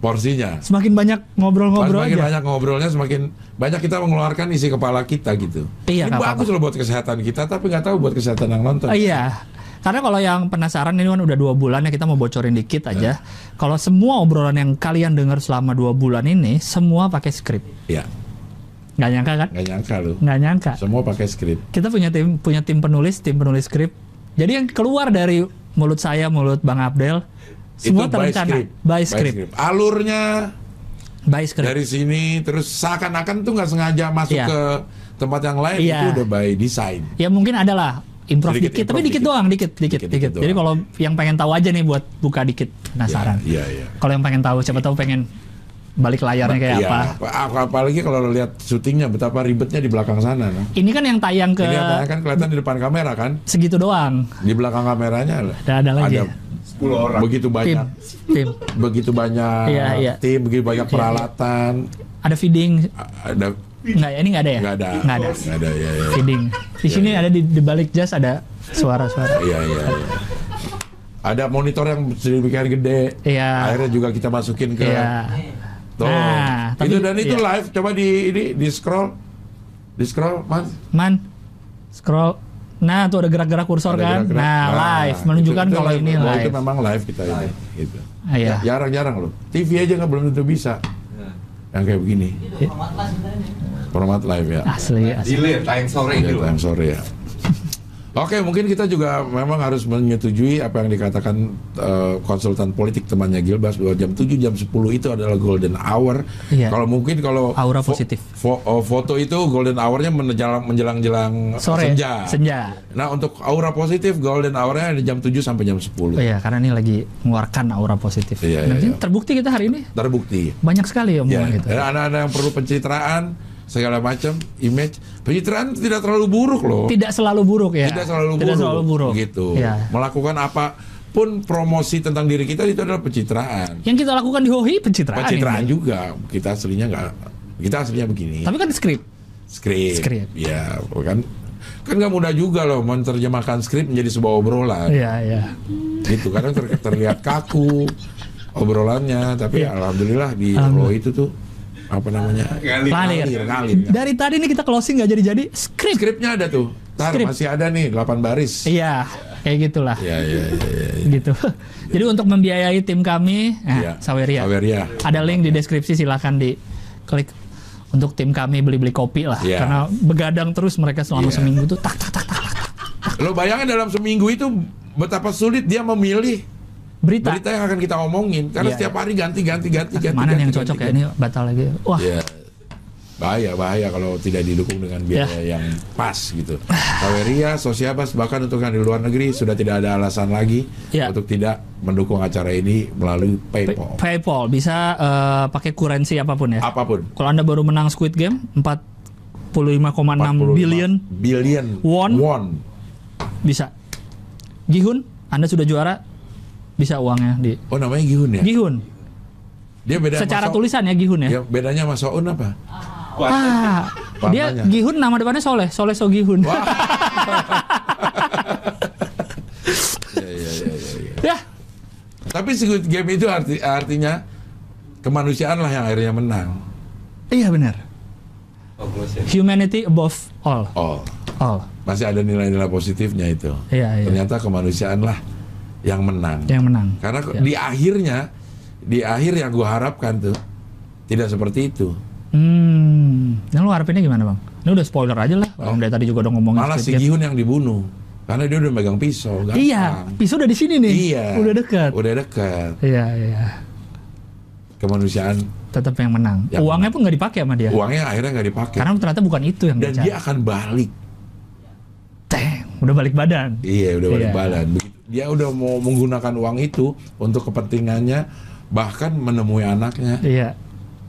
Speaker 1: porsinya.
Speaker 3: Semakin banyak ngobrol-ngobrol
Speaker 1: semakin
Speaker 3: aja.
Speaker 1: banyak ngobrolnya, semakin banyak kita mengeluarkan isi kepala kita gitu.
Speaker 3: Iya,
Speaker 1: Ini
Speaker 3: nggak
Speaker 1: bagus loh buat kesehatan kita, tapi nggak tahu buat kesehatan yang nonton.
Speaker 3: Oh, iya. Karena kalau yang penasaran ini kan udah dua bulan ya kita mau bocorin dikit aja.
Speaker 1: Ya.
Speaker 3: Kalau semua obrolan yang kalian dengar selama dua bulan ini semua pakai skrip.
Speaker 1: Iya,
Speaker 3: Nggak nyangka kan?
Speaker 1: nggak nyangka loh.
Speaker 3: Nggak nyangka.
Speaker 1: Semua pakai skrip.
Speaker 3: Kita punya tim punya tim penulis, tim penulis skrip. Jadi yang keluar dari mulut saya, mulut Bang Abdel, semua
Speaker 1: Itu by
Speaker 3: terencana
Speaker 1: script.
Speaker 3: by script,
Speaker 1: Alurnya
Speaker 3: by script.
Speaker 1: dari sini terus seakan-akan tuh nggak sengaja masuk
Speaker 3: Iya.
Speaker 1: ke tempat yang lain
Speaker 3: Iya.
Speaker 1: itu udah by design.
Speaker 3: Ya mungkin ada lah improv
Speaker 1: Sedikit,
Speaker 3: dikit, tapi
Speaker 1: improv
Speaker 3: dikit,
Speaker 1: dikit.
Speaker 3: doang, dikit, dikit,
Speaker 1: Dikit,
Speaker 3: dikit.
Speaker 1: dikit
Speaker 3: Jadi
Speaker 1: doang.
Speaker 3: kalau yang pengen tahu aja nih buat buka dikit penasaran.
Speaker 1: Iya, iya.
Speaker 3: Kalau yang pengen tahu, siapa tahu pengen balik layarnya kayak
Speaker 1: Iya,
Speaker 3: apa.
Speaker 1: ap- apalagi kalau lo lihat syutingnya betapa ribetnya di belakang sana. Nah.
Speaker 3: Ini kan yang tayang ke
Speaker 1: Ini apanya kan kelihatan di depan kamera kan?
Speaker 3: segitu doang.
Speaker 1: Di belakang kameranya
Speaker 3: Ada ada lagi.
Speaker 1: ada
Speaker 3: ya?
Speaker 2: 10 orang
Speaker 1: begitu
Speaker 3: Tim,
Speaker 1: banyak
Speaker 3: tim.
Speaker 1: begitu banyak
Speaker 3: Iya, iya.
Speaker 1: tim, begitu banyak peralatan,
Speaker 3: Ada feeding.
Speaker 1: A- ada
Speaker 3: Nggak, ini nggak ada ya?
Speaker 1: nggak ada,
Speaker 3: Nggak ada.
Speaker 1: nggak ada, ya, ya,
Speaker 3: Feeding. Di sini ada di, di balik jas ada suara-suara.
Speaker 1: iya, iya, iya. Ada monitor yang sedemikian gede,
Speaker 3: Iya.
Speaker 1: akhirnya juga kita masukin ke,
Speaker 3: Iya.
Speaker 1: tuh,
Speaker 3: Nah, tapi-
Speaker 1: itu dan itu
Speaker 3: iya.
Speaker 1: live, coba di ini di scroll, di scroll, man,
Speaker 3: Man, scroll. Nah, tuh ada gerak-gerak kursor
Speaker 1: Ada
Speaker 3: kan?
Speaker 1: gerak-gerak.
Speaker 3: Nah, live
Speaker 1: itu-
Speaker 3: menunjukkan
Speaker 1: itu
Speaker 3: kalau
Speaker 1: live.
Speaker 3: ini
Speaker 1: Bahwa
Speaker 3: live.
Speaker 1: itu memang live kita ini, gitu.
Speaker 3: Ah, iya.
Speaker 1: Jarang-jarang loh, TV aja nggak belum tentu bisa
Speaker 2: Nah,
Speaker 1: yang kayak begini,
Speaker 3: Iya.
Speaker 4: Itu format lah sebenarnya.
Speaker 1: format live ya.
Speaker 3: Asli, asli.
Speaker 2: delay tayang sore
Speaker 1: Iya,
Speaker 2: itu
Speaker 1: time sore ya. Oke, mungkin kita juga memang harus menyetujui apa yang dikatakan eh, konsultan politik temannya Gilbas bahwa jam 7 jam 10 itu adalah golden hour.
Speaker 3: Iya.
Speaker 1: Kalau mungkin kalau
Speaker 3: Aura
Speaker 1: fo-
Speaker 3: positif.
Speaker 1: fo- oh, foto itu golden hournya menjelang menjelang
Speaker 3: Sore.
Speaker 1: senja. Nah, untuk aura positif golden hournya ada jam 7 sampai jam 10.
Speaker 3: Oh iya, karena ini lagi mengeluarkan aura positif.
Speaker 1: Iya, iya,
Speaker 3: Dan ini
Speaker 1: iya.
Speaker 3: terbukti kita hari ini
Speaker 1: Terbukti.
Speaker 3: banyak sekali
Speaker 1: Ya,
Speaker 3: ya omongan gitu.
Speaker 1: dan anak-anak yang perlu pencitraan segala macam image pencitraan tidak terlalu buruk loh.
Speaker 3: Tidak selalu buruk ya.
Speaker 1: tidak selalu buruk, gitu
Speaker 3: Iya.
Speaker 1: melakukan apapun promosi tentang diri kita itu adalah pencitraan
Speaker 3: Yang kita lakukan di Hohi pencitraan.
Speaker 1: pencitraan
Speaker 3: ini.
Speaker 1: juga kita aslinya nggak kita aslinya begini
Speaker 3: ya. Tapi kan skrip.
Speaker 1: skrip
Speaker 3: Skrip.
Speaker 1: ya kan kan nggak mudah juga loh menerjemahkan skrip menjadi sebuah obrolan
Speaker 3: Iya, iya.
Speaker 1: gitu kadang ter- terlihat kaku obrolannya tapi alhamdulillah di
Speaker 3: Ya. Alhamdulillah.
Speaker 1: lo itu tuh apa namanya
Speaker 2: ngalir
Speaker 3: Ngalir.
Speaker 1: Ngalir, ngalir.
Speaker 3: Dari tadi ini kita closing nggak jadi-jadi skrip.
Speaker 1: skripnya ada tuh Tar,
Speaker 3: Skrip.
Speaker 1: masih ada nih 8 baris
Speaker 3: Iya, kayak gitulah.
Speaker 1: ya ya ya, ya, ya.
Speaker 3: Gitu. Jadi untuk membiayai tim kami,
Speaker 1: Ya.
Speaker 3: nah, Saweria.
Speaker 1: Saweria.
Speaker 3: Ada link di deskripsi silahkan di klik untuk tim kami beli-beli kopi lah.
Speaker 1: Iya.
Speaker 3: Karena begadang terus mereka selama
Speaker 1: Iya.
Speaker 3: seminggu tuh tak tak tak tak
Speaker 1: Lo bayangin dalam seminggu itu betapa sulit dia memilih
Speaker 3: berita.
Speaker 1: berita yang akan kita omongin karena
Speaker 3: Iya,
Speaker 1: setiap hari ganti-ganti ganti-ganti.
Speaker 3: Mana yang cocok ya ini batal lagi. Wah,
Speaker 1: Iya. Bahaya bahaya kalau tidak didukung dengan biaya
Speaker 3: Iya.
Speaker 1: yang pas gitu. Saweria, Sosiabas bahkan untuk yang di luar negeri sudah tidak ada alasan lagi
Speaker 3: Iya.
Speaker 1: untuk tidak mendukung acara ini melalui
Speaker 3: Pay-
Speaker 1: PayPal.
Speaker 3: PayPal bisa eh, pakai kurensi apapun ya.
Speaker 1: Apapun.
Speaker 3: Kalau Anda baru menang Squid Game 45,6
Speaker 1: 45
Speaker 3: billion
Speaker 1: billion
Speaker 3: Won. bisa. Gihun, Anda sudah juara bisa uangnya di
Speaker 1: Oh namanya Gihun ya?
Speaker 3: Gihun.
Speaker 1: Dia beda sama
Speaker 3: Secara
Speaker 1: So-
Speaker 3: tulisan ya Gihun ya.
Speaker 1: Ya, bedanya sama Soun apa?
Speaker 3: Ah, dia
Speaker 1: Warnanya.
Speaker 3: Gihun nama depannya Soleh, Soleh Sogihun.
Speaker 1: Iya iya iya. iya, iya.
Speaker 3: ya.
Speaker 1: Tapi Squid Game itu arti artinya kemanusiaan lah yang akhirnya menang.
Speaker 3: Iya benar.
Speaker 2: Oh, gue sih.
Speaker 3: Humanity above all.
Speaker 1: Oh,
Speaker 3: All.
Speaker 1: masih ada nilai-nilai positifnya itu.
Speaker 3: Iya, iya.
Speaker 1: Ternyata kemanusiaan lah yang menang.
Speaker 3: Yang menang.
Speaker 1: Karena ke-
Speaker 3: Iya.
Speaker 1: di akhirnya, di akhir yang gue harapkan tuh tidak seperti itu.
Speaker 3: Hmm. Nah lu harapinnya gimana bang? Ini udah spoiler aja lah. Orang dari tadi juga udah ngomongin.
Speaker 1: Malah si
Speaker 3: Squid Game.
Speaker 1: Gihun yang dibunuh karena dia udah megang pisau. gampang.
Speaker 3: Iya. Pisau udah di sini nih.
Speaker 1: Iya.
Speaker 3: Udah dekat.
Speaker 1: Udah dekat.
Speaker 3: Iya iya.
Speaker 1: Kemanusiaan
Speaker 3: Tetap yang menang.
Speaker 1: Yang
Speaker 3: Uangnya pun nggak dipakai sama dia.
Speaker 1: uangnya akhirnya nggak dipakai.
Speaker 3: Ya. Karena ternyata bukan itu yang
Speaker 1: Dan
Speaker 3: dia cari.
Speaker 1: dia akan balik.
Speaker 3: Teng, udah balik badan.
Speaker 1: Iya, udah balik
Speaker 3: Iya.
Speaker 1: badan. Begitu- Dia udah mau menggunakan uang itu untuk kepentingannya bahkan menemui anaknya.
Speaker 3: Iya.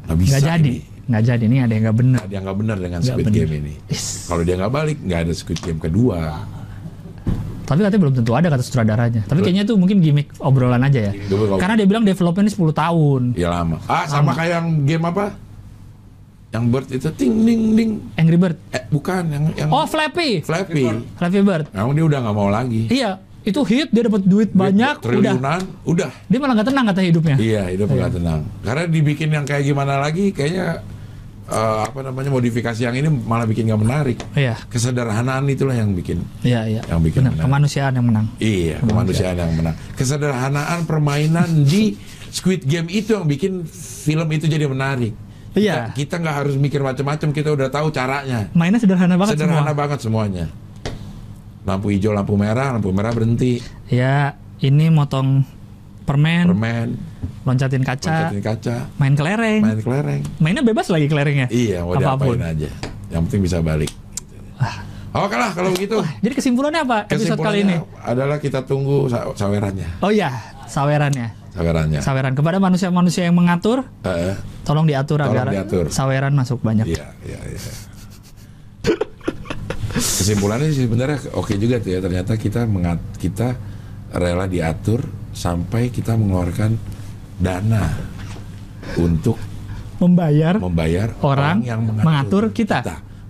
Speaker 1: Nggak bisa.
Speaker 3: Nggak jadi.
Speaker 1: ini.
Speaker 3: Nggak jadi nih ada yang nggak benar.
Speaker 1: Ada yang nggak benar dengan
Speaker 3: Nggak
Speaker 1: Squid
Speaker 3: benar.
Speaker 1: Game ini.
Speaker 3: Is.
Speaker 1: Kalau dia nggak balik, nggak ada Squid Game kedua.
Speaker 3: Tapi katanya belum tentu ada kata sutradaranya. Tapi
Speaker 1: Belum.
Speaker 3: kayaknya itu mungkin gimmick obrolan aja ya.
Speaker 1: Double Cowboy.
Speaker 3: Karena dia bilang developmentnya 10 tahun.
Speaker 1: Ya lama. Ah, sama kayak yang game apa? Yang Bird itu ting ding ding.
Speaker 3: Angry Bird.
Speaker 1: Eh, bukan yang yang
Speaker 3: Oh Flappy.
Speaker 1: Flappy.
Speaker 3: Flappy Bird.
Speaker 1: Emang dia udah nggak mau lagi.
Speaker 3: Iya, itu hit dia dapat duit banyak udah.
Speaker 1: triliunan, udah.
Speaker 3: Dia malah nggak tenang katanya hidupnya.
Speaker 1: Iya, hidup nggak tenang. Karena dibikin yang kayak gimana lagi, kayaknya eh, apa namanya modifikasi yang ini malah bikin nggak menarik.
Speaker 3: Iya.
Speaker 1: Kesederhanaan itulah yang bikin.
Speaker 3: Iya, iya.
Speaker 1: Yang bikin
Speaker 3: Benar,
Speaker 1: menang.
Speaker 3: kemanusiaan yang menang.
Speaker 1: Iya, kemanusiaan yang menang. Kesederhanaan permainan di Squid Game itu yang bikin film itu jadi menarik.
Speaker 3: Iya.
Speaker 1: Kita- Kita nggak harus mikir macam-macam, kita udah tahu caranya.
Speaker 3: Mainnya sederhana banget
Speaker 1: Sederhana
Speaker 3: semua.
Speaker 1: banget semuanya. Lampu hijau, lampu merah, lampu merah berhenti,
Speaker 3: Ya, ini motong permen,
Speaker 1: permen,
Speaker 3: loncatin kaca,
Speaker 1: loncatin kaca,
Speaker 3: main kelereng.
Speaker 1: main kelereng.
Speaker 3: Mainnya bebas lagi kelerengnya.
Speaker 1: Iya, mau
Speaker 3: Apapun.
Speaker 1: diapain aja. Yang penting bisa balik. Oke lah kalau begitu.
Speaker 3: Jadi kesimpulannya apa episode kali ini?
Speaker 1: Kesimpulannya adalah kita tunggu sa- sawerannya,
Speaker 3: Oh iya, sawerannya.
Speaker 1: sawerannya.
Speaker 3: Saweran kepada manusia-manusia yang mengatur,
Speaker 1: Eh,
Speaker 3: tolong diatur
Speaker 1: Tolong
Speaker 3: agar
Speaker 1: diatur.
Speaker 3: saweran masuk banyak.
Speaker 1: Iya, iya, iya. Kesimpulannya sih sebenarnya oke juga tuh ya. Ternyata kita mengat kita rela diatur sampai kita mengeluarkan dana untuk
Speaker 3: Membayar
Speaker 1: membayar
Speaker 3: Orang
Speaker 1: yang
Speaker 3: mengatur kita.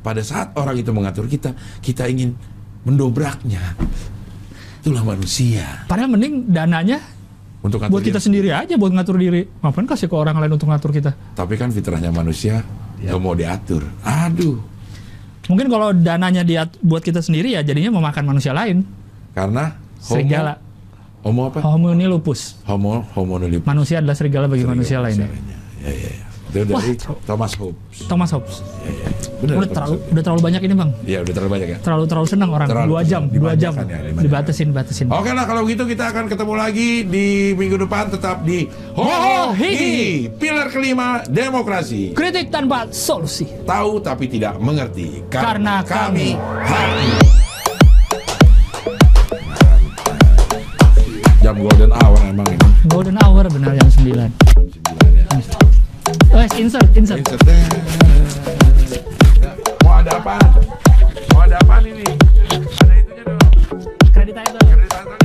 Speaker 1: Pada saat orang itu mengatur kita, kita ingin mendobraknya. Itulah manusia.
Speaker 3: Padahal mending dananya
Speaker 1: Untuk ngatur
Speaker 3: buat kita
Speaker 1: diri.
Speaker 3: sendiri aja buat ngatur diri. Ngapain kasih ke orang lain untuk ngatur kita?
Speaker 1: Tapi kan fitrahnya manusia
Speaker 3: Ya.
Speaker 1: nggak mau diatur. Aduh,
Speaker 3: Mungkin kalau dananya dia buat kita sendiri ya jadinya memakan manusia lain.
Speaker 1: karena homo,
Speaker 3: Serigala.
Speaker 1: homo apa?
Speaker 3: Homo ini lupus.
Speaker 1: Homo, homo nulip.
Speaker 3: Manusia adalah serigala bagi manusia lainnya.
Speaker 1: Ya, ya, ya. Itu dari Thomas Hobbes.
Speaker 3: Thomas Hobbes.
Speaker 1: Bener,
Speaker 3: Udah
Speaker 1: Thomas
Speaker 3: terlalu
Speaker 1: Hobbes.
Speaker 3: udah terlalu banyak ini, Bang.
Speaker 1: Ya, udah terlalu banyak ya.
Speaker 3: Terlalu terlalu senang orang
Speaker 1: Terlalu
Speaker 3: dua jam,
Speaker 1: senang.
Speaker 3: dua jam.
Speaker 1: Dimanjakan ya, dimanjakan.
Speaker 3: dibatasin, batasin.
Speaker 1: Oke lah kalau gitu kita akan ketemu lagi di minggu depan tetap di Ho Hihi pilar kelima demokrasi.
Speaker 3: Kritik tanpa solusi.
Speaker 1: Tahu tapi tidak mengerti
Speaker 3: Karena
Speaker 1: karena, kami hakim. Jam golden hour emang ini.
Speaker 3: Golden hour benar jam 9. Wes insert, insert.
Speaker 1: Insertnya. Mau ada apa? Mau ada apa ini? Ada itunya dong.
Speaker 3: Kredit aja.
Speaker 1: Ada itunya.